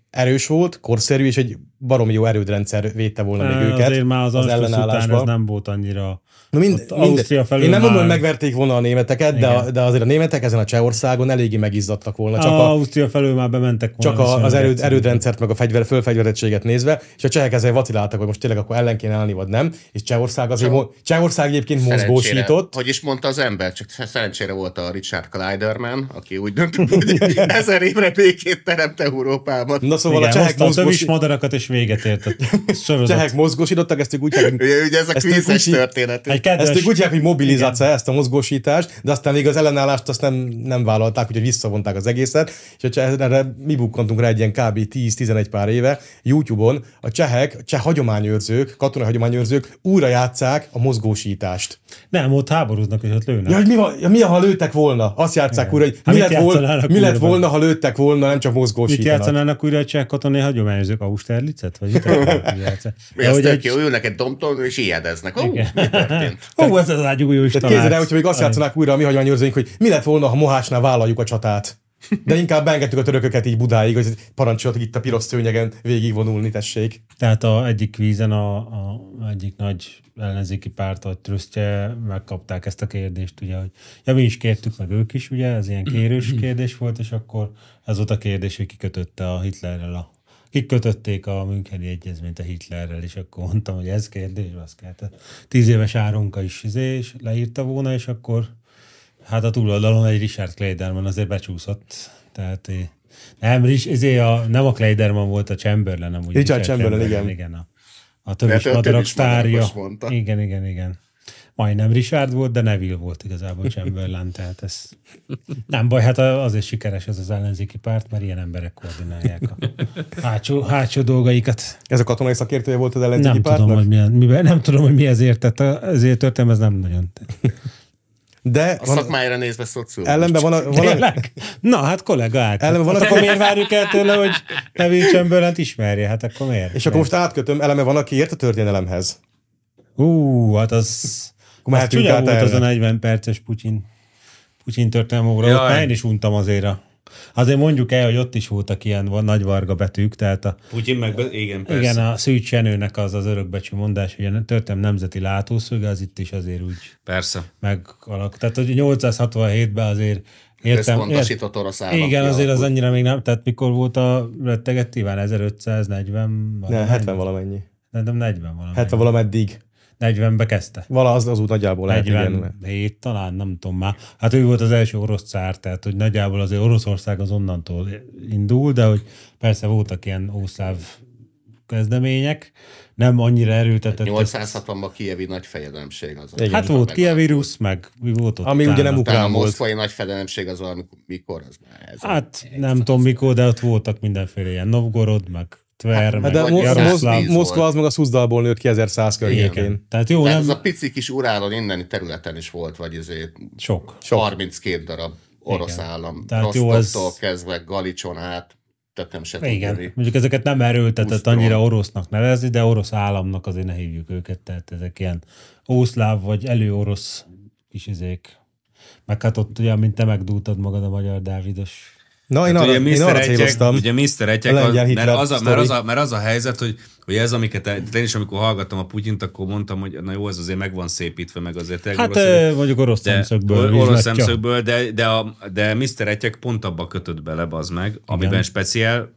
Speaker 2: erős volt, korszerű, és egy barom jó erődrendszer védte volna még
Speaker 4: Ö,
Speaker 2: őket
Speaker 4: Azért már az,
Speaker 2: az
Speaker 4: az után ez
Speaker 2: ellenállásban.
Speaker 4: nem volt annyira...
Speaker 2: Na mind,
Speaker 4: Ott
Speaker 2: mind,
Speaker 4: Ausztria felül
Speaker 2: én nem mondom, hogy
Speaker 4: már-
Speaker 2: megverték volna a németeket, de, a, de azért a németek ezen a Csehországon eléggé megizzadtak volna, csak, a,
Speaker 4: Ausztria felől már bementek volna.
Speaker 2: csak a, az
Speaker 4: viszonylag
Speaker 2: erőd,
Speaker 4: egyszerűen.
Speaker 2: erődrendszert, meg a fegyver, fölfegyverettséget nézve, és a csehek ezzel vaciláltak, hogy most tényleg akkor ellen kéne állni, vagy nem, és Csehország azért,
Speaker 3: Csak-
Speaker 2: mo- Csehország egyébként
Speaker 3: Szerencsére-
Speaker 2: mozgósított,
Speaker 3: Hogy is mondta az ember, csak szerencsére volt a Richard Kleiderman, aki úgy döntött, hogy ezer évre békét teremt Európában.
Speaker 2: na szóval
Speaker 4: Igen,
Speaker 2: a csehek,
Speaker 4: hozta a tövis
Speaker 2: mozgósi,
Speaker 4: madarakat és véget ért. a sorozat.
Speaker 2: csehek mozgósítottak, ezt ők úgy hívják, hogy-
Speaker 3: Ugye, ugye ez a
Speaker 2: Ezt ők
Speaker 3: kvízes
Speaker 2: úgy hív-
Speaker 3: történet.
Speaker 4: Egy kedves...
Speaker 2: ezt ők úgy hívják, hogy mobilizáció, ezt a mozgósítást, de aztán még az ellenállást azt nem, nem vállalták, úgyhogy visszavonták az egészet, és a cseh, erre mi bukkantunk rá egy ilyen kb. 10-11 pár éve YouTube-on, a csehek, a cseh hagyományőrzők, katonai hagyományőrzők újra játszák a mozgósítást.
Speaker 4: Nem, ott háborúznak, és ott lőnek.
Speaker 2: Ja, hogy mi, van, ja, mi, ha lőttek volna? Azt játszák újra, hogy
Speaker 4: Hát
Speaker 2: mi,
Speaker 4: mit
Speaker 2: lett volna,
Speaker 4: játszanának
Speaker 2: mi lett
Speaker 4: újra?
Speaker 2: volna, ha lőttek volna, nem csak
Speaker 4: Mit
Speaker 2: mozgósítanak.
Speaker 4: játszanának újra a cseh katonai hagyományozók? Austerlicet? Vagy mit játszanak?
Speaker 3: Mi az tök jó, ülnek egy dombton, és ijedeznek. Ó, mi történt?
Speaker 4: Ó, ez az ágyugó is
Speaker 2: Tehát képzeld el, hogyha még azt játszanák újra a mi hagyományőrzőink, hogy mi lett volna, ha Mohásnál vállaljuk a csatát. De inkább beengedtük a törököket így Budáig, hogy parancsoltak itt a piros szőnyegen végigvonulni, tessék.
Speaker 4: Tehát a egyik kvízen a, a egyik nagy ellenzéki párt, a trösztje, megkapták ezt a kérdést, ugye, hogy ja, mi is kértük, meg ők is, ugye, ez ilyen kérős kérdés volt, és akkor ez volt a kérdés, hogy kikötötte a Hitlerrel a kikötötték a Müncheni egyezményt a Hitlerrel, és akkor mondtam, hogy ez kérdés, az kell. Tehát tíz éves áronka is izé, és leírta volna, és akkor hát a túloldalon egy Richard Kleiderman azért becsúszott. Tehát eh, nem, Rich- izé a, nem a Kleiderman volt a Chamberlain, amúgy.
Speaker 2: Richard Chamberlain, igen.
Speaker 4: igen a, a
Speaker 3: a
Speaker 4: tövis
Speaker 3: tövis
Speaker 4: madarak
Speaker 3: madarak
Speaker 4: sztárja.
Speaker 3: most mondta.
Speaker 4: Igen, igen, igen. Majdnem Richard volt, de Neville volt igazából Chamberlain, tehát ez nem baj, hát a- azért sikeres ez az ellenzéki párt, mert ilyen emberek koordinálják a hátsó, hátsó dolgaikat.
Speaker 2: Ez a katonai szakértője volt az ellenzéki
Speaker 4: Nem
Speaker 2: pártnak.
Speaker 4: tudom, hogy milyen, miben, nem tudom, hogy mi ezért, tehát ezért történet, ez nem nagyon.
Speaker 2: De
Speaker 3: A
Speaker 2: van,
Speaker 3: szakmájára nézve szociológus.
Speaker 2: ellenben van, a, van, a,
Speaker 4: Tényleg? Na, hát kollega át.
Speaker 2: Eleve van,
Speaker 4: hát
Speaker 2: aki-
Speaker 4: akkor miért várjuk el tőle, hogy Neville Chamberlain-t ismerje? Hát akkor miért?
Speaker 2: és akkor most átkötöm, eleme van, aki ért a történelemhez.
Speaker 4: Ú, hát az...
Speaker 2: Akkor
Speaker 4: az
Speaker 2: mehetünk
Speaker 4: csúnya
Speaker 2: át
Speaker 4: volt
Speaker 2: erre.
Speaker 4: az a 40 perces Putyin, Putyin történelmi óra, ott
Speaker 5: Jaj.
Speaker 4: már én is untam azért a... Azért mondjuk el, hogy ott is voltak ilyen van, nagy varga betűk, tehát a,
Speaker 1: Putyin meg, igen, persze.
Speaker 4: igen, a Szűcs Jenőnek az az örökbecsű mondás, hogy a történelmi nemzeti látószöge, az itt is azért úgy
Speaker 1: Persze.
Speaker 4: megalakult. Tehát, hogy 867-ben azért értem, értem,
Speaker 3: Központosított orosz állam
Speaker 4: igen, azért az
Speaker 3: kialakult.
Speaker 4: annyira még nem, tehát mikor volt a rettegett Iván? 1540?
Speaker 2: Ne,
Speaker 4: valahány?
Speaker 2: 70 valamennyi.
Speaker 4: Nem, 40 valami.
Speaker 2: 70 valameddig.
Speaker 4: 40-be kezdte.
Speaker 2: Vala az, az út nagyjából lehet, igen.
Speaker 4: 47 talán, nem tudom már. Hát ő volt az első orosz cár, tehát hogy nagyjából azért Oroszország az onnantól indul, de hogy persze voltak ilyen ószláv kezdemények, nem annyira erőltetett.
Speaker 3: 860-ban Kievi nagyfejedelemség az.
Speaker 2: Igen.
Speaker 4: Hát volt Kievírus, meg mi volt ott?
Speaker 2: Ami ugye
Speaker 4: utána?
Speaker 2: nem
Speaker 3: Utána a
Speaker 2: ukrán volt.
Speaker 3: moszkvai nagyfejedelemség az amikor, mikor az már ez.
Speaker 4: Hát nem tudom mikor, de ott voltak mindenféle ilyen Novgorod, meg Tver, meg
Speaker 2: Hát, De
Speaker 3: Vagy
Speaker 2: Mo-
Speaker 4: Jaroszláv.
Speaker 2: Mo- Moszkva az meg a Szuzdalból nőtt ki 1100 környékén.
Speaker 4: Igen. Tehát jó,
Speaker 3: Tehát ez
Speaker 4: nem
Speaker 3: a pici kis urálon inneni területen is volt, vagy azért
Speaker 4: sok.
Speaker 2: Sok.
Speaker 3: 32 darab orosz
Speaker 4: Igen.
Speaker 3: állam.
Speaker 4: Tehát jó,
Speaker 3: Rostovtól
Speaker 4: ez-
Speaker 3: kezdve Galicson át, tehát nem se
Speaker 4: Igen,
Speaker 3: tudni.
Speaker 4: mondjuk ezeket nem erőltetett
Speaker 3: Pusztról.
Speaker 4: annyira orosznak nevezni, de orosz államnak azért ne hívjuk őket, tehát ezek ilyen ószláv vagy előorosz kis izék. Meg hát ott ugye, mint te megdúltad magad a magyar Dávidos.
Speaker 2: Na, én
Speaker 1: Hát
Speaker 2: arra,
Speaker 1: ugye
Speaker 2: én arra
Speaker 1: Mr. Egyek,
Speaker 2: céloztam.
Speaker 1: ugye Mr. Egyek,
Speaker 2: A
Speaker 1: az,
Speaker 2: lengyel
Speaker 1: mert,
Speaker 2: Hitler
Speaker 1: az a, mert,
Speaker 2: sztori.
Speaker 1: az a, mert az a helyzet, hogy, hogy ez, amiket el- én is, amikor hallgattam a Putyint, akkor mondtam, hogy na jó, ez azért meg van szépítve, meg azért tényleg
Speaker 4: Hát
Speaker 1: valószínűleg-
Speaker 4: ö, mondjuk orosz
Speaker 1: de,
Speaker 4: szemszögből.
Speaker 1: or- Orosz
Speaker 4: vizslatja.
Speaker 1: szemszögből, de, de, a, de Mr. Egyek pont abba kötött bele, az meg, amiben speciál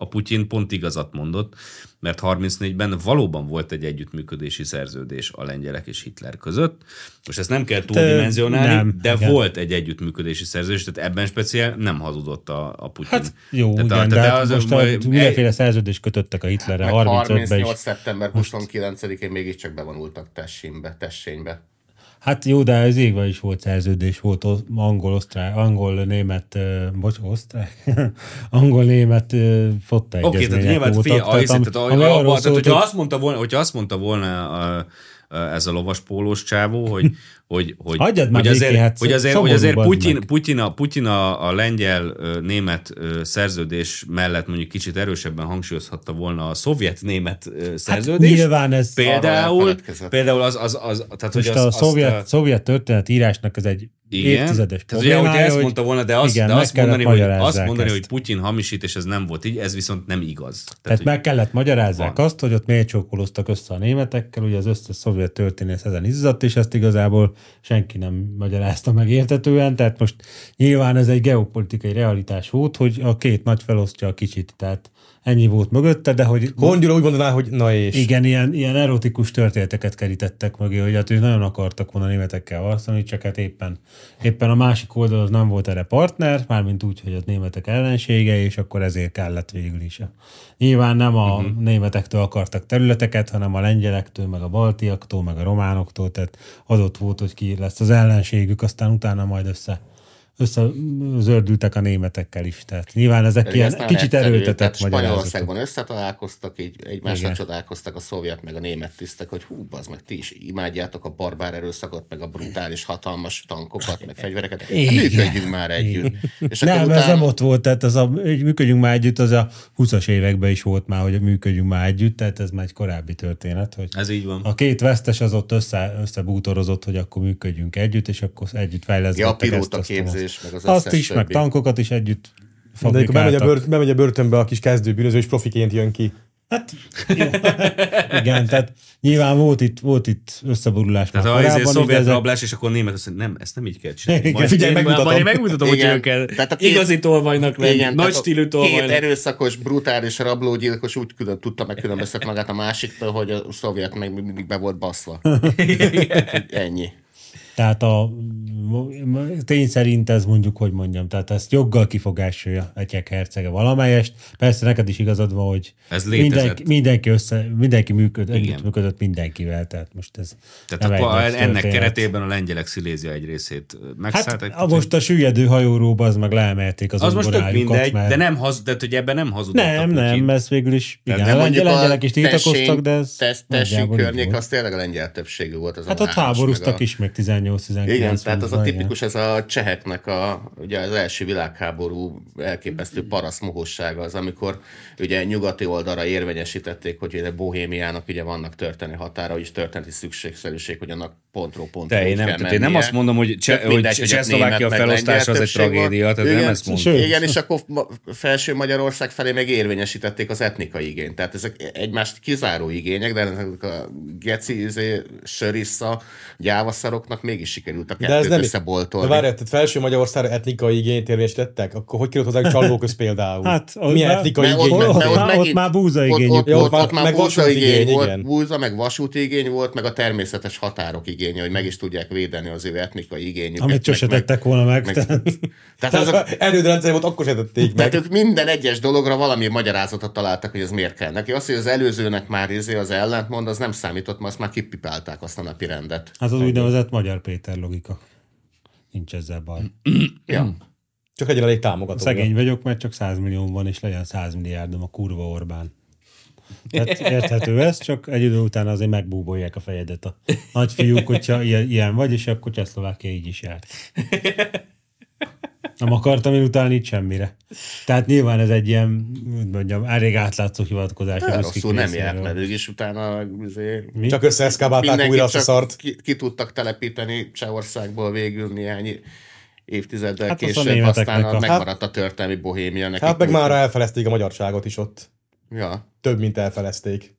Speaker 1: a Putyin pont igazat mondott, mert 34-ben valóban volt egy együttműködési szerződés a lengyelek és Hitler között. Most ezt nem kell túldimenzionálni,
Speaker 4: nem,
Speaker 1: de
Speaker 4: igen.
Speaker 1: volt egy együttműködési szerződés, tehát ebben speciál nem hazudott a, a Putyin.
Speaker 4: Hát jó,
Speaker 1: Tehát a-
Speaker 4: igen, de
Speaker 1: tehát
Speaker 4: hát
Speaker 1: az-
Speaker 4: most a,
Speaker 1: majd-
Speaker 4: mindenféle szerződést kötöttek a Hitlerre,
Speaker 3: Meg
Speaker 4: 35-ben
Speaker 3: 38.
Speaker 4: is.
Speaker 3: szeptember 29-én mégiscsak bevonultak Tessénbe, Tessénybe.
Speaker 4: Hát jó, de az égben is volt szerződés, volt o- angol, osztrák, angol, német, ö, bocs, osztrák, angol, német fotta
Speaker 1: Oké, tehát nyilván fia, a,
Speaker 4: voltak,
Speaker 1: tehát,
Speaker 4: ami-
Speaker 1: tehát, a,
Speaker 4: ami
Speaker 1: a,
Speaker 4: arról
Speaker 1: a, tehát
Speaker 4: szólt,
Speaker 1: hogyha,
Speaker 4: hogy-
Speaker 1: azt mondta volna, hogyha azt mondta volna a, ez a lovaspólós csávó, hogy, hogy, hogy,
Speaker 4: Hagyjad már
Speaker 1: hogy,
Speaker 4: békén,
Speaker 1: azért,
Speaker 4: hát
Speaker 1: hogy azért, hogy
Speaker 4: szomorú
Speaker 1: azért
Speaker 4: vagy
Speaker 1: Putyin,
Speaker 4: meg.
Speaker 1: Putyin, a, Putyin a, a lengyel-német szerződés mellett mondjuk kicsit erősebben hangsúlyozhatta volna a szovjet-német ö, szerződést.
Speaker 4: Hát nyilván ez-
Speaker 1: Például,
Speaker 3: Arról elfeledkezett.
Speaker 1: például az, az, az, tehát, hogy
Speaker 4: Most
Speaker 1: az,
Speaker 4: a
Speaker 1: azt
Speaker 4: szovjet, a... szovjet történet írásnak ez egy
Speaker 1: igen.
Speaker 4: évtizedes
Speaker 1: Tehát ugye, hogyha
Speaker 4: problémája,
Speaker 1: ezt mondta volna, de azt,
Speaker 4: igen,
Speaker 1: de
Speaker 4: meg
Speaker 1: azt
Speaker 4: kellett
Speaker 1: mondani, hogy, azt
Speaker 4: magyarázzák
Speaker 1: mondani
Speaker 4: ezt.
Speaker 1: hogy Putyin hamisít, és ez nem volt így, ez viszont nem igaz.
Speaker 4: Tehát
Speaker 1: hogy-
Speaker 4: meg kellett magyarázzák
Speaker 1: Van.
Speaker 4: azt, hogy ott miért csókolóztak össze a németekkel, ugye az összes szovjet történész ezen izzadt, és ezt igazából senki nem magyarázta meg értetően, tehát most nyilván ez egy geopolitikai realitás volt, hogy a két nagy felosztja a kicsit, tehát ennyi volt mögötte, de hogy
Speaker 2: Hongyula úgy mondaná, hogy na és.
Speaker 4: igen, ilyen, ilyen erotikus történeteket kerítettek mögé, hogy hát ők nagyon akartak volna a németekkel harcolni, csak hát éppen, éppen a másik oldal az nem volt erre partner, mármint úgy, hogy a németek ellensége, és akkor ezért kellett végül is. Nyilván nem a
Speaker 3: Mhm.
Speaker 4: uh-huh. németektől akartak területeket, hanem a lengyelektől, meg a baltiaktól, meg a románoktól, tehát adott volt, hogy ki lesz az ellenségük, aztán utána majd össze összezördültek a németekkel is. Tehát nyilván ezek
Speaker 3: Pedig ez
Speaker 4: ilyen
Speaker 3: nem
Speaker 4: kicsit
Speaker 3: egyszerű,
Speaker 4: erőltetett
Speaker 3: tehát
Speaker 4: magyarázatok.
Speaker 3: Spanyolországban összetalálkoztak, így egymásra
Speaker 4: Igen.
Speaker 3: csodálkoztak a szovjet meg a német tisztek, hogy hú, az meg ti is imádjátok a barbár erőszakot, meg a brutális hatalmas tankokat, meg fegyvereket. Hát
Speaker 4: Igen.
Speaker 3: működjünk már együtt. És
Speaker 4: nem,
Speaker 3: akkor
Speaker 4: ez
Speaker 3: utána
Speaker 4: nem ott volt, tehát az a, egy működjünk már együtt, az a 20-as években is volt már, hogy működjünk már együtt, tehát ez már egy korábbi történet, hogy
Speaker 1: Ez így van.
Speaker 4: a két vesztes az ott össze, összebútorozott, hogy akkor működjünk együtt, és akkor együtt
Speaker 3: ja, a
Speaker 4: fejlesztettek ezt,
Speaker 3: pilóta
Speaker 4: azt,
Speaker 3: képzés,
Speaker 4: azt.
Speaker 3: meg az
Speaker 4: Azt
Speaker 3: összes
Speaker 4: is, meg
Speaker 3: többi.
Speaker 4: tankokat is együtt
Speaker 2: De Hát, amikor bemegy a,
Speaker 4: fabrikáltak.
Speaker 2: bört, bemegy a börtönbe a kis kezdőbűnöző, és profiként jön ki.
Speaker 4: Hát, jó. igen, tehát nyilván volt itt, volt itt összeborulás
Speaker 1: Tehát
Speaker 4: már
Speaker 1: ha
Speaker 2: izé
Speaker 4: korábban
Speaker 1: ezért
Speaker 4: is, de
Speaker 1: szovjet
Speaker 4: ezek-
Speaker 1: rablás, és akkor a német azt mondja, nem, ezt nem így kell csinálni.
Speaker 4: Igen.
Speaker 1: Majd
Speaker 2: Figyelj,
Speaker 5: Én
Speaker 2: megmutatom.
Speaker 5: Majd én megmutatom, hogy
Speaker 3: Igen.
Speaker 5: ő kell.
Speaker 3: Tehát a két-
Speaker 5: Igazi tolvajnak lenni,
Speaker 3: Igen,
Speaker 5: nagy
Speaker 3: tehát a
Speaker 5: stílű
Speaker 3: Két
Speaker 5: tolvajnak.
Speaker 3: erőszakos, brutális rablógyilkos úgy külön, tudta megkülönböztetni magát a másiktól, hogy a szovjet meg mindig be volt baszva. Ennyi.
Speaker 4: Tehát a tény szerint ez mondjuk, hogy mondjam, tehát ezt joggal kifogásolja Egyek hercege valamelyest. Persze neked is igazad van, hogy
Speaker 1: Ez létezett.
Speaker 4: mindenki, mindenki, össze, mindenki működ,
Speaker 1: Igen.
Speaker 4: együtt működött mindenkivel, tehát most ez nem
Speaker 1: Tehát akkor
Speaker 4: egy nagy
Speaker 1: ennek
Speaker 4: történet.
Speaker 1: keretében a lengyelek Szilézia egy részét
Speaker 4: Hát
Speaker 1: megszállták.
Speaker 4: a, most a süllyedő hajóróba az meg leemelték az,
Speaker 1: az most tök
Speaker 4: zongorájukat,
Speaker 1: mindegy,
Speaker 4: mert-
Speaker 1: de nem, haz, de hogy ebben nem hazudott a
Speaker 4: nem,
Speaker 1: Putyin.
Speaker 4: nem, ez végül is,
Speaker 1: Tehát
Speaker 4: igen,
Speaker 1: nem
Speaker 4: a
Speaker 3: Mondjuk
Speaker 4: lengyel,
Speaker 3: a
Speaker 4: lengyelek is tiltakoztak,
Speaker 3: Tessény-
Speaker 4: de ez
Speaker 3: Tess- Tessény
Speaker 4: nagyjából így
Speaker 3: környék,
Speaker 4: volt.
Speaker 3: az tényleg a lengyel többségű volt. Az a
Speaker 4: Hát ott
Speaker 3: város, meg
Speaker 4: háborúztak
Speaker 3: a-
Speaker 4: is meg 18-19
Speaker 3: Igen, tehát az a
Speaker 4: húszban, igen.
Speaker 3: tipikus, ez a cseheknek a, ugye az első világháború elképesztő paraszmuhossága az, amikor ugye nyugati oldalra érvényesítették, hogy ugye Bohémiának ugye vannak történelmi határa, és történeti szükségszerűség, hogy annak pontról pontra
Speaker 1: Te, én
Speaker 3: úgy
Speaker 1: nem,
Speaker 3: kell
Speaker 1: tehát én nem
Speaker 3: mennie.
Speaker 1: azt mondom, hogy, Cseh,
Speaker 3: Tök mindegy,
Speaker 1: hogy
Speaker 3: hogy ott
Speaker 1: Csehszlovákia
Speaker 3: német meg
Speaker 1: felosztása az
Speaker 3: lengyel
Speaker 1: egy
Speaker 3: többség
Speaker 1: tragédia,
Speaker 3: volt.
Speaker 1: tehát nem
Speaker 3: Igen,
Speaker 1: ezt mondom.
Speaker 4: sőt, Ő-
Speaker 3: Igen, és akkor ma- felső Magyarország felé meg érvényesítették az etnikai igényt. Tehát ezek egymást kizáró igények, de ezek a geci, izé, sörissza, gyávaszaroknak mégis sikerült a
Speaker 2: De ez
Speaker 3: kettőt
Speaker 2: nem...
Speaker 3: összeboltolni.
Speaker 2: De várjál, tehát felső Magyarországra etnikai igényt érvényesítettek? Akkor hogy került hozzá csalóköz például?
Speaker 1: Hát,
Speaker 2: Milyen etnikai
Speaker 3: Mert
Speaker 2: igény?
Speaker 3: ott-
Speaker 2: ment
Speaker 3: mert
Speaker 2: el?
Speaker 4: ott- ott már búza igényük
Speaker 3: ott, ott,
Speaker 2: volt.
Speaker 3: ott, ott, már
Speaker 2: Meg
Speaker 3: búza
Speaker 2: vasúti
Speaker 3: igény
Speaker 2: igény,
Speaker 3: volt,
Speaker 2: igen.
Speaker 3: búza, meg vasúti igény volt, meg a természetes határok igénye, hogy meg is tudják védeni az ő etnikai igényüket.
Speaker 4: Amit sose
Speaker 3: meg- meg-
Speaker 4: tettek volna meg.
Speaker 3: meg-
Speaker 4: tehát-
Speaker 3: Tehát ez a,
Speaker 2: Erődrendszer volt, akkor se tették
Speaker 3: Tehát
Speaker 2: meg.
Speaker 3: ők minden egyes dologra valami magyarázatot találtak, hogy ez miért kell neki. Az, hogy az előzőnek már izé az ellentmond, az nem számított, mert azt már kipipálták azt a napi rendet.
Speaker 4: Hát az úgynevezett Magyar Péter logika. Nincs ezzel baj.
Speaker 3: Ja.
Speaker 2: Csak egyre elég támogató.
Speaker 4: Szegény vagyok, mert csak 100 millió van, és legyen 100 milliárdom a kurva Orbán. Tehát érthető ez, csak egy idő után azért megbúbolják a fejedet a nagyfiúk, hogyha ilyen, ilyen vagy, és akkor Csehszlovákia így is járt. Nem akartam én utálni itt semmire. Tehát nyilván ez egy ilyen, hogy mondjam, elég átlátszó hivatkozás. a
Speaker 3: De
Speaker 4: ruszkik
Speaker 3: Rosszul nem
Speaker 4: részéről.
Speaker 3: járt, mert ők is utána izé,
Speaker 2: Csak összeeszkábálták újra
Speaker 3: mindenkit
Speaker 2: azt a
Speaker 3: csak
Speaker 2: szart.
Speaker 3: ki, ki, tudtak telepíteni Csehországból végül néhány évtizeddel
Speaker 4: Hát az a
Speaker 3: később,
Speaker 4: németeknek
Speaker 3: aztán a...
Speaker 4: a-
Speaker 3: megmaradt a történelmi bohémia nekik.
Speaker 2: Hát meg
Speaker 3: úgy-
Speaker 2: már elfelezték a magyarságot is ott.
Speaker 3: Ja.
Speaker 2: Több, mint elfelezték.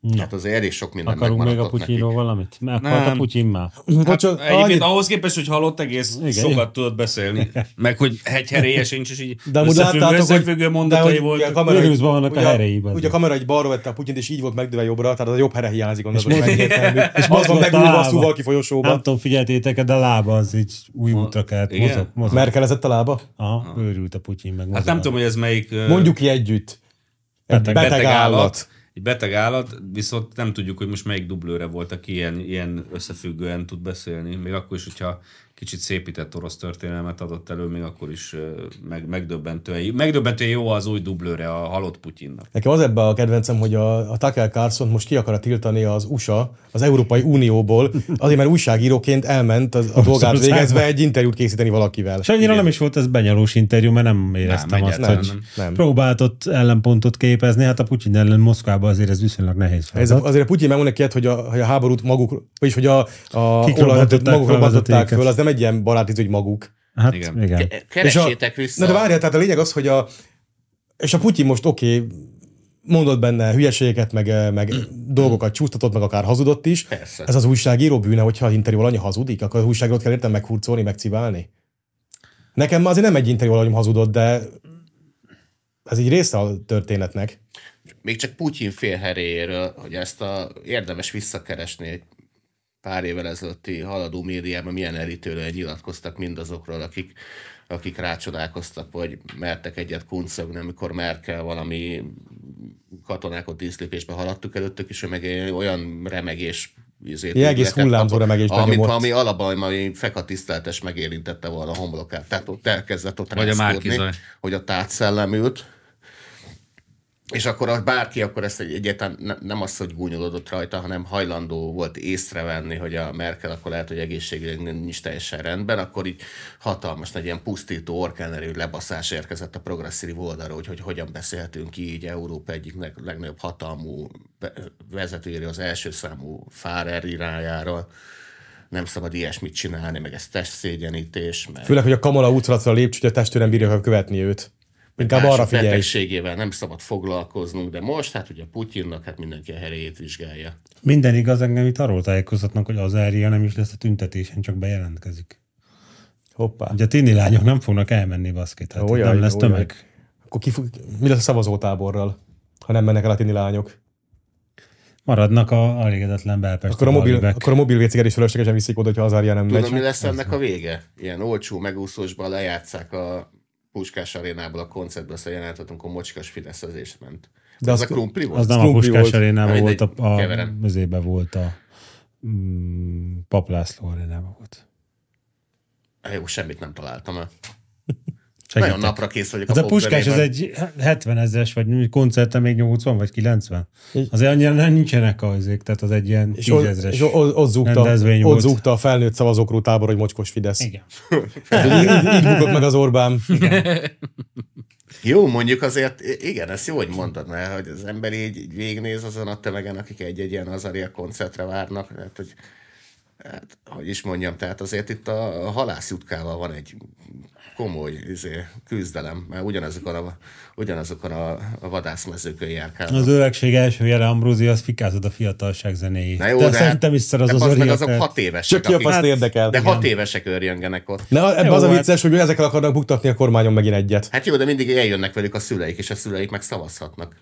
Speaker 4: Na,
Speaker 3: Hát azért elég sok minden
Speaker 4: akarunk még a
Speaker 3: megmaradt ott
Speaker 4: Putyinról valamit? Mert akart a
Speaker 1: Nem.
Speaker 4: Putyin már.
Speaker 1: Hát,
Speaker 2: Bocsánat,
Speaker 1: egyébként
Speaker 2: annyit-
Speaker 1: ahhoz képest, hogy halott egész
Speaker 4: Igen.
Speaker 1: Igen. sokat tudott beszélni. Meg, hogy hegyheréje sincs, és így
Speaker 2: De amúgy
Speaker 1: összefüggő,
Speaker 2: láttátok, hogy-
Speaker 1: összefüggő mondatai
Speaker 2: de hogy ugye
Speaker 1: voltak.
Speaker 2: a kamera-
Speaker 4: Őrülszben vannak a
Speaker 2: ugye
Speaker 4: hereiben.
Speaker 2: Ugye a kamera egy balról vette a Putyint, és így volt megdőve jobbra, tehát az a jobb here hiányzik, gondolom, hogy megértelmű. És az van
Speaker 4: mozgott a
Speaker 2: megújva a
Speaker 4: lába.
Speaker 2: szóval ki
Speaker 4: Nem
Speaker 2: folyosóba.
Speaker 4: tudom, figyeltétek de a lába az így új útra kellett.
Speaker 1: igen?
Speaker 4: Mozog, mozog.
Speaker 2: Merkelezett a lába?
Speaker 4: Aha, őrült a Putyin meg.
Speaker 1: Hát
Speaker 4: mozog.
Speaker 1: nem tudom, hogy ez melyik... ö,
Speaker 2: Mondjuk ki együtt. Beteg, beteg állat.
Speaker 1: Egy beteg állat, viszont nem tudjuk, hogy most melyik dublőre volt, aki ilyen, ilyen összefüggően tud beszélni. Még akkor is, hogyha kicsit szépített orosz történelmet adott elő, még akkor is ö, meg, megdöbbentően, megdöbbentően jó az új dublőre a halott Putyinnak.
Speaker 2: Nekem az ebben a kedvencem, hogy a, a Tucker Carlson most ki akar tiltani az USA, az Európai Unióból, azért mert újságíróként elment az, a dolgát végezve egy interjút készíteni valakivel.
Speaker 4: És annyira nem is volt ez benyalós interjú, mert nem éreztem nem, azt,
Speaker 1: egyáltalán
Speaker 4: hogy
Speaker 1: nem.
Speaker 2: Nem.
Speaker 4: próbált ott ellenpontot képezni, hát a Putyin ellen Moszkvában azért ez viszonylag nehéz
Speaker 2: Ez
Speaker 4: feladat.
Speaker 2: a- azért a Putyin megmondja neked, hogy a, hogy a háborút maguk, vagyis hogy a, a
Speaker 4: Kik
Speaker 2: olajhatot
Speaker 4: robbantották
Speaker 2: maguk
Speaker 4: fel a
Speaker 2: robbantották
Speaker 4: vezetéket.
Speaker 2: föl, az nem egy ilyen baráti, hogy maguk.
Speaker 4: Hát
Speaker 1: Igen.
Speaker 4: igen. igen.
Speaker 3: Ke-
Speaker 2: És a-
Speaker 3: Keresétek vissza.
Speaker 2: Na de várjál, tehát a lényeg az, hogy a... És a Putyin most oké, okay, mondott benne hülyeségeket, meg, eh, meg dolgokat csúsztatott, meg akár hazudott is.
Speaker 3: Mm. Persze.
Speaker 2: Ez az újságíró bűne, hogyha az interjú alanya hazudik, akkor az újságírót kell értem meghurcolni, megcibálni. Nekem azért nem egy interjú alanyom hazudott, de ez így része a történetnek.
Speaker 3: még csak Putyin félheréjéről, hogy ezt a, érdemes visszakeresni egy pár évvel ezelőtti haladó médiában milyen erítőről nyilatkoztak mindazokról, akik, akik rácsodálkoztak, vagy mertek egyet kuncogni, amikor Merkel valami katonákot díszlépésbe haladtuk előttük, és ő meg egy olyan remegés izét,
Speaker 2: Ilyen egész
Speaker 3: ügyletet
Speaker 2: hullámzó
Speaker 3: kapott,
Speaker 2: remegést
Speaker 3: amit,
Speaker 2: benyomott.
Speaker 3: ami alapban fekatiszteletes megérintette volna a homlokát. Tehát ott elkezdett ott
Speaker 1: Vagy a
Speaker 3: rászkódni,
Speaker 1: Márki-zaj.
Speaker 3: hogy a tátszellem ült, és akkor a- bárki akkor ezt egy egyáltalán ne- nem az, hogy gúnyolódott rajta, hanem hajlandó volt észrevenni, hogy a Merkel akkor lehet, hogy egészségileg nem- nincs teljesen rendben, akkor így hatalmas nagy ilyen pusztító orkánerő lebaszás érkezett a progresszív oldalról, hogy, hogy hogyan beszélhetünk így Európa egyik leg- legnagyobb hatalmú be- vezetőjéről, az első számú Fárer irányáról. Nem szabad ilyesmit csinálni, meg ez testszégyenítés, meg
Speaker 2: Főleg, hogy a Kamala útszalatra lép, hogy a testőr nem bírja követni őt. Inkább
Speaker 3: mások
Speaker 2: arra figyelj.
Speaker 3: betegségével nem szabad foglalkoznunk, de most hát ugye Putyinnak hát mindenki a helyét vizsgálja.
Speaker 4: Minden igaz, engem itt arról tájékoztatnak, hogy az Ária nem is lesz a tüntetésen, csak bejelentkezik.
Speaker 2: Hoppá.
Speaker 4: Ugye a tini lányok nem fognak elmenni baszkét, hát
Speaker 2: Ó,
Speaker 4: itt
Speaker 2: jaj,
Speaker 4: nem lesz
Speaker 2: ó,
Speaker 4: tömeg.
Speaker 2: jaj. Akkor ki fog, mi lesz a szavazótáborral, ha nem mennek el a tini lányok?
Speaker 4: Maradnak a elégedetlen belperc.
Speaker 2: Akkor a mobil, akkor a mobil vécéget is fölöslegesen viszik oda, ha az árja nem
Speaker 3: Tudom, mi
Speaker 2: megy.
Speaker 3: lesz ennek a vége? Ilyen olcsó megúszósban lejátszák a Puskás arénából a koncertből azt a jelenetet, amikor mocskas Fideszezés ment. De az,
Speaker 2: azt-
Speaker 3: a krumpli volt?
Speaker 4: Az nem a
Speaker 2: Strumpli
Speaker 4: Puskás
Speaker 2: volt.
Speaker 4: arénában
Speaker 3: Na,
Speaker 4: volt, a,
Speaker 3: mindegy,
Speaker 4: a
Speaker 3: keverem.
Speaker 4: mözébe volt a mm, Pap László arénában volt.
Speaker 3: Hát Jó, semmit nem találtam el. Nagyon
Speaker 4: Segítek.
Speaker 3: napra kész vagyok
Speaker 4: Ez Hát a Puskás, ez
Speaker 3: popzenében.
Speaker 4: egy 70 ezes, vagy koncerten még 80 vagy 90.
Speaker 2: Így.
Speaker 4: Azért annyira nem- nincsenek azék, tehát az egy ilyen
Speaker 2: És, ott,
Speaker 4: 10
Speaker 2: és ott, ott, zúgta,
Speaker 4: rendezvény
Speaker 2: ott
Speaker 4: volt.
Speaker 2: zúgta a felnőtt szavazókról tábor, hogy mocskos Fidesz.
Speaker 4: Igen.
Speaker 2: Tehát Így, így, így bukott meg az Orbán.
Speaker 3: Jó, mondjuk azért, i- igen, ezt jó, hogy mondod, mert hogy az ember így, így végignéz azon a tömegen, akik egy-egy ilyen azaria koncertre várnak, mert hogy, hát, hogy is mondjam, tehát azért itt a a halászjutkával van egy komoly izé, küzdelem, mert ugyanazokon a, ugyanazokon a, a vadászmezőkön járkál.
Speaker 4: Az öregség első jele Ambrózi, az fikázott a fiatalság zenéjét.
Speaker 3: Na jó,
Speaker 4: de,
Speaker 3: de hát
Speaker 4: szerintem is szar az
Speaker 3: de
Speaker 4: az
Speaker 3: bazd meg
Speaker 4: öregek.
Speaker 3: azok hat évesek,
Speaker 2: Csak ki a
Speaker 3: akik,
Speaker 2: faszt érdekel.
Speaker 3: de hat évesek őrjöngenek ott.
Speaker 2: Na, ebben
Speaker 4: Jó,
Speaker 2: az a
Speaker 4: hát-
Speaker 2: vicces, hogy ezekkel akarnak buktatni a kormányon megint egyet.
Speaker 3: Hát jó, de mindig eljönnek velük a szüleik, és a szüleik meg szavazhatnak.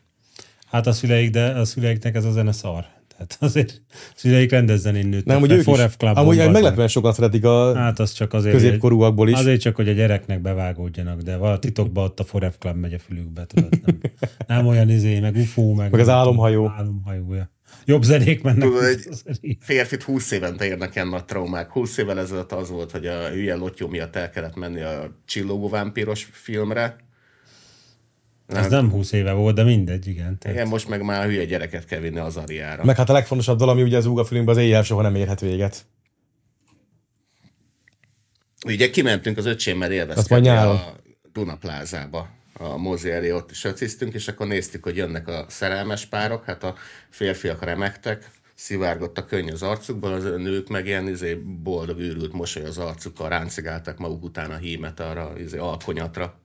Speaker 4: Hát a szüleik, de a szüleiknek ez a zene szar. Tehát azért a szüleik rendezzenén nőttek.
Speaker 2: Nem, hogy
Speaker 4: fel,
Speaker 2: ők is.
Speaker 4: Foref Clubon
Speaker 2: Amúgy
Speaker 4: voltak.
Speaker 2: meglepően sokan szeretik a...
Speaker 4: Hát az csak azért.
Speaker 2: Középkorúakból is.
Speaker 4: Azért csak, hogy a gyereknek bevágódjanak, de vala titokban ott a Foref Club megy a fülükbe, tudod. Nem, nem olyan izé, meg UFO, meg,
Speaker 2: Meg az álomhajó.
Speaker 4: Álomhajója. Jobb zenék mennek.
Speaker 3: Tudod,
Speaker 4: mint
Speaker 3: egy-
Speaker 4: az elég.
Speaker 3: férfit 20 évente érnek ilyen nagy traumák. 20 évvel ezelőtt az volt, hogy a hülye lotyó miatt el kellett menni a csillogó vámpíros filmre.
Speaker 2: Hát.
Speaker 4: Ez nem 20 éve volt, de mindegy, igen. Tehát,
Speaker 3: Igen, most meg már a hülye gyereket kell vinni az ariára.
Speaker 2: Meg hát a legfontosabb dal, ami ugye az úg a fülünkbe, az éjjel soha nem érhet véget.
Speaker 3: Ugye kimentünk az öcsémmel
Speaker 2: Azt majd
Speaker 3: élvezkedni
Speaker 2: nyáron.
Speaker 3: a Duna plázába a mozi elé ott söciztünk, és akkor néztük, hogy jönnek a szerelmes párok, hát a férfiak remektek, szivárgott a könny az arcukban, az nők meg ilyen izé, boldog őrült mosoly az arcukkal, ráncigálták maguk után a hímet arra, izé, alkonyatra.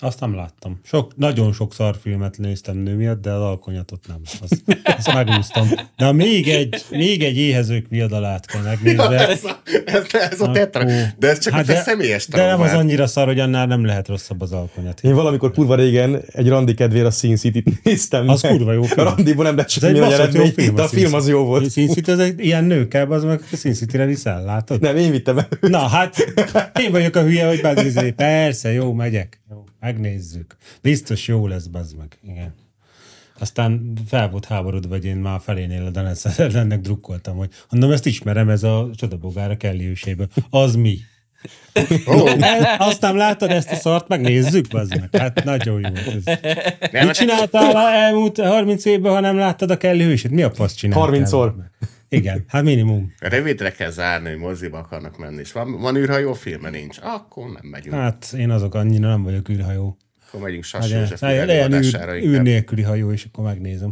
Speaker 4: Azt nem láttam. Sok, nagyon sok szarfilmet néztem nő miatt, de az alkonyatot nem. Azt, azt megúsztam. De ha még egy, még egy éhezők viadalát kell megnézni.
Speaker 3: ez a, ez, ez a tetra.
Speaker 4: akkor-
Speaker 3: De ez csak hát a te
Speaker 4: de-
Speaker 3: személyes
Speaker 4: De nem az
Speaker 3: traumát.
Speaker 4: annyira szar, hogy annál nem lehet rosszabb az alkonyat.
Speaker 2: Én valamikor kurva régen egy randi kedvére a Sin City-t néztem
Speaker 4: Az
Speaker 2: meg.
Speaker 4: kurva jó film.
Speaker 2: A randiból nem lett
Speaker 4: Ez egy
Speaker 2: semmi nagy
Speaker 4: baszott jó
Speaker 2: eredmény,
Speaker 4: film,
Speaker 2: de a film az jó volt.
Speaker 4: Sin City, az egy ilyen nőkkel, az meg a Sin City-re viszel, látod?
Speaker 2: Nem, én vittem el.
Speaker 4: Na hát, én vagyok a hülye, hogy bazd izé, persze, jó, megyek. Jó, megnézzük. Biztos jó lesz, bazd meg. Igen. Aztán fel volt háborodva, hogy én már a felénél a Dan Sutherlandnek drukkoltam, hogy mondom, ezt ismerem, ez a csodabogára Kelly őséből. Az mi? Oh. Aztán láttad ezt a szart, megnézzük, bazd meg. Hát nagyon jó volt ez.
Speaker 3: Nem,
Speaker 4: Mit csináltál a elmúlt 30 évben, ha nem láttad a Kelly hősét? Mi a fasz csináltál?
Speaker 2: 30-szor.
Speaker 4: Igen, hát minimum.
Speaker 3: Rövidre kell zárni, hogy moziba akarnak menni, és van, van űrhajó filme nincs, akkor nem megyünk. Hát.
Speaker 4: Hát én azok annyira nem vagyok űrhajó.
Speaker 3: Akkor megyünk Sas
Speaker 4: Legyen,
Speaker 3: József
Speaker 4: legyen űr,
Speaker 3: előadására
Speaker 4: űr
Speaker 3: inkább.
Speaker 4: nélküli hajó, és akkor megnézem.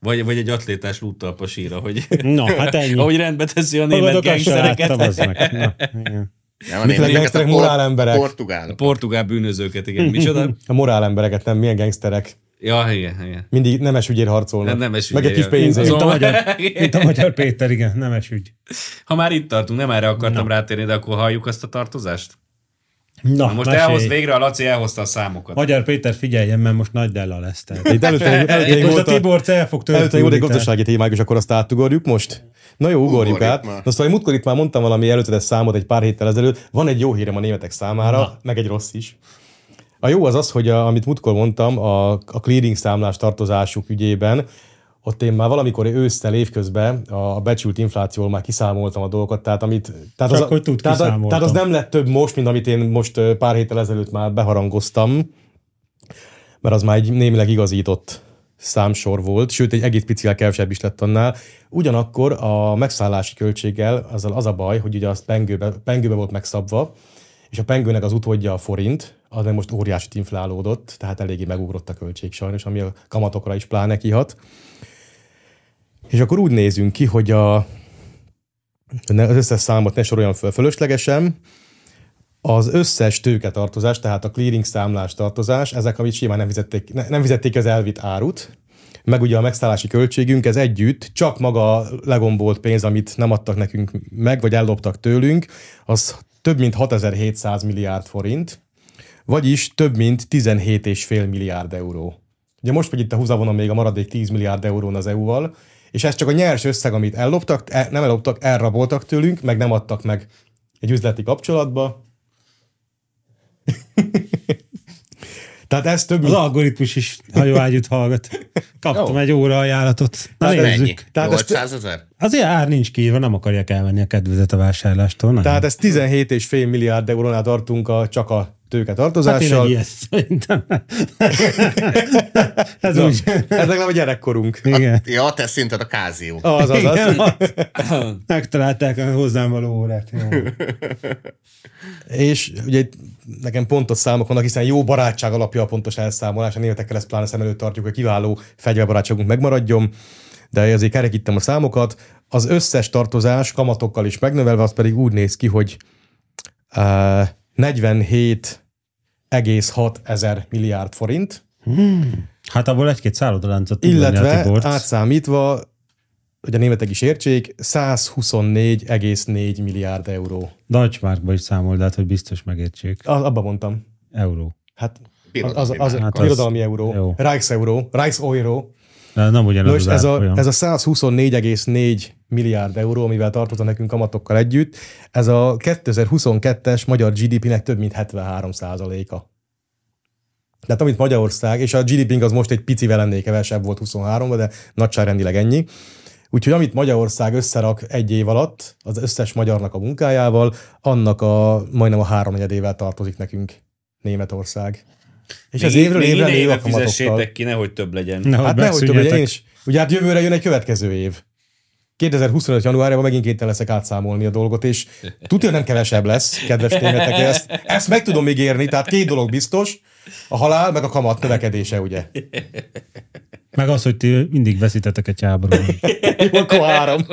Speaker 1: Vagy, vagy egy atlétás lúttalpas íra, hogy
Speaker 4: Na, hát ennyi.
Speaker 1: ahogy rendbe teszi a német
Speaker 4: Magadokat se láttam,
Speaker 1: gengszereket.
Speaker 4: az meg. Na, igen.
Speaker 3: Nem, hanem
Speaker 2: Mit
Speaker 3: ezeket hát a
Speaker 2: legyenek
Speaker 3: por-
Speaker 2: morálemberek?
Speaker 3: Portugálok.
Speaker 1: Portugál bűnözőket, igen. Micsoda?
Speaker 2: A morál embereket nem, milyen gangsterek.
Speaker 1: Ja, igen, igen.
Speaker 2: Mindig nemes ügyért harcolnak.
Speaker 1: Nem, nemes
Speaker 2: Meg egy kis
Speaker 1: ügyért.
Speaker 2: pénzért.
Speaker 4: Mint a,
Speaker 1: Azon-
Speaker 4: magyar, mint a magyar Péter, igen, nemes ügy.
Speaker 1: Ha már itt tartunk, nem erre akartam no. rátérni, de akkor halljuk azt a tartozást?
Speaker 4: Na,
Speaker 1: Most
Speaker 4: mesélj.
Speaker 1: elhoz végre, a Laci elhozta a számokat.
Speaker 4: Magyar Péter, figyeljen, mert most nagy Della lesz. Tehát.
Speaker 2: Itt előtte, előtte,
Speaker 4: Most a
Speaker 2: előtte,
Speaker 4: Tibor el fog törni.
Speaker 2: Előtte jó, de gazdasági témák, és akkor azt átugorjuk most? Na jó, ugorjuk
Speaker 3: Ugorjuk
Speaker 2: át.
Speaker 3: már.
Speaker 2: Na szóval én múltkor itt már mondtam valami előzetes számot egy pár héttel ezelőtt. Van egy jó hírem a németek számára, Na. meg egy rossz is. A jó az az, hogy a, amit múltkor mondtam, a, a clearing számlás tartozásuk ügyében, ott én már valamikor ősszel évközben a, a becsült inflációval már kiszámoltam a dolgokat, tehát amit... Tehát
Speaker 4: Csak hogy tud,
Speaker 2: tehát, a-
Speaker 4: kiszámoltam.
Speaker 2: tehát az nem lett több most, mint amit én most ö, pár héttel ezelőtt már beharangoztam mert az már egy némileg igazított számsor volt, sőt egy egész picivel kevesebb is lett annál. Ugyanakkor a megszállási költséggel azzal az a baj, hogy ugye az pengőbe, pengőbe volt megszabva, és a pengőnek az utódja a forint, az meg most óriásit inflálódott, tehát eléggé megugrott a költség sajnos, ami a kamatokra is pláne kihat. És akkor úgy nézünk ki, hogy a, ne, az összes számot ne soroljam föl fölöslegesen, az összes tőketartozás, tehát a clearing számlás tartozás, ezek, amit simán nem fizették, ne, nem fizették az elvitt árut, meg ugye a megszállási költségünk, ez együtt, csak maga a legombolt pénz, amit nem adtak nekünk meg, vagy elloptak tőlünk, az több mint 6700 milliárd forint, vagyis több mint 17,5 milliárd euró. Ugye most vagy itt a húzavonon még a maradék 10 milliárd eurón az EU-val, és ez csak a nyers összeg, amit elloptak, el, nem elloptak, elraboltak tőlünk, meg nem adtak meg egy üzleti kapcsolatba, Tehát ez több
Speaker 4: Az
Speaker 2: mint...
Speaker 4: algoritmus is hajóágyút hallgat. Kaptam
Speaker 3: Jó. Hát
Speaker 4: egy óra ajánlatot. Na,
Speaker 2: Tehát
Speaker 3: Mennyi?
Speaker 4: nézzük. hát
Speaker 2: Tehát ezt-
Speaker 3: 800 ezer?
Speaker 4: Azért ár nincs kiírva, nem akarják elvenni a kedvezet a vásárlástól. hát Nem?
Speaker 2: Tehát Hát ez 17,5 milliárd eurónál tartunk a, csak a tőke
Speaker 4: hát én egy
Speaker 2: tartozással.
Speaker 4: ilyet szerintem. Ez úgy.
Speaker 2: ez legalább a gyerekkorunk.
Speaker 4: Igen.
Speaker 3: Ja, te szinted a kázió.
Speaker 2: Az, az, az.
Speaker 4: Igen, az. Megtalálták a hozzám való órát. Jó.
Speaker 2: És ugye itt nekem pontos számok vannak, hiszen jó barátság alapja a pontos elszámolás. A németekkel ezt pláne szem előtt tartjuk, hogy kiváló fegyverbarátságunk megmaradjon. De azért kerekítem a számokat. Az összes tartozás kamatokkal is megnövelve, az pedig úgy néz ki, hogy uh, 47,6 ezer milliárd forint.
Speaker 4: Hát abból egy-két szállodaláncot tud venni a
Speaker 2: Illetve
Speaker 4: Tibort.
Speaker 2: átszámítva, hogy a németek is értsék, 124,4 milliárd euró.
Speaker 4: Deutschmarkba is számold át, hogy biztos megértsék.
Speaker 2: A- Abba mondtam.
Speaker 4: Euró.
Speaker 2: Hát az,
Speaker 3: Birodalmi
Speaker 2: az, az
Speaker 3: már.
Speaker 4: Hát
Speaker 2: hát
Speaker 4: az-
Speaker 2: irodalmi euró,
Speaker 4: jó.
Speaker 2: Reichs euró, Reichs euró.
Speaker 4: De nem ugyanaz
Speaker 2: Nos,
Speaker 4: az
Speaker 2: ez a,
Speaker 4: árfolyam.
Speaker 2: ez a 124,4 milliárd euró, amivel tartozna nekünk kamatokkal együtt, ez a 2022-es magyar GDP-nek több mint 73 százaléka. Tehát amit Magyarország, és a gdp az most egy picivel ennél kevesebb volt 23 ban de nagyságrendileg ennyi. Úgyhogy amit Magyarország összerak egy év alatt, az összes magyarnak a munkájával, annak a majdnem a háromnegyedével tartozik nekünk Németország. És az
Speaker 1: Még-
Speaker 2: évről
Speaker 1: még idén
Speaker 2: évre nő a
Speaker 1: éve
Speaker 2: kamatokkal.
Speaker 1: fizessétek ki, nehogy több legyen.
Speaker 4: Nehogy
Speaker 2: Hát nehogy tudom,
Speaker 4: megszűnjetek.
Speaker 2: hogy én is. Ugye hát jövőre jön egy következő év. 2025. januárjában megint kétel leszek átszámolni a dolgot, és tudja, nem kevesebb lesz, kedves németek, ezt, ezt meg tudom ígérni, tehát két dolog biztos, a halál, meg a kamat növekedése, ugye.
Speaker 4: Meg az, hogy ti mindig veszítetek egy háborúban.
Speaker 2: Jó, akkor három.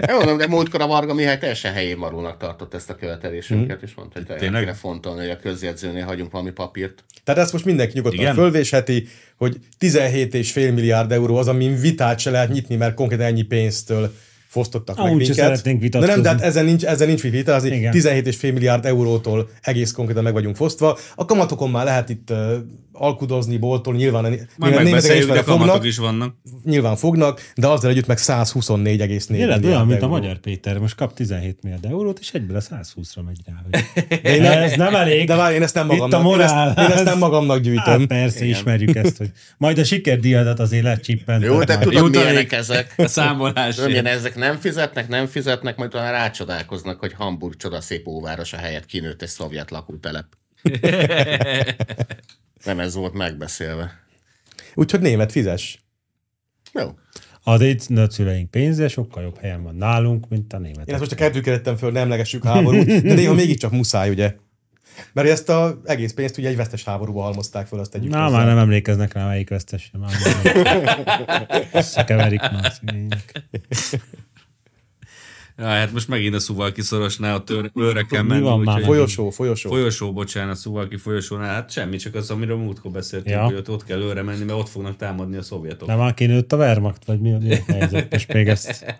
Speaker 3: Nem mondom, de múltkor a Varga Mihály teljesen helyén marulnak tartott ezt a követelésünket, és mondta, hogy tényleg
Speaker 1: Tényleg?
Speaker 3: kéne fontolni, hogy a közjegyzőnél hagyunk valami papírt.
Speaker 2: Tehát ezt most mindenki nyugodtan
Speaker 1: Igen?
Speaker 2: Igen? fölvésheti, hogy 17,5 milliárd euró az, amin vitát se lehet nyitni, mert konkrétan ennyi pénztől fosztottak
Speaker 4: Ah,
Speaker 2: meg
Speaker 4: úgyse
Speaker 2: minket.
Speaker 4: szeretnénk
Speaker 2: De nem,
Speaker 4: vitatkozni.
Speaker 2: de hát ezen nincs, ezen nincs mit vitázni.
Speaker 4: Igen.
Speaker 2: 17,5 milliárd eurótól egész konkrétan meg vagyunk fosztva. A kamatokon már lehet itt uh, alkudozni, boltól, nyilván,
Speaker 1: Majd
Speaker 2: nyilván németeken is
Speaker 1: megbeszéljük, de
Speaker 2: vele
Speaker 1: kamatok
Speaker 2: fognak,
Speaker 1: is vannak.
Speaker 2: nyilván fognak, de azzal együtt meg 124,4
Speaker 4: Tényleg
Speaker 2: milliárd
Speaker 4: olyan, mint a
Speaker 2: euró.
Speaker 4: magyar Péter, most kap 17 milliárd eurót, és egyből a 120-ra megy rá. hogy- De ez nem elég.
Speaker 2: De várj, én ezt nem
Speaker 4: Itt
Speaker 2: magamnak,
Speaker 4: a
Speaker 2: én,
Speaker 4: morál.
Speaker 2: ezt, én ezt nem magamnak gyűjtöm.
Speaker 4: Hát persze, Igen. ismerjük ezt, hogy majd a sikerdíjadat azért lecsippent.
Speaker 3: Jó, de
Speaker 4: majd.
Speaker 3: tudod,
Speaker 5: Jutalék.
Speaker 3: milyenek ezek.
Speaker 5: A számolás.
Speaker 3: Tudom, milyen ezek nem fizetnek, nem fizetnek, majd talán rácsodálkoznak, hogy Hamburg csodaszép óvárosa helyett kinőtt egy szovjet lakótelep. nem ez volt megbeszélve.
Speaker 2: Úgyhogy német fizes.
Speaker 3: Jó.
Speaker 4: Az itt nagyszüleink pénze sokkal jobb helyen van nálunk, mint a
Speaker 2: Én ezt
Speaker 4: németek.
Speaker 2: most csak kedvükre föl, nem legessük háborút, de néha mégiscsak muszáj, ugye? Mert ezt az egész pénzt ugye egy vesztes háborúba halmozták föl, azt tegyük
Speaker 4: Na,
Speaker 2: hozzá.
Speaker 4: már nem emlékeznek rá, melyik vesztes sem. Már már- Összekeverik már. szegények.
Speaker 1: Ja, hát most megint a Szuvalki szorosnál a tör, őre kell
Speaker 4: Mi
Speaker 1: menni.
Speaker 4: van már?
Speaker 1: úgyhogy-
Speaker 2: Folyosó, folyosó.
Speaker 1: Folyosó, bocsánat, Szuvalki folyosónál. Hát semmi, csak az, amiről múltkor beszéltünk,
Speaker 4: Ja.
Speaker 1: hogy ott, ott kell őre menni, mert ott fognak támadni a szovjetok.
Speaker 4: De már kinőtt a Wehrmacht, vagy mi a mi a helyzet? Most még ezt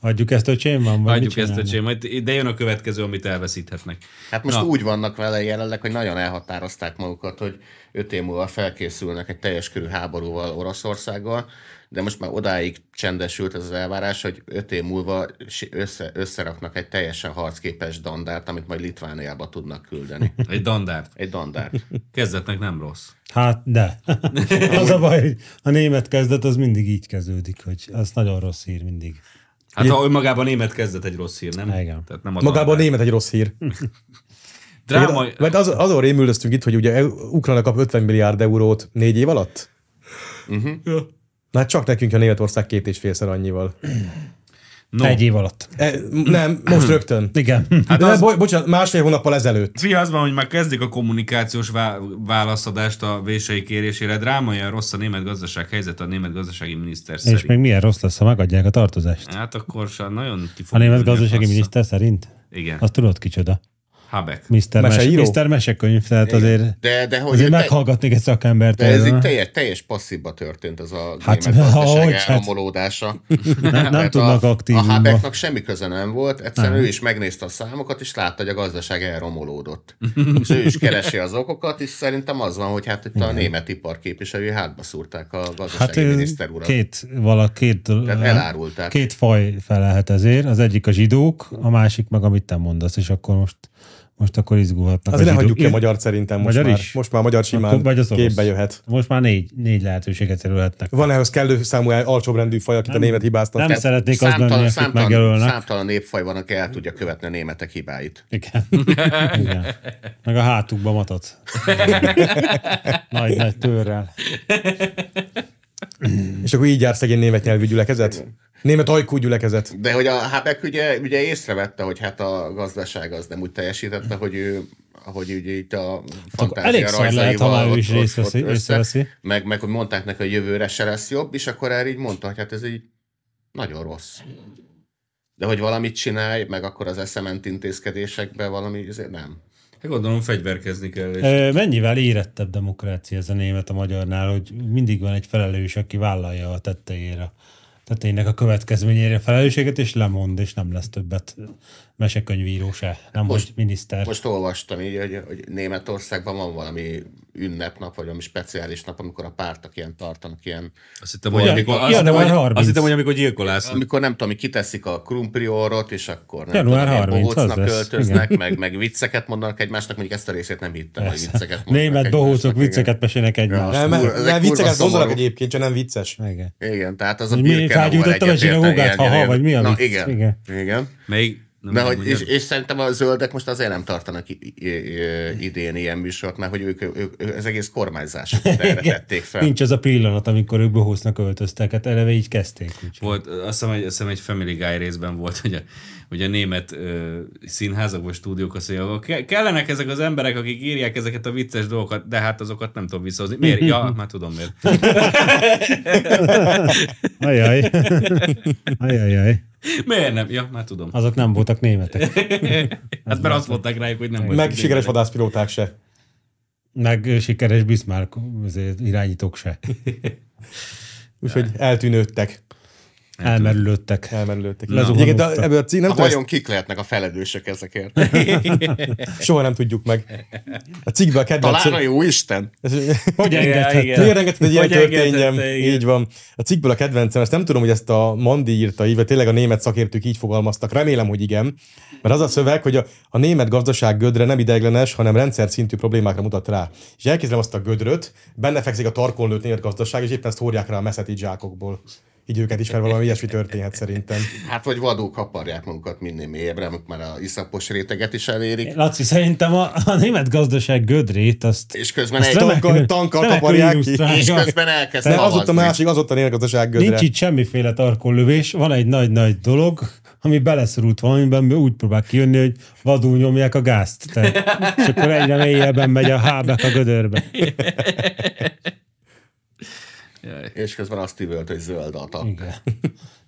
Speaker 4: adjuk ezt öcsémben? vagy
Speaker 1: Adjuk
Speaker 4: mit
Speaker 1: ezt,
Speaker 4: csinálnak?
Speaker 1: öcsém, majd de jön a következő, amit elveszíthetnek.
Speaker 3: Hát most Na. úgy vannak vele jelenleg, hogy nagyon elhatározták magukat, hogy öt év múlva felkészülnek egy teljes körű háborúval Oroszországgal, de most már odáig csendesült ez az elvárás, hogy öt év múlva si- össze, összeraknak egy teljesen harcképes dandát, amit majd Litvániába tudnak küldeni.
Speaker 1: Egy dandárt.
Speaker 3: Egy dandát.
Speaker 1: Kezdetnek nem rossz.
Speaker 4: Hát, de. az a baj, hogy a német kezdet az mindig így kezdődik, hogy az nagyon rossz hír mindig.
Speaker 1: Hát ha önmagában a német kezdet egy rossz hír, nem?
Speaker 4: Igen.
Speaker 1: Tehát nem a
Speaker 2: Magában a
Speaker 1: dandár.
Speaker 2: német egy rossz hír.
Speaker 1: Dráma...
Speaker 2: Mert az, azon rémüldöztünk itt, hogy ugye Eu- Ukrajna kap 50 milliárd eurót négy év alatt? Uh-huh. Na hát csak nekünk a Németország két és félszer annyival.
Speaker 1: No.
Speaker 4: Egy év alatt.
Speaker 2: E, nem, most rögtön.
Speaker 4: Igen.
Speaker 2: Hát az... bo- bocsánat, másfél hónappal ezelőtt.
Speaker 1: Fia, az van, hogy már kezdik a kommunikációs vá- válaszadást a vései kérésére. Drámaian rossz a német gazdaság helyzet a német gazdasági miniszter
Speaker 4: És
Speaker 1: szerint.
Speaker 4: még milyen rossz lesz, ha megadják a tartozást.
Speaker 1: Hát akkor se nagyon ki
Speaker 4: A
Speaker 1: fog
Speaker 4: német
Speaker 1: jönni
Speaker 4: gazdasági
Speaker 1: fassa.
Speaker 4: miniszter szerint?
Speaker 1: Igen,
Speaker 4: Azt tudod kicsoda.
Speaker 1: Habeck.
Speaker 4: Mr. Mes-
Speaker 2: Meseíró?
Speaker 4: Mr. Mesekönyv, tehát azért,
Speaker 3: De, de hogy
Speaker 4: azért
Speaker 3: ő te-
Speaker 4: meghallgatnék egy szakembert.
Speaker 3: De ez
Speaker 4: erről.
Speaker 3: így teljes, teljes passzívba történt ez a
Speaker 4: Hát,
Speaker 3: hát, német gazdaság
Speaker 4: ahogy, hát.
Speaker 3: elromolódása.
Speaker 4: nem
Speaker 3: Tehát
Speaker 4: tudnak
Speaker 3: Hát a,
Speaker 4: aktívumba.
Speaker 3: A Habecknak semmi köze nem volt, egyszerűen ő is megnézte a számokat, és látta, hogy a gazdaság elromolódott. és ő is keresi az okokat, és szerintem az van, hogy hát itt a német iparképviselői hátba szúrták a
Speaker 4: Hát
Speaker 3: gazdasági
Speaker 4: ő
Speaker 3: miniszter urat.
Speaker 4: két, vala, két,
Speaker 3: Tehát elárulták.
Speaker 4: két faj felelhet ezért, az egyik a zsidók, a másik meg amit te mondasz, és akkor most, most akkor izgulhatnak
Speaker 2: Azért
Speaker 4: a zsidók.
Speaker 2: ne hagyjuk ki a magyar szerintem most
Speaker 4: Magyar
Speaker 2: már.
Speaker 4: is?
Speaker 2: Most már magyar
Speaker 4: Akkor
Speaker 2: simán
Speaker 4: vagy az orosz.
Speaker 2: képbe jöhet.
Speaker 4: Most már négy, négy lehetőséget terülhetnek.
Speaker 2: Van ehhez kellő számú el- alcsóbrendű faj, akit a német hibáztat.
Speaker 4: Nem
Speaker 2: Nem.
Speaker 4: szeretnék az lenni, akit
Speaker 3: számtalan,
Speaker 4: megjelölnek.
Speaker 3: számtalan népfaj van, aki el tudja követni a németek hibáit.
Speaker 4: Igen. Igen. Meg a hátukba matat. Nagy-nagy tőrrel.
Speaker 2: És akkor így jár szegény német nyelvű gyülekezet? Német ajkú gyülekezet.
Speaker 3: De hogy a Habeck ugye, ugye észrevette, hogy hát a gazdaság az nem úgy teljesítette, hogy ő hogy ugye itt a
Speaker 4: elég
Speaker 3: fantázia
Speaker 4: szar lehet, ha már
Speaker 3: rajzaival
Speaker 4: ő is
Speaker 3: ott-
Speaker 4: részt
Speaker 3: ott-
Speaker 4: veszi-
Speaker 3: ott
Speaker 4: észreveszi.
Speaker 3: össze, meg, meg hogy mondták neki, hogy jövőre se lesz jobb, és akkor erre így mondta, hogy hát ez így nagyon rossz. De hogy valamit csinálj, meg akkor az eszement intézkedésekben valami, azért nem.
Speaker 1: Hát gondolom fegyverkezni kell. És...
Speaker 4: Ö, Mennyivel érettebb demokrácia ez a német a magyarnál, hogy mindig van egy felelős, aki vállalja a tetteire tetteinek a következményére felelősséget, és lemond, és nem lesz többet mesekönyvíró se, nem most, most miniszter. Most
Speaker 3: Most olvastam így, hogy, hogy Németországban van valami ünnepnap, vagy valami speciális nap, amikor a pártok ilyen tartanak ilyen
Speaker 1: Azt hittem, hogy, amikor, azt,
Speaker 4: január
Speaker 1: hittem, hogy,
Speaker 4: 30.
Speaker 1: azt hittem, hogy amikor gyilkolásznak.
Speaker 3: Amikor nem tudom, hogy kiteszik a krumpliorrot, és akkor nem
Speaker 4: Január
Speaker 3: tudom, ilyen
Speaker 4: 30, az
Speaker 3: bohócnak
Speaker 4: lesz,
Speaker 3: költöznek, meg, meg vicceket mondanak egymásnak, mondjuk ezt a részét nem hittem, hogy vicceket mondanak
Speaker 4: Német
Speaker 3: egymásnak,
Speaker 4: bohócok
Speaker 3: igen.
Speaker 4: vicceket mesélnek egymásra.
Speaker 2: Nem,
Speaker 3: kurva-
Speaker 2: mert
Speaker 3: ezek
Speaker 2: nem
Speaker 3: kurva
Speaker 2: vicceket gondolnak
Speaker 3: szomorú.
Speaker 2: egyébként, csak nem vicces.
Speaker 4: Igen.
Speaker 3: Igen, tehát az a
Speaker 4: Hogy mi
Speaker 3: birke
Speaker 4: felgyújtottam a zsinagógát, haha, vagy mi a
Speaker 3: Na,
Speaker 4: vicc?
Speaker 3: igen,
Speaker 4: Igen.
Speaker 3: igen. igen.
Speaker 1: Melyik? Nem
Speaker 3: Na,
Speaker 1: tudom,
Speaker 3: hogy, és,
Speaker 1: magyar.
Speaker 3: és, szerintem a zöldek most azért nem tartanak i- i- i- idén ilyen műsort, mert hogy ők, ők, ők az egész kormányzásukat erre tették fel.
Speaker 4: Nincs az a pillanat, amikor ők bohócnak öltöztek, hát eleve így kezdték. Úgyhogy.
Speaker 1: Volt, azt hiszem, egy, azt hiszem egy Family Guy részben volt, hogy a, hogy a német ö, színházak vagy stúdiók azt mondják, hogy "Ke- kellenek ezek az emberek, akik írják ezeket a vicces dolgokat, de hát azokat nem tudom visszahozni. Miért? Ja, már tudom miért.
Speaker 4: Ajaj. Ajajaj.
Speaker 1: Miért nem? Ja, már tudom.
Speaker 4: Azok nem voltak németek.
Speaker 1: Hát mert azt mondták rájuk, hogy nem vagyunk
Speaker 2: Meg sikeres
Speaker 1: németek.
Speaker 2: vadászpilóták se.
Speaker 4: Meg ö, sikeres Hát, Bismarck azért irányítók se.
Speaker 2: Úgyhogy eltűnődtek.
Speaker 4: Elmerülődtek.
Speaker 2: Elmenülődtek.
Speaker 4: Lezuhanódtak.
Speaker 2: Egyébként a- ebből a cím, nem
Speaker 3: Nem
Speaker 2: tudom, ezt
Speaker 3: Vajon kik lehetnek a felelősök ezekért?
Speaker 2: soha nem tudjuk meg. A cikkben a kedvenc...
Speaker 3: Talán a jó Isten?
Speaker 4: Hogy
Speaker 5: Igen,
Speaker 4: engedhette?
Speaker 5: igen.
Speaker 2: Miért engedted, hogy ilyen
Speaker 5: Hogy engedhette,
Speaker 2: történjen?
Speaker 5: igen.
Speaker 2: Így van. A cikkből a kedvencem, ezt nem tudom, hogy ezt a Mandi írta így, vagy tényleg a német szakértők így fogalmaztak. Remélem, hogy igen. Mert az a szöveg, hogy a, a német gazdaság gödre nem ideiglenes, hanem rendszer szintű problémákra mutat rá. És elképzelem azt a gödröt, benne fekszik a tarkon lőtt német gazdaság, és éppen ezt hordják rá a meszeti zsákokból. Így őket is, mert valami ilyesmi történhet szerintem.
Speaker 3: Hát, vagy vadók kaparják magukat minél mélyebbre, amik már a iszapos réteget is elérik,
Speaker 4: Laci, szerintem a, a német gazdaság gödrét azt...
Speaker 3: és közben,
Speaker 4: Azt
Speaker 3: egy,
Speaker 4: remek-
Speaker 2: Tankkal, tankkal
Speaker 4: remekül
Speaker 2: kaparják ki.
Speaker 4: illusztrálja.
Speaker 3: és közben elkezd
Speaker 2: De Hát az ott a
Speaker 3: szavazni.
Speaker 2: másik, az ott a német gazdaság gödre.
Speaker 4: Nincs itt semmiféle tarkonlövés, van egy nagy-nagy dolog, ami beleszorult valamiben, úgy próbál kijönni, hogy vadul nyomják a gázt. Tehát, és akkor egyre mélyebben megy a hábek a gödörbe.
Speaker 5: Jaj.
Speaker 3: És közben azt üvölt, hogy zöld a tap.
Speaker 4: Igen.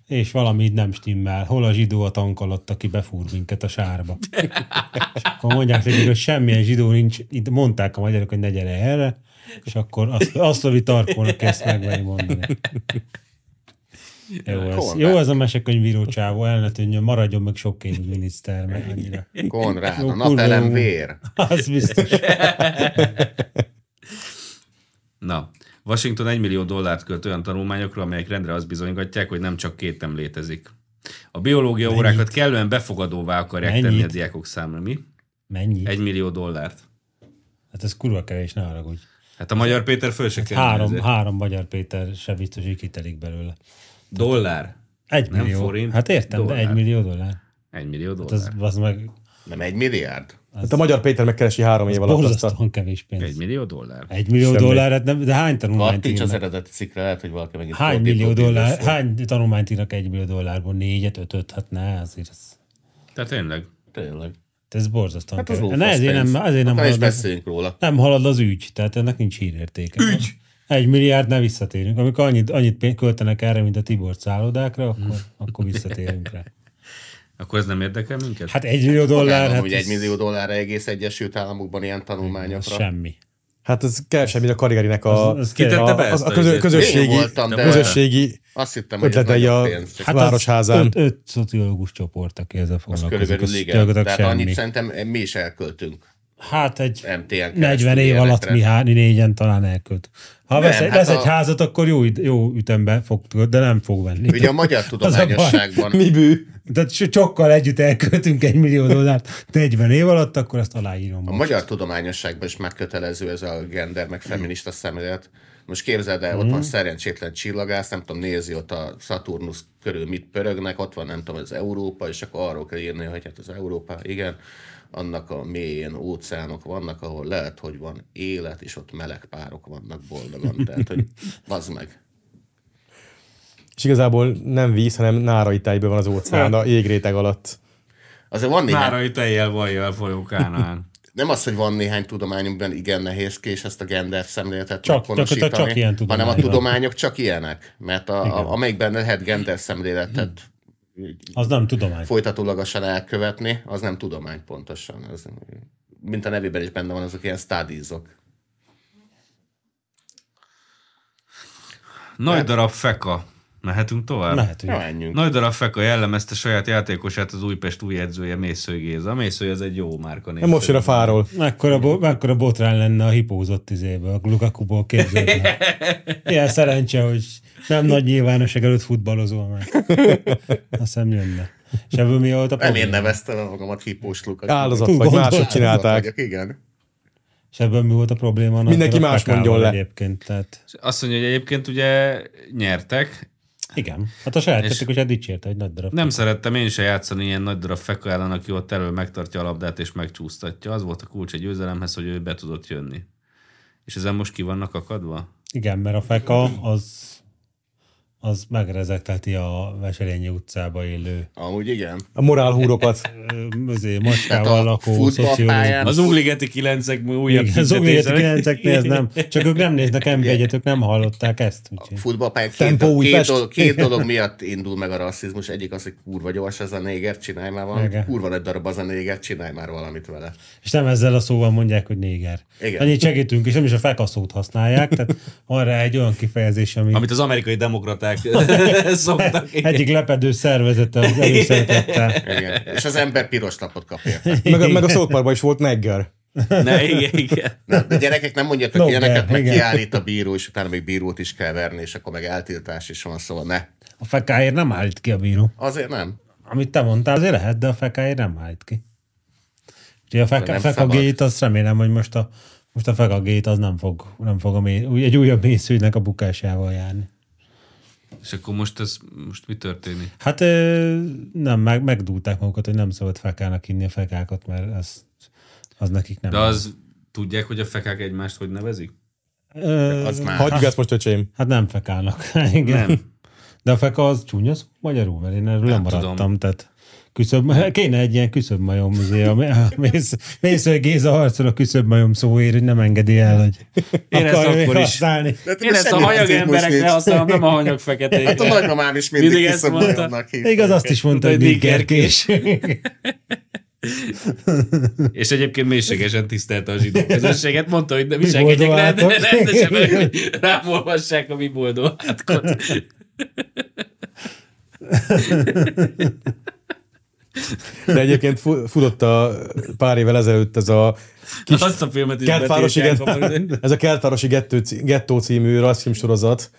Speaker 4: És valami így nem stimmel. Hol a zsidó a tank alatt, aki befúr minket a sárba? és akkor mondják nekik, hogy semmilyen zsidó nincs. Itt mondták a magyarok, hogy ne gyere erre, és akkor azt, azt hogy tarkónak ezt megmeri mondani. Jó ez. Jó ez a mesekönyvíró csávó, el ne tűnjön, maradjon meg sok miniszter, meg annyira.
Speaker 3: Konrád,
Speaker 4: Jó,
Speaker 3: a napelem
Speaker 4: kurva jó.
Speaker 3: vér.
Speaker 4: Az biztos.
Speaker 1: Na, Washington 1 millió dollárt költ olyan tanulmányokra, amelyek rendre azt bizonygatják, hogy nem csak két nem létezik. A biológia órákat kellően befogadóvá akarják
Speaker 4: Mennyit?
Speaker 1: tenni a diákok számára. Mi?
Speaker 4: Mennyi?
Speaker 1: Egy millió dollárt.
Speaker 4: Hát ez kurva kevés, ne haragudj.
Speaker 1: Hát a Magyar Péter föl se kerül
Speaker 4: Három,
Speaker 1: ezért.
Speaker 4: három Magyar Péter se biztos, hogy kitelik belőle.
Speaker 1: Dollár.
Speaker 4: Egy
Speaker 1: Nem
Speaker 4: millió.
Speaker 1: forint,
Speaker 4: hát értem, dollár. de egy
Speaker 1: dollár.
Speaker 4: millió dollár.
Speaker 1: Egy millió
Speaker 4: Hát
Speaker 1: dollár.
Speaker 4: az, az meg
Speaker 3: Nem egy milliárd?
Speaker 2: Hát a magyar Péter megkeresi három év alatt azt a...
Speaker 4: borzasztóan kevés pénz.
Speaker 1: Egy
Speaker 4: Egy,
Speaker 1: millió dollár.
Speaker 4: egy millió
Speaker 2: Semmi.
Speaker 4: dollár, hát nem, de hány
Speaker 3: Van
Speaker 4: tanulmányt
Speaker 3: nincs az
Speaker 4: írnak?
Speaker 3: eredeti cikkre, lehet, hogy valaki megint
Speaker 4: Hány
Speaker 3: fordított
Speaker 4: millió dollár,
Speaker 3: időszak.
Speaker 4: hány tanulmányt írnak egy millió dollárból? Négyet, ötöt, hát ne, azért ez,
Speaker 1: Tehát tényleg.
Speaker 3: Tényleg.
Speaker 4: ez borzasztóan
Speaker 3: Hát az
Speaker 4: kevés.
Speaker 3: lófasz
Speaker 4: Ne, ezért
Speaker 3: pénz.
Speaker 4: nem, azért nem
Speaker 3: Nem is
Speaker 4: halad, az,
Speaker 3: beszéljünk róla.
Speaker 4: nem halad az ügy, tehát ennek nincs hírértéke. Ügy! Egy milliárd, ne visszatérünk. Amikor annyit, annyit pénzt költenek erre, mint a Tibor szállodákra, akkor, akkor visszatérünk rá.
Speaker 1: Akkor ez nem érdekel minket?
Speaker 4: Hát egy millió dollár,
Speaker 3: Dollár,
Speaker 4: hát
Speaker 3: hogy
Speaker 4: ez-
Speaker 3: egy millió dollárra egész Egyesült Államokban ilyen
Speaker 4: az
Speaker 3: tanulmányokra.
Speaker 4: semmi.
Speaker 2: Hát ez kell semmi a karrigerinek a,
Speaker 4: Az- az
Speaker 2: a,
Speaker 1: kitette be
Speaker 2: a,
Speaker 1: ezt
Speaker 2: a
Speaker 1: a
Speaker 2: közö,
Speaker 1: izét?
Speaker 2: közösségi,
Speaker 3: Én voltam, de-
Speaker 2: közösségi
Speaker 3: Azt hittem, hogy ez
Speaker 2: ötletei
Speaker 3: nagyobb
Speaker 2: a
Speaker 3: pénz. Csak
Speaker 2: hát városházán.
Speaker 4: Öt, öt szociológus csoport, aki ezzel foglalkozik,
Speaker 3: körülbelül
Speaker 4: az
Speaker 3: igen.
Speaker 4: gyakorlatilag
Speaker 3: Tehát annyit
Speaker 4: semmi.
Speaker 3: szerintem mi is elköltünk.
Speaker 4: Hát egy
Speaker 3: MTN keresztül
Speaker 4: 40 év
Speaker 3: ilyenekre.
Speaker 4: alatt mi há- mi négyen talán elkölt. Ha
Speaker 3: Nem,
Speaker 4: vesz, egy-
Speaker 3: hát
Speaker 4: vesz
Speaker 3: a-
Speaker 4: egy házat, akkor jó, id- jó ütembe fog, de nem fog venni.
Speaker 3: Ugye a magyar
Speaker 4: baj.
Speaker 3: tudományosságban
Speaker 2: Mi bű?
Speaker 4: Tehát so- sokkal együtt elköltünk egy millió dollárt 40 év alatt, akkor ezt aláírom.
Speaker 3: A
Speaker 4: most.
Speaker 3: magyar tudományosságban is megkötelező ez a gender, meg feminista szemlélet. Most képzeld el, ott van
Speaker 4: Mhm.
Speaker 3: szerencsétlen csillagász, nem tudom, nézi ott a Saturnus körül mit pörögnek, ott van, nem tudom, az Európa, és akkor arról kell írni, hogy hát az Európa, igen, annak a mélyén óceánok vannak, ahol lehet, hogy van élet, és ott meleg párok vannak boldogan. Tehát, hogy bazd meg.
Speaker 2: És igazából nem víz, hanem nárai tejből van az óceán, a jégréteg alatt.
Speaker 3: Azért van néhány,
Speaker 1: Márai tejjel, vajjal, folyókánál.
Speaker 3: nem az, hogy van néhány tudomány, amiben igen nehézkés ezt a gender szemléletet
Speaker 4: Csak-
Speaker 3: meghonosítani,
Speaker 4: gyakorlatilag csak ilyen tudomány
Speaker 3: hanem a
Speaker 4: van.
Speaker 3: tudományok csak ilyenek, mert a, a, amelyikben lehet gender szemléletet
Speaker 4: Az nem tudomány.
Speaker 3: folytatólagosan elkövetni, az nem tudomány pontosan. Az, mint a nevében is benne van, azok ilyen stádízok.
Speaker 1: Nagy darab feka. Mehetünk tovább?
Speaker 4: Mehetünk.
Speaker 3: Na, menjünk.
Speaker 1: Nagy darab feka jellemezte saját játékosát az Újpest új edzője Mészői Géza. Mészői az egy jó márka név.
Speaker 2: Nem most jön a fáról.
Speaker 4: Mekkora, bo- mekkora botrány lenne a hipózott izéből, a Lukakuból képzeld el. Ilyen szerencse, hogy nem nagy nyilvánosság előtt futballozol meg. Azt hiszem jönne. És ebből mi volt a
Speaker 3: Nem én
Speaker 4: probléma?
Speaker 3: neveztem el magamat hipós lukat.
Speaker 2: Áldozat
Speaker 4: Túl
Speaker 2: vagy,
Speaker 4: gondolt.
Speaker 2: mások csinálták.
Speaker 3: Vagyok, igen.
Speaker 4: És ebből mi volt a probléma? annak
Speaker 2: Mindenki
Speaker 4: a
Speaker 2: más
Speaker 4: Kakával
Speaker 2: mondjon le.
Speaker 4: Egyébként, tehát
Speaker 1: És Azt mondja, hogy egyébként ugye nyertek.
Speaker 4: igen. Hát a saját
Speaker 1: És-
Speaker 4: tettük, hogy dicsérte egy nagy darab.
Speaker 1: Nem szerettem én se játszani ilyen nagy darab feka ellen, aki ott elől megtartja a labdát és megcsúsztatja. Az volt a kulcs egy győzelemhez, hogy ő be tudott jönni. És ezen most ki vannak akadva?
Speaker 4: Igen, mert a feka az az megrezekteti a Veselényi utcába élő
Speaker 3: Amúgy igen.
Speaker 2: A morálhúrokat.
Speaker 4: ö, özé,
Speaker 3: Tehát
Speaker 4: macskával
Speaker 3: Hát a
Speaker 4: lakó
Speaker 3: futballpályán
Speaker 4: szociológus.
Speaker 1: Az Ugligeti 9-ek újabb
Speaker 4: Igen, az Ugléti
Speaker 1: tüntetések.
Speaker 4: 9 ez nem. Csak ők nem néznek mb 1 ők nem hallották ezt.
Speaker 3: A
Speaker 4: Úgyhogy.
Speaker 3: futballpályán két,
Speaker 2: Tempó
Speaker 3: do- két,
Speaker 2: Újpest.
Speaker 3: dolog, két dolog miatt indul meg a rasszizmus. Egyik az, hogy kurva gyors ez a néger, csinálj már valamit.
Speaker 4: Igen.
Speaker 3: Kurva nagy darab az a néger, csinálj már valamit vele.
Speaker 4: És nem ezzel a szóval mondják, hogy néger.
Speaker 3: Igen.
Speaker 4: Annyit segítünk, és nem is a fekaszót használják, tehát van rá egy olyan kifejezés, ami...
Speaker 1: Amit az amerikai demokraták szokták. szoktak.
Speaker 4: Egyik lepedő szervezete az előszeretettel.
Speaker 3: Igen. És az ember piros lapot kap érte.
Speaker 2: Meg, a- meg a South Parkban is volt Negger.
Speaker 1: Na, igen, igen.
Speaker 3: Na, de gyerekek nem mondjatok
Speaker 4: No,
Speaker 3: ilyeneket,
Speaker 4: de,
Speaker 3: meg
Speaker 4: igen.
Speaker 3: kiállít a bíró, és utána még bírót is kell verni, és akkor meg eltiltás is van, szóval ne.
Speaker 4: A fekáért nem állít ki a bíró.
Speaker 3: Azért nem.
Speaker 4: Amit te mondtál, azért lehet, de a fekáért nem állít ki. Úgyhogy a
Speaker 3: Nem
Speaker 4: feka,
Speaker 3: szabad.
Speaker 4: fekagét, azt remélem, hogy most a, most a fekagét az nem fog, nem fog a mély, úgy- egy újabb mészőnek a bukásával járni.
Speaker 1: És akkor most ez, most mi történik?
Speaker 4: Hát ö, nem, meg, megdúlták magukat, hogy nem szabad fekának inni a fekákat, mert az, az nekik nem.
Speaker 1: De az, tudják, hogy a fekák egymást hogy nevezik?
Speaker 4: Ö,
Speaker 3: Az már.
Speaker 2: Hagyjuk ezt most, öcsém.
Speaker 4: Hát nem fekának. Igen.
Speaker 1: Nem.
Speaker 4: Nem. De a feka az csúnya szó magyarul, mert én erről nem maradtam.
Speaker 1: tudom.
Speaker 4: Tudom. Tehát küszöb, kéne egy ilyen küszöbmajom, azért a a mész, mész, hogy Géza harcol a küszöbmajom szóért, hogy nem engedi el, hogy
Speaker 1: Én ezt
Speaker 4: akarja
Speaker 1: akkor is.
Speaker 4: használni.
Speaker 1: Én ezt a hanyag emberekre használom, nem a hanyag feketék.
Speaker 3: Hát a nagymamám is mindig,
Speaker 1: Mindig
Speaker 3: mindig
Speaker 1: ezt
Speaker 3: kiszabadulnak
Speaker 1: mondta.
Speaker 3: hívták.
Speaker 4: Igaz, azt is mondta, hogy
Speaker 1: Mondta, hogy
Speaker 4: niggerkés.
Speaker 1: És egyébként mélységesen tisztelte a zsidó közösséget, mondta, hogy ne viselkedjek rend,
Speaker 4: boldogátok.
Speaker 1: rendesen, mert hogy rám olvassák a mi boldogátkot.
Speaker 2: De egyébként fu- futott a pár évvel ezelőtt ez a kis
Speaker 1: Azt a filmet is
Speaker 2: Kertvárosi
Speaker 1: betiltják,
Speaker 2: gettó,
Speaker 1: ha-
Speaker 2: ez a Kertvárosi gettó, gettó című rajzfilm sorozat,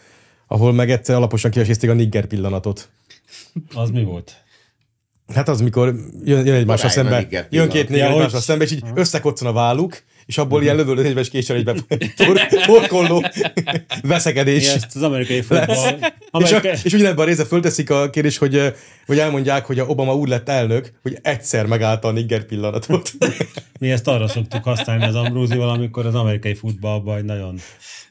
Speaker 2: ahol meg egyszer alaposan kivesézték a nigger pillanatot.
Speaker 4: Az mi volt?
Speaker 2: Hát az, mikor jön, jön egymásra
Speaker 3: Korábban
Speaker 2: szembe,
Speaker 3: nigger
Speaker 2: jön
Speaker 3: pillanat.
Speaker 2: két négyer
Speaker 4: Ja,
Speaker 2: egymásra
Speaker 4: hogy- Mhm.
Speaker 2: szembe, és így összekoccan a válluk, és abból ilyen lövöldöz egyves késsel egybe tor- torkolló veszekedés.
Speaker 4: Igen, ezt az amerikai futball.
Speaker 2: És, a,
Speaker 4: Amerikai...
Speaker 2: és ugyanebben a része fölteszik a kérdés, hogy, eh, hogy elmondják, hogy a Obama úgy lett elnök, hogy egyszer megállta a nigger pillanatot.
Speaker 4: Mi ezt arra szoktuk használni az Ambrózival, amikor az amerikai futballban egy nagyon,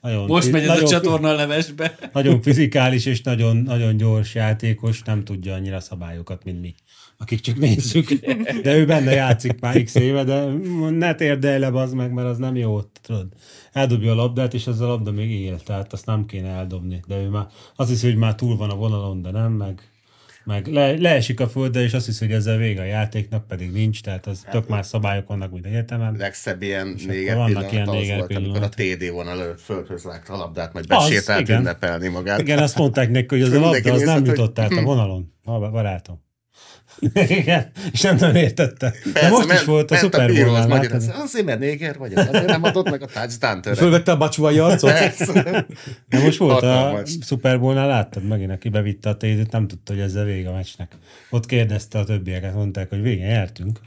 Speaker 4: nagyon...
Speaker 1: Most megy ez
Speaker 4: nagyon,
Speaker 1: a csatorna a levesbe.
Speaker 4: Nagyon fizikális és nagyon, nagyon gyors játékos, nem tudja annyira a szabályokat, mint mi, akik csak nézzük. De ő benne játszik már x éve, de ne térdelj le az meg, mert az nem jó, tudod. Eldobja a labdát, és ez a labda még él, tehát azt nem kéne eldobni. De ő már azt hiszi, hogy már túl van a vonalon, de nem, meg meg le, leesik a földre, és azt hiszi, hogy ezzel vége a játéknak, pedig nincs, tehát az tök más szabályok vannak, mint egyetemen.
Speaker 3: legszebb ilyen
Speaker 4: akkor
Speaker 3: néger
Speaker 4: vannak
Speaker 3: pillanat
Speaker 4: ilyen
Speaker 3: az
Speaker 4: néger
Speaker 3: volt, amikor a
Speaker 4: pillanatok.
Speaker 3: TD vonal előtt földhöz látta a labdát, majd
Speaker 4: Az,
Speaker 3: besétált
Speaker 4: igen.
Speaker 3: ünnepelni magát.
Speaker 4: Igen, azt mondták neki, hogy az a
Speaker 3: Mindenki
Speaker 4: labda az nem
Speaker 3: nézett, hogy- Hmm.
Speaker 4: jutott át a vonalon, Ha, barátom. Igen, és nem nagyon értette. De
Speaker 3: Persze,
Speaker 4: most
Speaker 3: ment-
Speaker 4: is volt a
Speaker 3: ment
Speaker 4: Super
Speaker 3: bíró, az
Speaker 4: Bowl-nál,
Speaker 3: magyar,
Speaker 4: látod?
Speaker 3: az- Azért, mert néger vagy, az azért nem adott meg a touchdown török.
Speaker 2: Fölvette a bacsúvai arcot.
Speaker 3: Persze.
Speaker 4: De most volt a
Speaker 3: Hatalmas.
Speaker 4: Super Bowl-nál, láttad megint, aki bevitte a tézit, nem tudta, hogy ezzel vége a meccsnek. Ott kérdezte a többieket, mondták, hogy végén jártunk.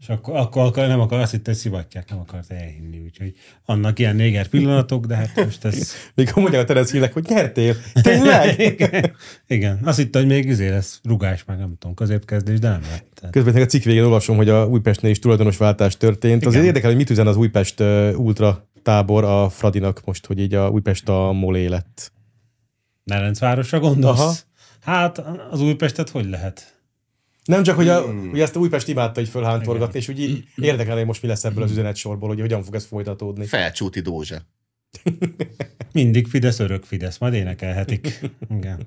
Speaker 4: És akkor, akkor, akkor nem akar, azt hitte, hogy szivatják, nem akart elhinni. Úgyhogy annak ilyen néger pillanatok, de hát most ez...
Speaker 2: Mikor mondják a Terence Hillek, hogy nyertél, tényleg?
Speaker 4: Igen, azt hitte, hogy még izé lesz rugás, meg nem tudom, középkezdés, de nem lett. Tehát-
Speaker 2: Közben a cikk végén olvasom, hogy a Újpestnél is tulajdonosváltás történt. Igen. Azért érdekel, hogy mit üzen az Újpest ö, ultra tábor a Fradinak most, hogy így a Újpest a molé lett.
Speaker 4: Nerencvárosra gondolsz?
Speaker 2: Aha.
Speaker 4: Aha. Hát az Újpestet hogy lehet?
Speaker 2: Nem csak, hogy, a,
Speaker 4: Hmm.
Speaker 2: hogy ezt a Újpest imádta így fölhántorgatni, és úgy így érdekel, hogy most mi lesz ebből
Speaker 4: Hmm.
Speaker 2: az üzenetsorból, hogy hogyan fog ez folytatódni.
Speaker 3: Felcsúti Dózsa.
Speaker 4: Mindig Fidesz, örök Fidesz, majd énekelhetik. Igen.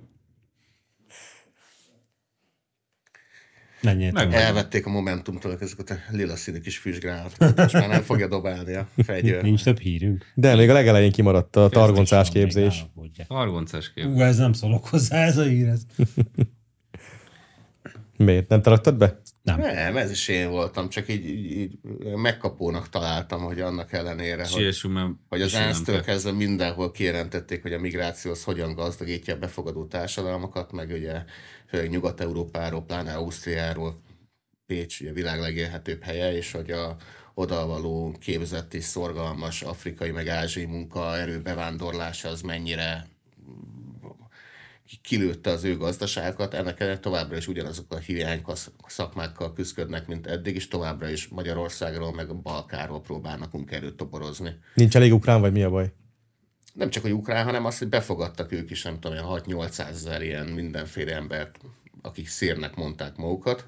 Speaker 4: Menjél tovább.
Speaker 3: Elvették a Momentumtól ezeket a lila színű kis füstgránátokat, és már nem fogja dobálni a fegyőr.
Speaker 4: Nincs több hírünk.
Speaker 2: De még a legelején kimaradt a targoncás
Speaker 4: Ezt is van,
Speaker 2: képzés.
Speaker 4: még ne aggódjál.
Speaker 1: Hargoncás kép.
Speaker 4: Ú, ez nem szólok hozzá, ez a hír. Ez.
Speaker 2: Miért? Nem te raktad be?
Speaker 3: Nem, ez is én voltam, csak így, így, így megkapónak találtam, hogy annak ellenére, hogy,
Speaker 1: Siessünk, mert
Speaker 3: hogy az
Speaker 1: köszönöm.
Speaker 3: ENSZ-től kezdve mindenhol kijelentették, hogy a migráció az hogyan gazdagítja a befogadó társadalmakat, meg ugye főleg Nyugat-Európáról, pláne Ausztriáról, Pécs ugye a világ legélhetőbb helye, és hogy a odavaló képzett és szorgalmas afrikai meg ázsiai munkaerő bevándorlása az mennyire mm, kilőtte az ő gazdaságokat, ennek ellenére továbbra is ugyanazokkal a hiány szakmákkal küzdködnek, mint eddig, és továbbra is Magyarországról, meg a Balkáról próbálnak munkaerőt toborozni.
Speaker 2: Nincs elég ukrán, vagy mi a baj?
Speaker 3: Nem csak, hogy ukrán, hanem azt, hogy befogadtak ők is, nem tudom, ilyen 6-800 ezer ilyen mindenféle embert, akik szírnek mondták magukat.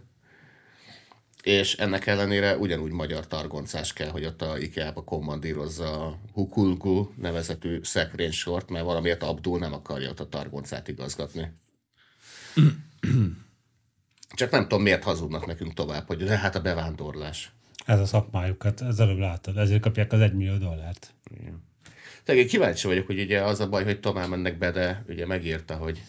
Speaker 3: És ennek ellenére ugyanúgy magyar targoncás kell, hogy ott a IKEA-ba kommandírozza a Hukulgu nevezetű szekrénysort, mert valamiért Abdul nem akarja ott a targoncát igazgatni. Csak nem tudom, miért hazudnak nekünk tovább, hogy de hát a bevándorlás.
Speaker 4: ez a szakmájukat, ez előbb látod. Ezért kapják az 1 millió dollárt.
Speaker 3: Tehát én kíváncsi vagyok, hogy ugye az a baj, hogy tovább mennek be, de ugye megírta, hogy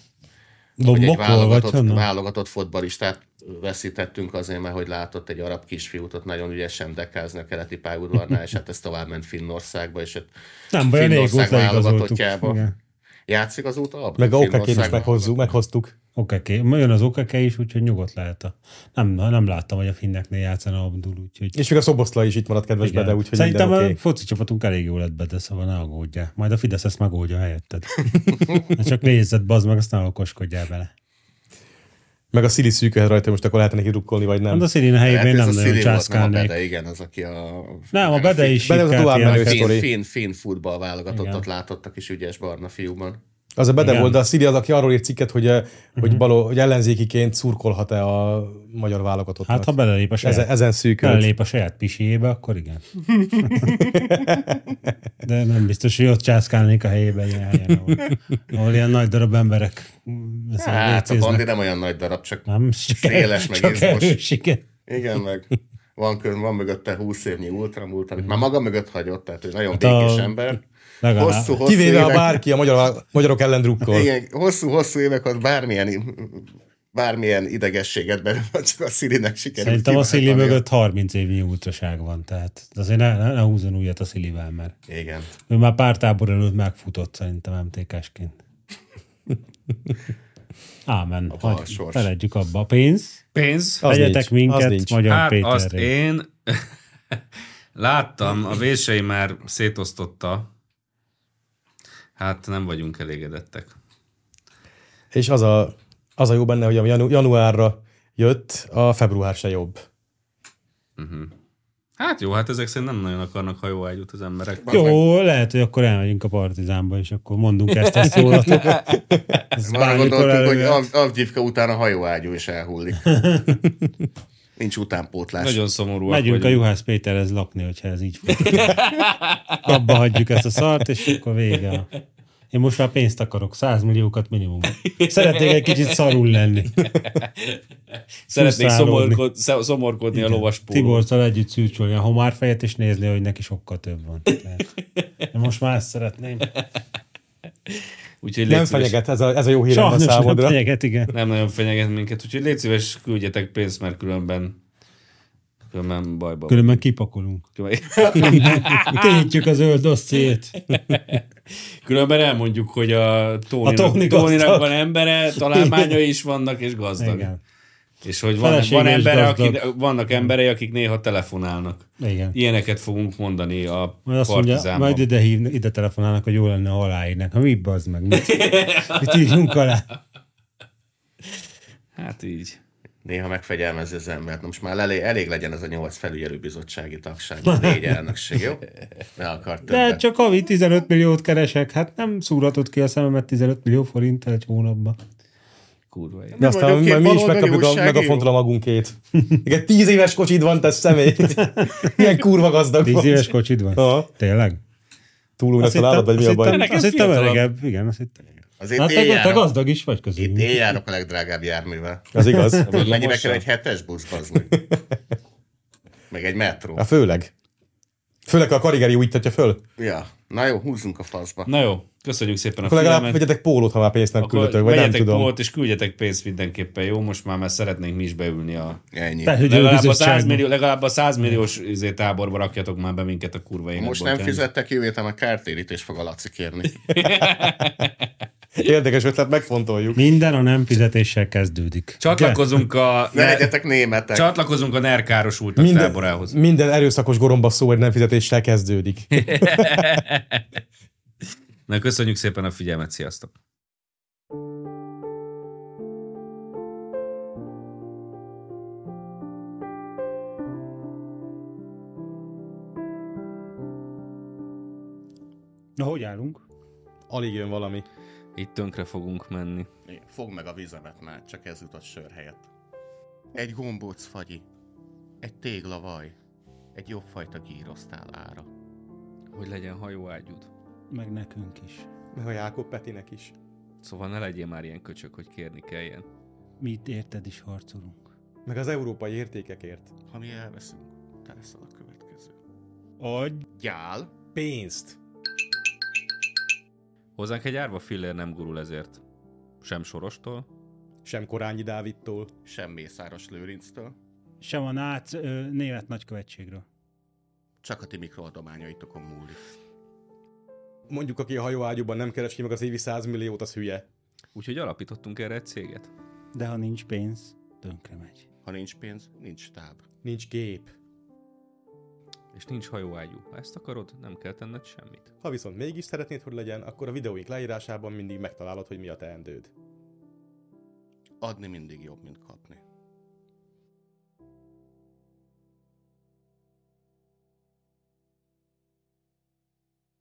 Speaker 3: hogy egy
Speaker 4: Lombokról,
Speaker 3: válogatott,
Speaker 4: vagy honnan?
Speaker 3: válogatott fotbalistát veszítettünk azért, mert hogy látott egy arab kisfiút ott nagyon ügyesen dekázni a keleti pályaudvarnál, és hát ez tovább ment Finnországba, és ott
Speaker 4: Nem baj, a
Speaker 3: Finnország
Speaker 4: négót leigazoltuk.
Speaker 3: válogatottjába.
Speaker 4: Igen.
Speaker 3: játszik azóta abban.
Speaker 2: Meg a okakét is meghozzuk, meghoztuk.
Speaker 4: Oké, jön az okeke is, úgyhogy nyugodt lehet. A... Nem, nem láttam, hogy a finneknél játszana Abdul, úgyhogy...
Speaker 2: És még a szoboszla is itt maradt kedves
Speaker 4: Igen.
Speaker 2: Bede, úgyhogy
Speaker 4: Szerintem
Speaker 2: minden
Speaker 4: a
Speaker 2: oké.
Speaker 4: foci csapatunk elég jól lett bede, szóval ne aggódjál. Majd a Fidesz ezt megoldja helyetted. Hát Csak nézzed, bazd meg, aztán okoskodjál bele.
Speaker 2: Meg a Szili szűkölhet rajta, hogy most akkor lehet neki drukkolni, vagy nem.
Speaker 4: Hát a Szirina helyében én nem nagyon császkálnék.
Speaker 3: Bede, igen, az, aki a...
Speaker 4: Nem, a Bede is
Speaker 2: Bede az a
Speaker 4: sikert
Speaker 2: továbbmenő
Speaker 4: ilyeneket.
Speaker 2: sztori.
Speaker 3: Finn, finn, finn futball válogatottat
Speaker 4: Igen.
Speaker 3: látott a kis ügyes barna fiúban.
Speaker 2: Az a Bede
Speaker 4: Igen. Mhm.
Speaker 2: volt, de a Szili az, aki arról írt cikket, hogy, eh, hogy, baló, hogy ellenzékiként szurkolhat-e a magyar válogatottnak.
Speaker 4: Hát ha belelép a
Speaker 2: ezen,
Speaker 4: saját,
Speaker 2: ezen szűkölt.
Speaker 4: belelép a saját pisiébe, akkor igen. De nem biztos, hogy ott császkálnék a helyében ilyen helyen, ahol, ahol ilyen nagy darab emberek mm, ezzel
Speaker 3: Hát a
Speaker 4: vécéznek.
Speaker 3: Bandi nem olyan nagy darab, csak
Speaker 4: Nem, siker,
Speaker 3: Széles meg
Speaker 4: csak
Speaker 3: izmos.
Speaker 4: erős, igen.
Speaker 3: igen, meg van, kö- van mögötte 20 évnyi ultramúlt, amit már maga mögött hagyott, tehát ő nagyon
Speaker 4: Hát a-
Speaker 3: békés ember.
Speaker 4: Legalább.
Speaker 3: Hosszú, hosszú
Speaker 2: Kivéve, ha
Speaker 3: évek,
Speaker 2: bárki a magyar, magyarok ellen drukkol.
Speaker 3: igen, hosszú-hosszú évek ott bármilyen, bármilyen idegességet belül, csak a Szilinek sikerült.
Speaker 4: Szerintem a Szili
Speaker 3: kiváltani.
Speaker 4: mögött 30 évnyi ultraság van, tehát azért ne, ne, ne húzzon újat a Szilivel, mert
Speaker 3: Igen.
Speaker 4: ő már pár tábor előtt megfutott szerintem MTK-sként. Ámen.
Speaker 3: bal
Speaker 4: Hagy-
Speaker 3: sors.
Speaker 4: Feledjük abba a pénz.
Speaker 1: Pénz?
Speaker 2: Az
Speaker 4: Tegyetek
Speaker 2: nincs, az
Speaker 4: minket
Speaker 2: nincs.
Speaker 4: Magyar
Speaker 1: Hát azt
Speaker 4: Péterre.
Speaker 1: én láttam, a vései már szétosztotta. Hát nem vagyunk elégedettek.
Speaker 2: És az a, az a jó benne, hogy ami janu- januárra jött, a február se jobb.
Speaker 1: Hát jó, hát ezek szerint nem nagyon akarnak hajóágyút az emberek.
Speaker 4: Jó, lehet, hogy akkor elmegyünk a Partizánba, és akkor mondunk ezt a szólatot. Ez
Speaker 3: Arra
Speaker 4: bármikor
Speaker 3: gondoltunk, hogy
Speaker 4: előjön.
Speaker 3: Av- Avgyivka után a hajóágyú is elhullik. Nincs utánpótlás.
Speaker 1: Nagyon szomorúak
Speaker 4: Megyünk a
Speaker 1: vagyunk.
Speaker 4: Juhász Péterhez lakni, hogyha ez így fog. Abba hagyjuk ezt a szart, és akkor vége. Én most már pénzt akarok, 100 milliókat minimum. Szeretnék egy kicsit szarul lenni.
Speaker 1: Szeretnék
Speaker 4: Szuszálódni.
Speaker 1: szomorkod, szá- szomorkodni a lovaspóló.
Speaker 4: Tiborccal együtt szűrcsolni a homárfejet, és nézni, hogy neki sokkal több van. Tehát Én most már ezt szeretném.
Speaker 1: Úgyhogy légy
Speaker 2: Nem
Speaker 1: szíves-
Speaker 2: fenyeget, ez a, ez a jó hírem a
Speaker 4: Sajnos nem
Speaker 2: számodra.
Speaker 4: fenyeget, igen.
Speaker 1: Nem nagyon fenyeget minket, úgyhogy légy szíves, küldjetek pénzt, mert különben, különben bajba Külön...
Speaker 4: Különben kipakolunk.
Speaker 1: Különben,
Speaker 4: Tényítjük az zöld dossziét.
Speaker 1: különben elmondjuk, hogy a Tóninak,
Speaker 4: A Tóni
Speaker 1: a Tóninak
Speaker 4: gazdag.
Speaker 1: van embere, találmányai is vannak, és gazdag.
Speaker 4: Igen.
Speaker 1: És hogy van,
Speaker 4: Feleség
Speaker 1: van
Speaker 4: és
Speaker 1: embere,
Speaker 4: gazdag.
Speaker 1: akik, vannak emberei, akik néha telefonálnak.
Speaker 4: Igen.
Speaker 1: Ilyeneket fogunk mondani a
Speaker 4: Majd azt mondja,
Speaker 1: partizánban.
Speaker 4: majd ide, hív, ide telefonálnak, hogy jó lenne, ha aláírnak. Ha mi bazd meg? Mit, mit írjunk alá?
Speaker 1: Hát így.
Speaker 3: Néha megfegyelmezi az embert. Na Most már elég, elég legyen ez a nyolc felügyelőbizottsági tagság, a négy elnökség, jó? Ne akar
Speaker 4: De
Speaker 3: többet.
Speaker 4: csak havi 15 milliót keresek, hát nem szúratod ki a szememet 15 millió forinttal egy hónapban.
Speaker 1: Kurva élet.
Speaker 2: De aztán
Speaker 3: vagyok
Speaker 2: majd
Speaker 3: én
Speaker 2: mi is
Speaker 3: baloldali
Speaker 2: megkapjuk a, meg
Speaker 3: újságíró.
Speaker 2: a fontra magunkét. Igen, tíz éves kocsid van, te szemét. Milyen kurva gazdag
Speaker 4: 10
Speaker 2: vagy.
Speaker 4: éves kocsid van?
Speaker 2: Aha.
Speaker 4: Tényleg?
Speaker 2: Túlulnak a lábad, vagy mi a
Speaker 4: hittem-
Speaker 2: baj?
Speaker 1: Nekem
Speaker 4: azt hittem
Speaker 1: fiatalabb.
Speaker 4: öregebb, igen, azt hittem.
Speaker 3: Azért
Speaker 4: Hát
Speaker 3: én
Speaker 4: te, te
Speaker 3: járok,
Speaker 4: gazdag is vagy
Speaker 3: itt
Speaker 4: közül.
Speaker 3: én járok a legdrágább járművel.
Speaker 2: Az igaz.
Speaker 3: Mennyibe
Speaker 1: most
Speaker 3: kell
Speaker 1: sem.
Speaker 3: egy hetes busz, bazd meg? Meg egy metró.
Speaker 2: Hát főleg. Főleg, ha a karigeri újtatja föl.
Speaker 3: Ja. Na jó, húzzunk a faszba.
Speaker 1: Na jó, köszönjük szépen
Speaker 2: Akkor
Speaker 1: a
Speaker 2: legalább
Speaker 1: figyelmet.
Speaker 2: vegyetek pólót, ha már pénzt nem küldötök, vagy nem
Speaker 1: vegyetek
Speaker 2: tudom.
Speaker 1: volt, és küldjetek pénzt mindenképpen, jó? Most már, mert szeretnénk mi is beülni a...
Speaker 3: Ennyi.
Speaker 1: Legalább a, 100
Speaker 4: Felhügyelőbizottságban.
Speaker 1: millió, legalább a 100 milliós izé, táborba rakjatok már be minket a kurva életbe.
Speaker 3: Most nem
Speaker 1: bocsánat.
Speaker 3: fizettek, jövő héten a kártérítést fog a Laci kérni.
Speaker 2: Érdekes ötlet, megfontoljuk.
Speaker 4: Minden a nem fizetéssel kezdődik.
Speaker 1: Csatlakozunk a...
Speaker 3: Ne legyetek németek.
Speaker 1: Csatlakozunk a nerkárosultak Minden...
Speaker 2: Minden,
Speaker 1: táborához.
Speaker 2: minden erőszakos goromba szó egy nem fizetéssel kezdődik.
Speaker 1: Na, köszönjük szépen a figyelmet, sziasztok!
Speaker 4: Na, hogy állunk?
Speaker 2: Alig jön valami.
Speaker 1: Itt tönkre fogunk menni.
Speaker 3: Igen, Fogd meg a vizemet már, csak ez jutott sör helyett. Egy gombóc fagyi, egy téglavaj, egy jobb fajta gírosztál ára.
Speaker 1: Hogy legyen hajóágyúd.
Speaker 4: Meg nekünk is.
Speaker 2: Meg a Jákob Petinek is.
Speaker 1: Szóval ne legyél már ilyen köcsök, hogy kérni kelljen.
Speaker 4: Mi itt érted is harcolunk.
Speaker 2: Meg az európai értékekért.
Speaker 3: Ha mi elveszünk, te leszel a következő.
Speaker 4: Adj!
Speaker 3: Gyál,
Speaker 2: Pénzt.
Speaker 1: Hozzánk egy árva fillér nem gurul ezért. Sem sorostól,
Speaker 2: Sem Korányi Dávidtól.
Speaker 3: sem Mészáros Lőrinctől,
Speaker 4: Sem a NÁC ö, német nagykövetségről.
Speaker 3: csak a ti mikroadományaitokon múlik.
Speaker 2: Mondjuk, aki a hajóágyúban nem keres ki meg az évi 100 milliót, az hülye.
Speaker 1: Úgyhogy alapítottunk erre egy céget.
Speaker 4: De ha nincs pénz, tönkre megy.
Speaker 3: Ha nincs pénz, nincs táb.
Speaker 2: Nincs gép.
Speaker 1: És nincs hajóágyú. Ha ezt akarod, nem kell tenned semmit.
Speaker 2: Ha viszont mégis szeretnéd, hogy legyen, akkor a videóink leírásában mindig megtalálod, hogy mi a teendőd.
Speaker 3: Adni mindig jobb, mint kapni.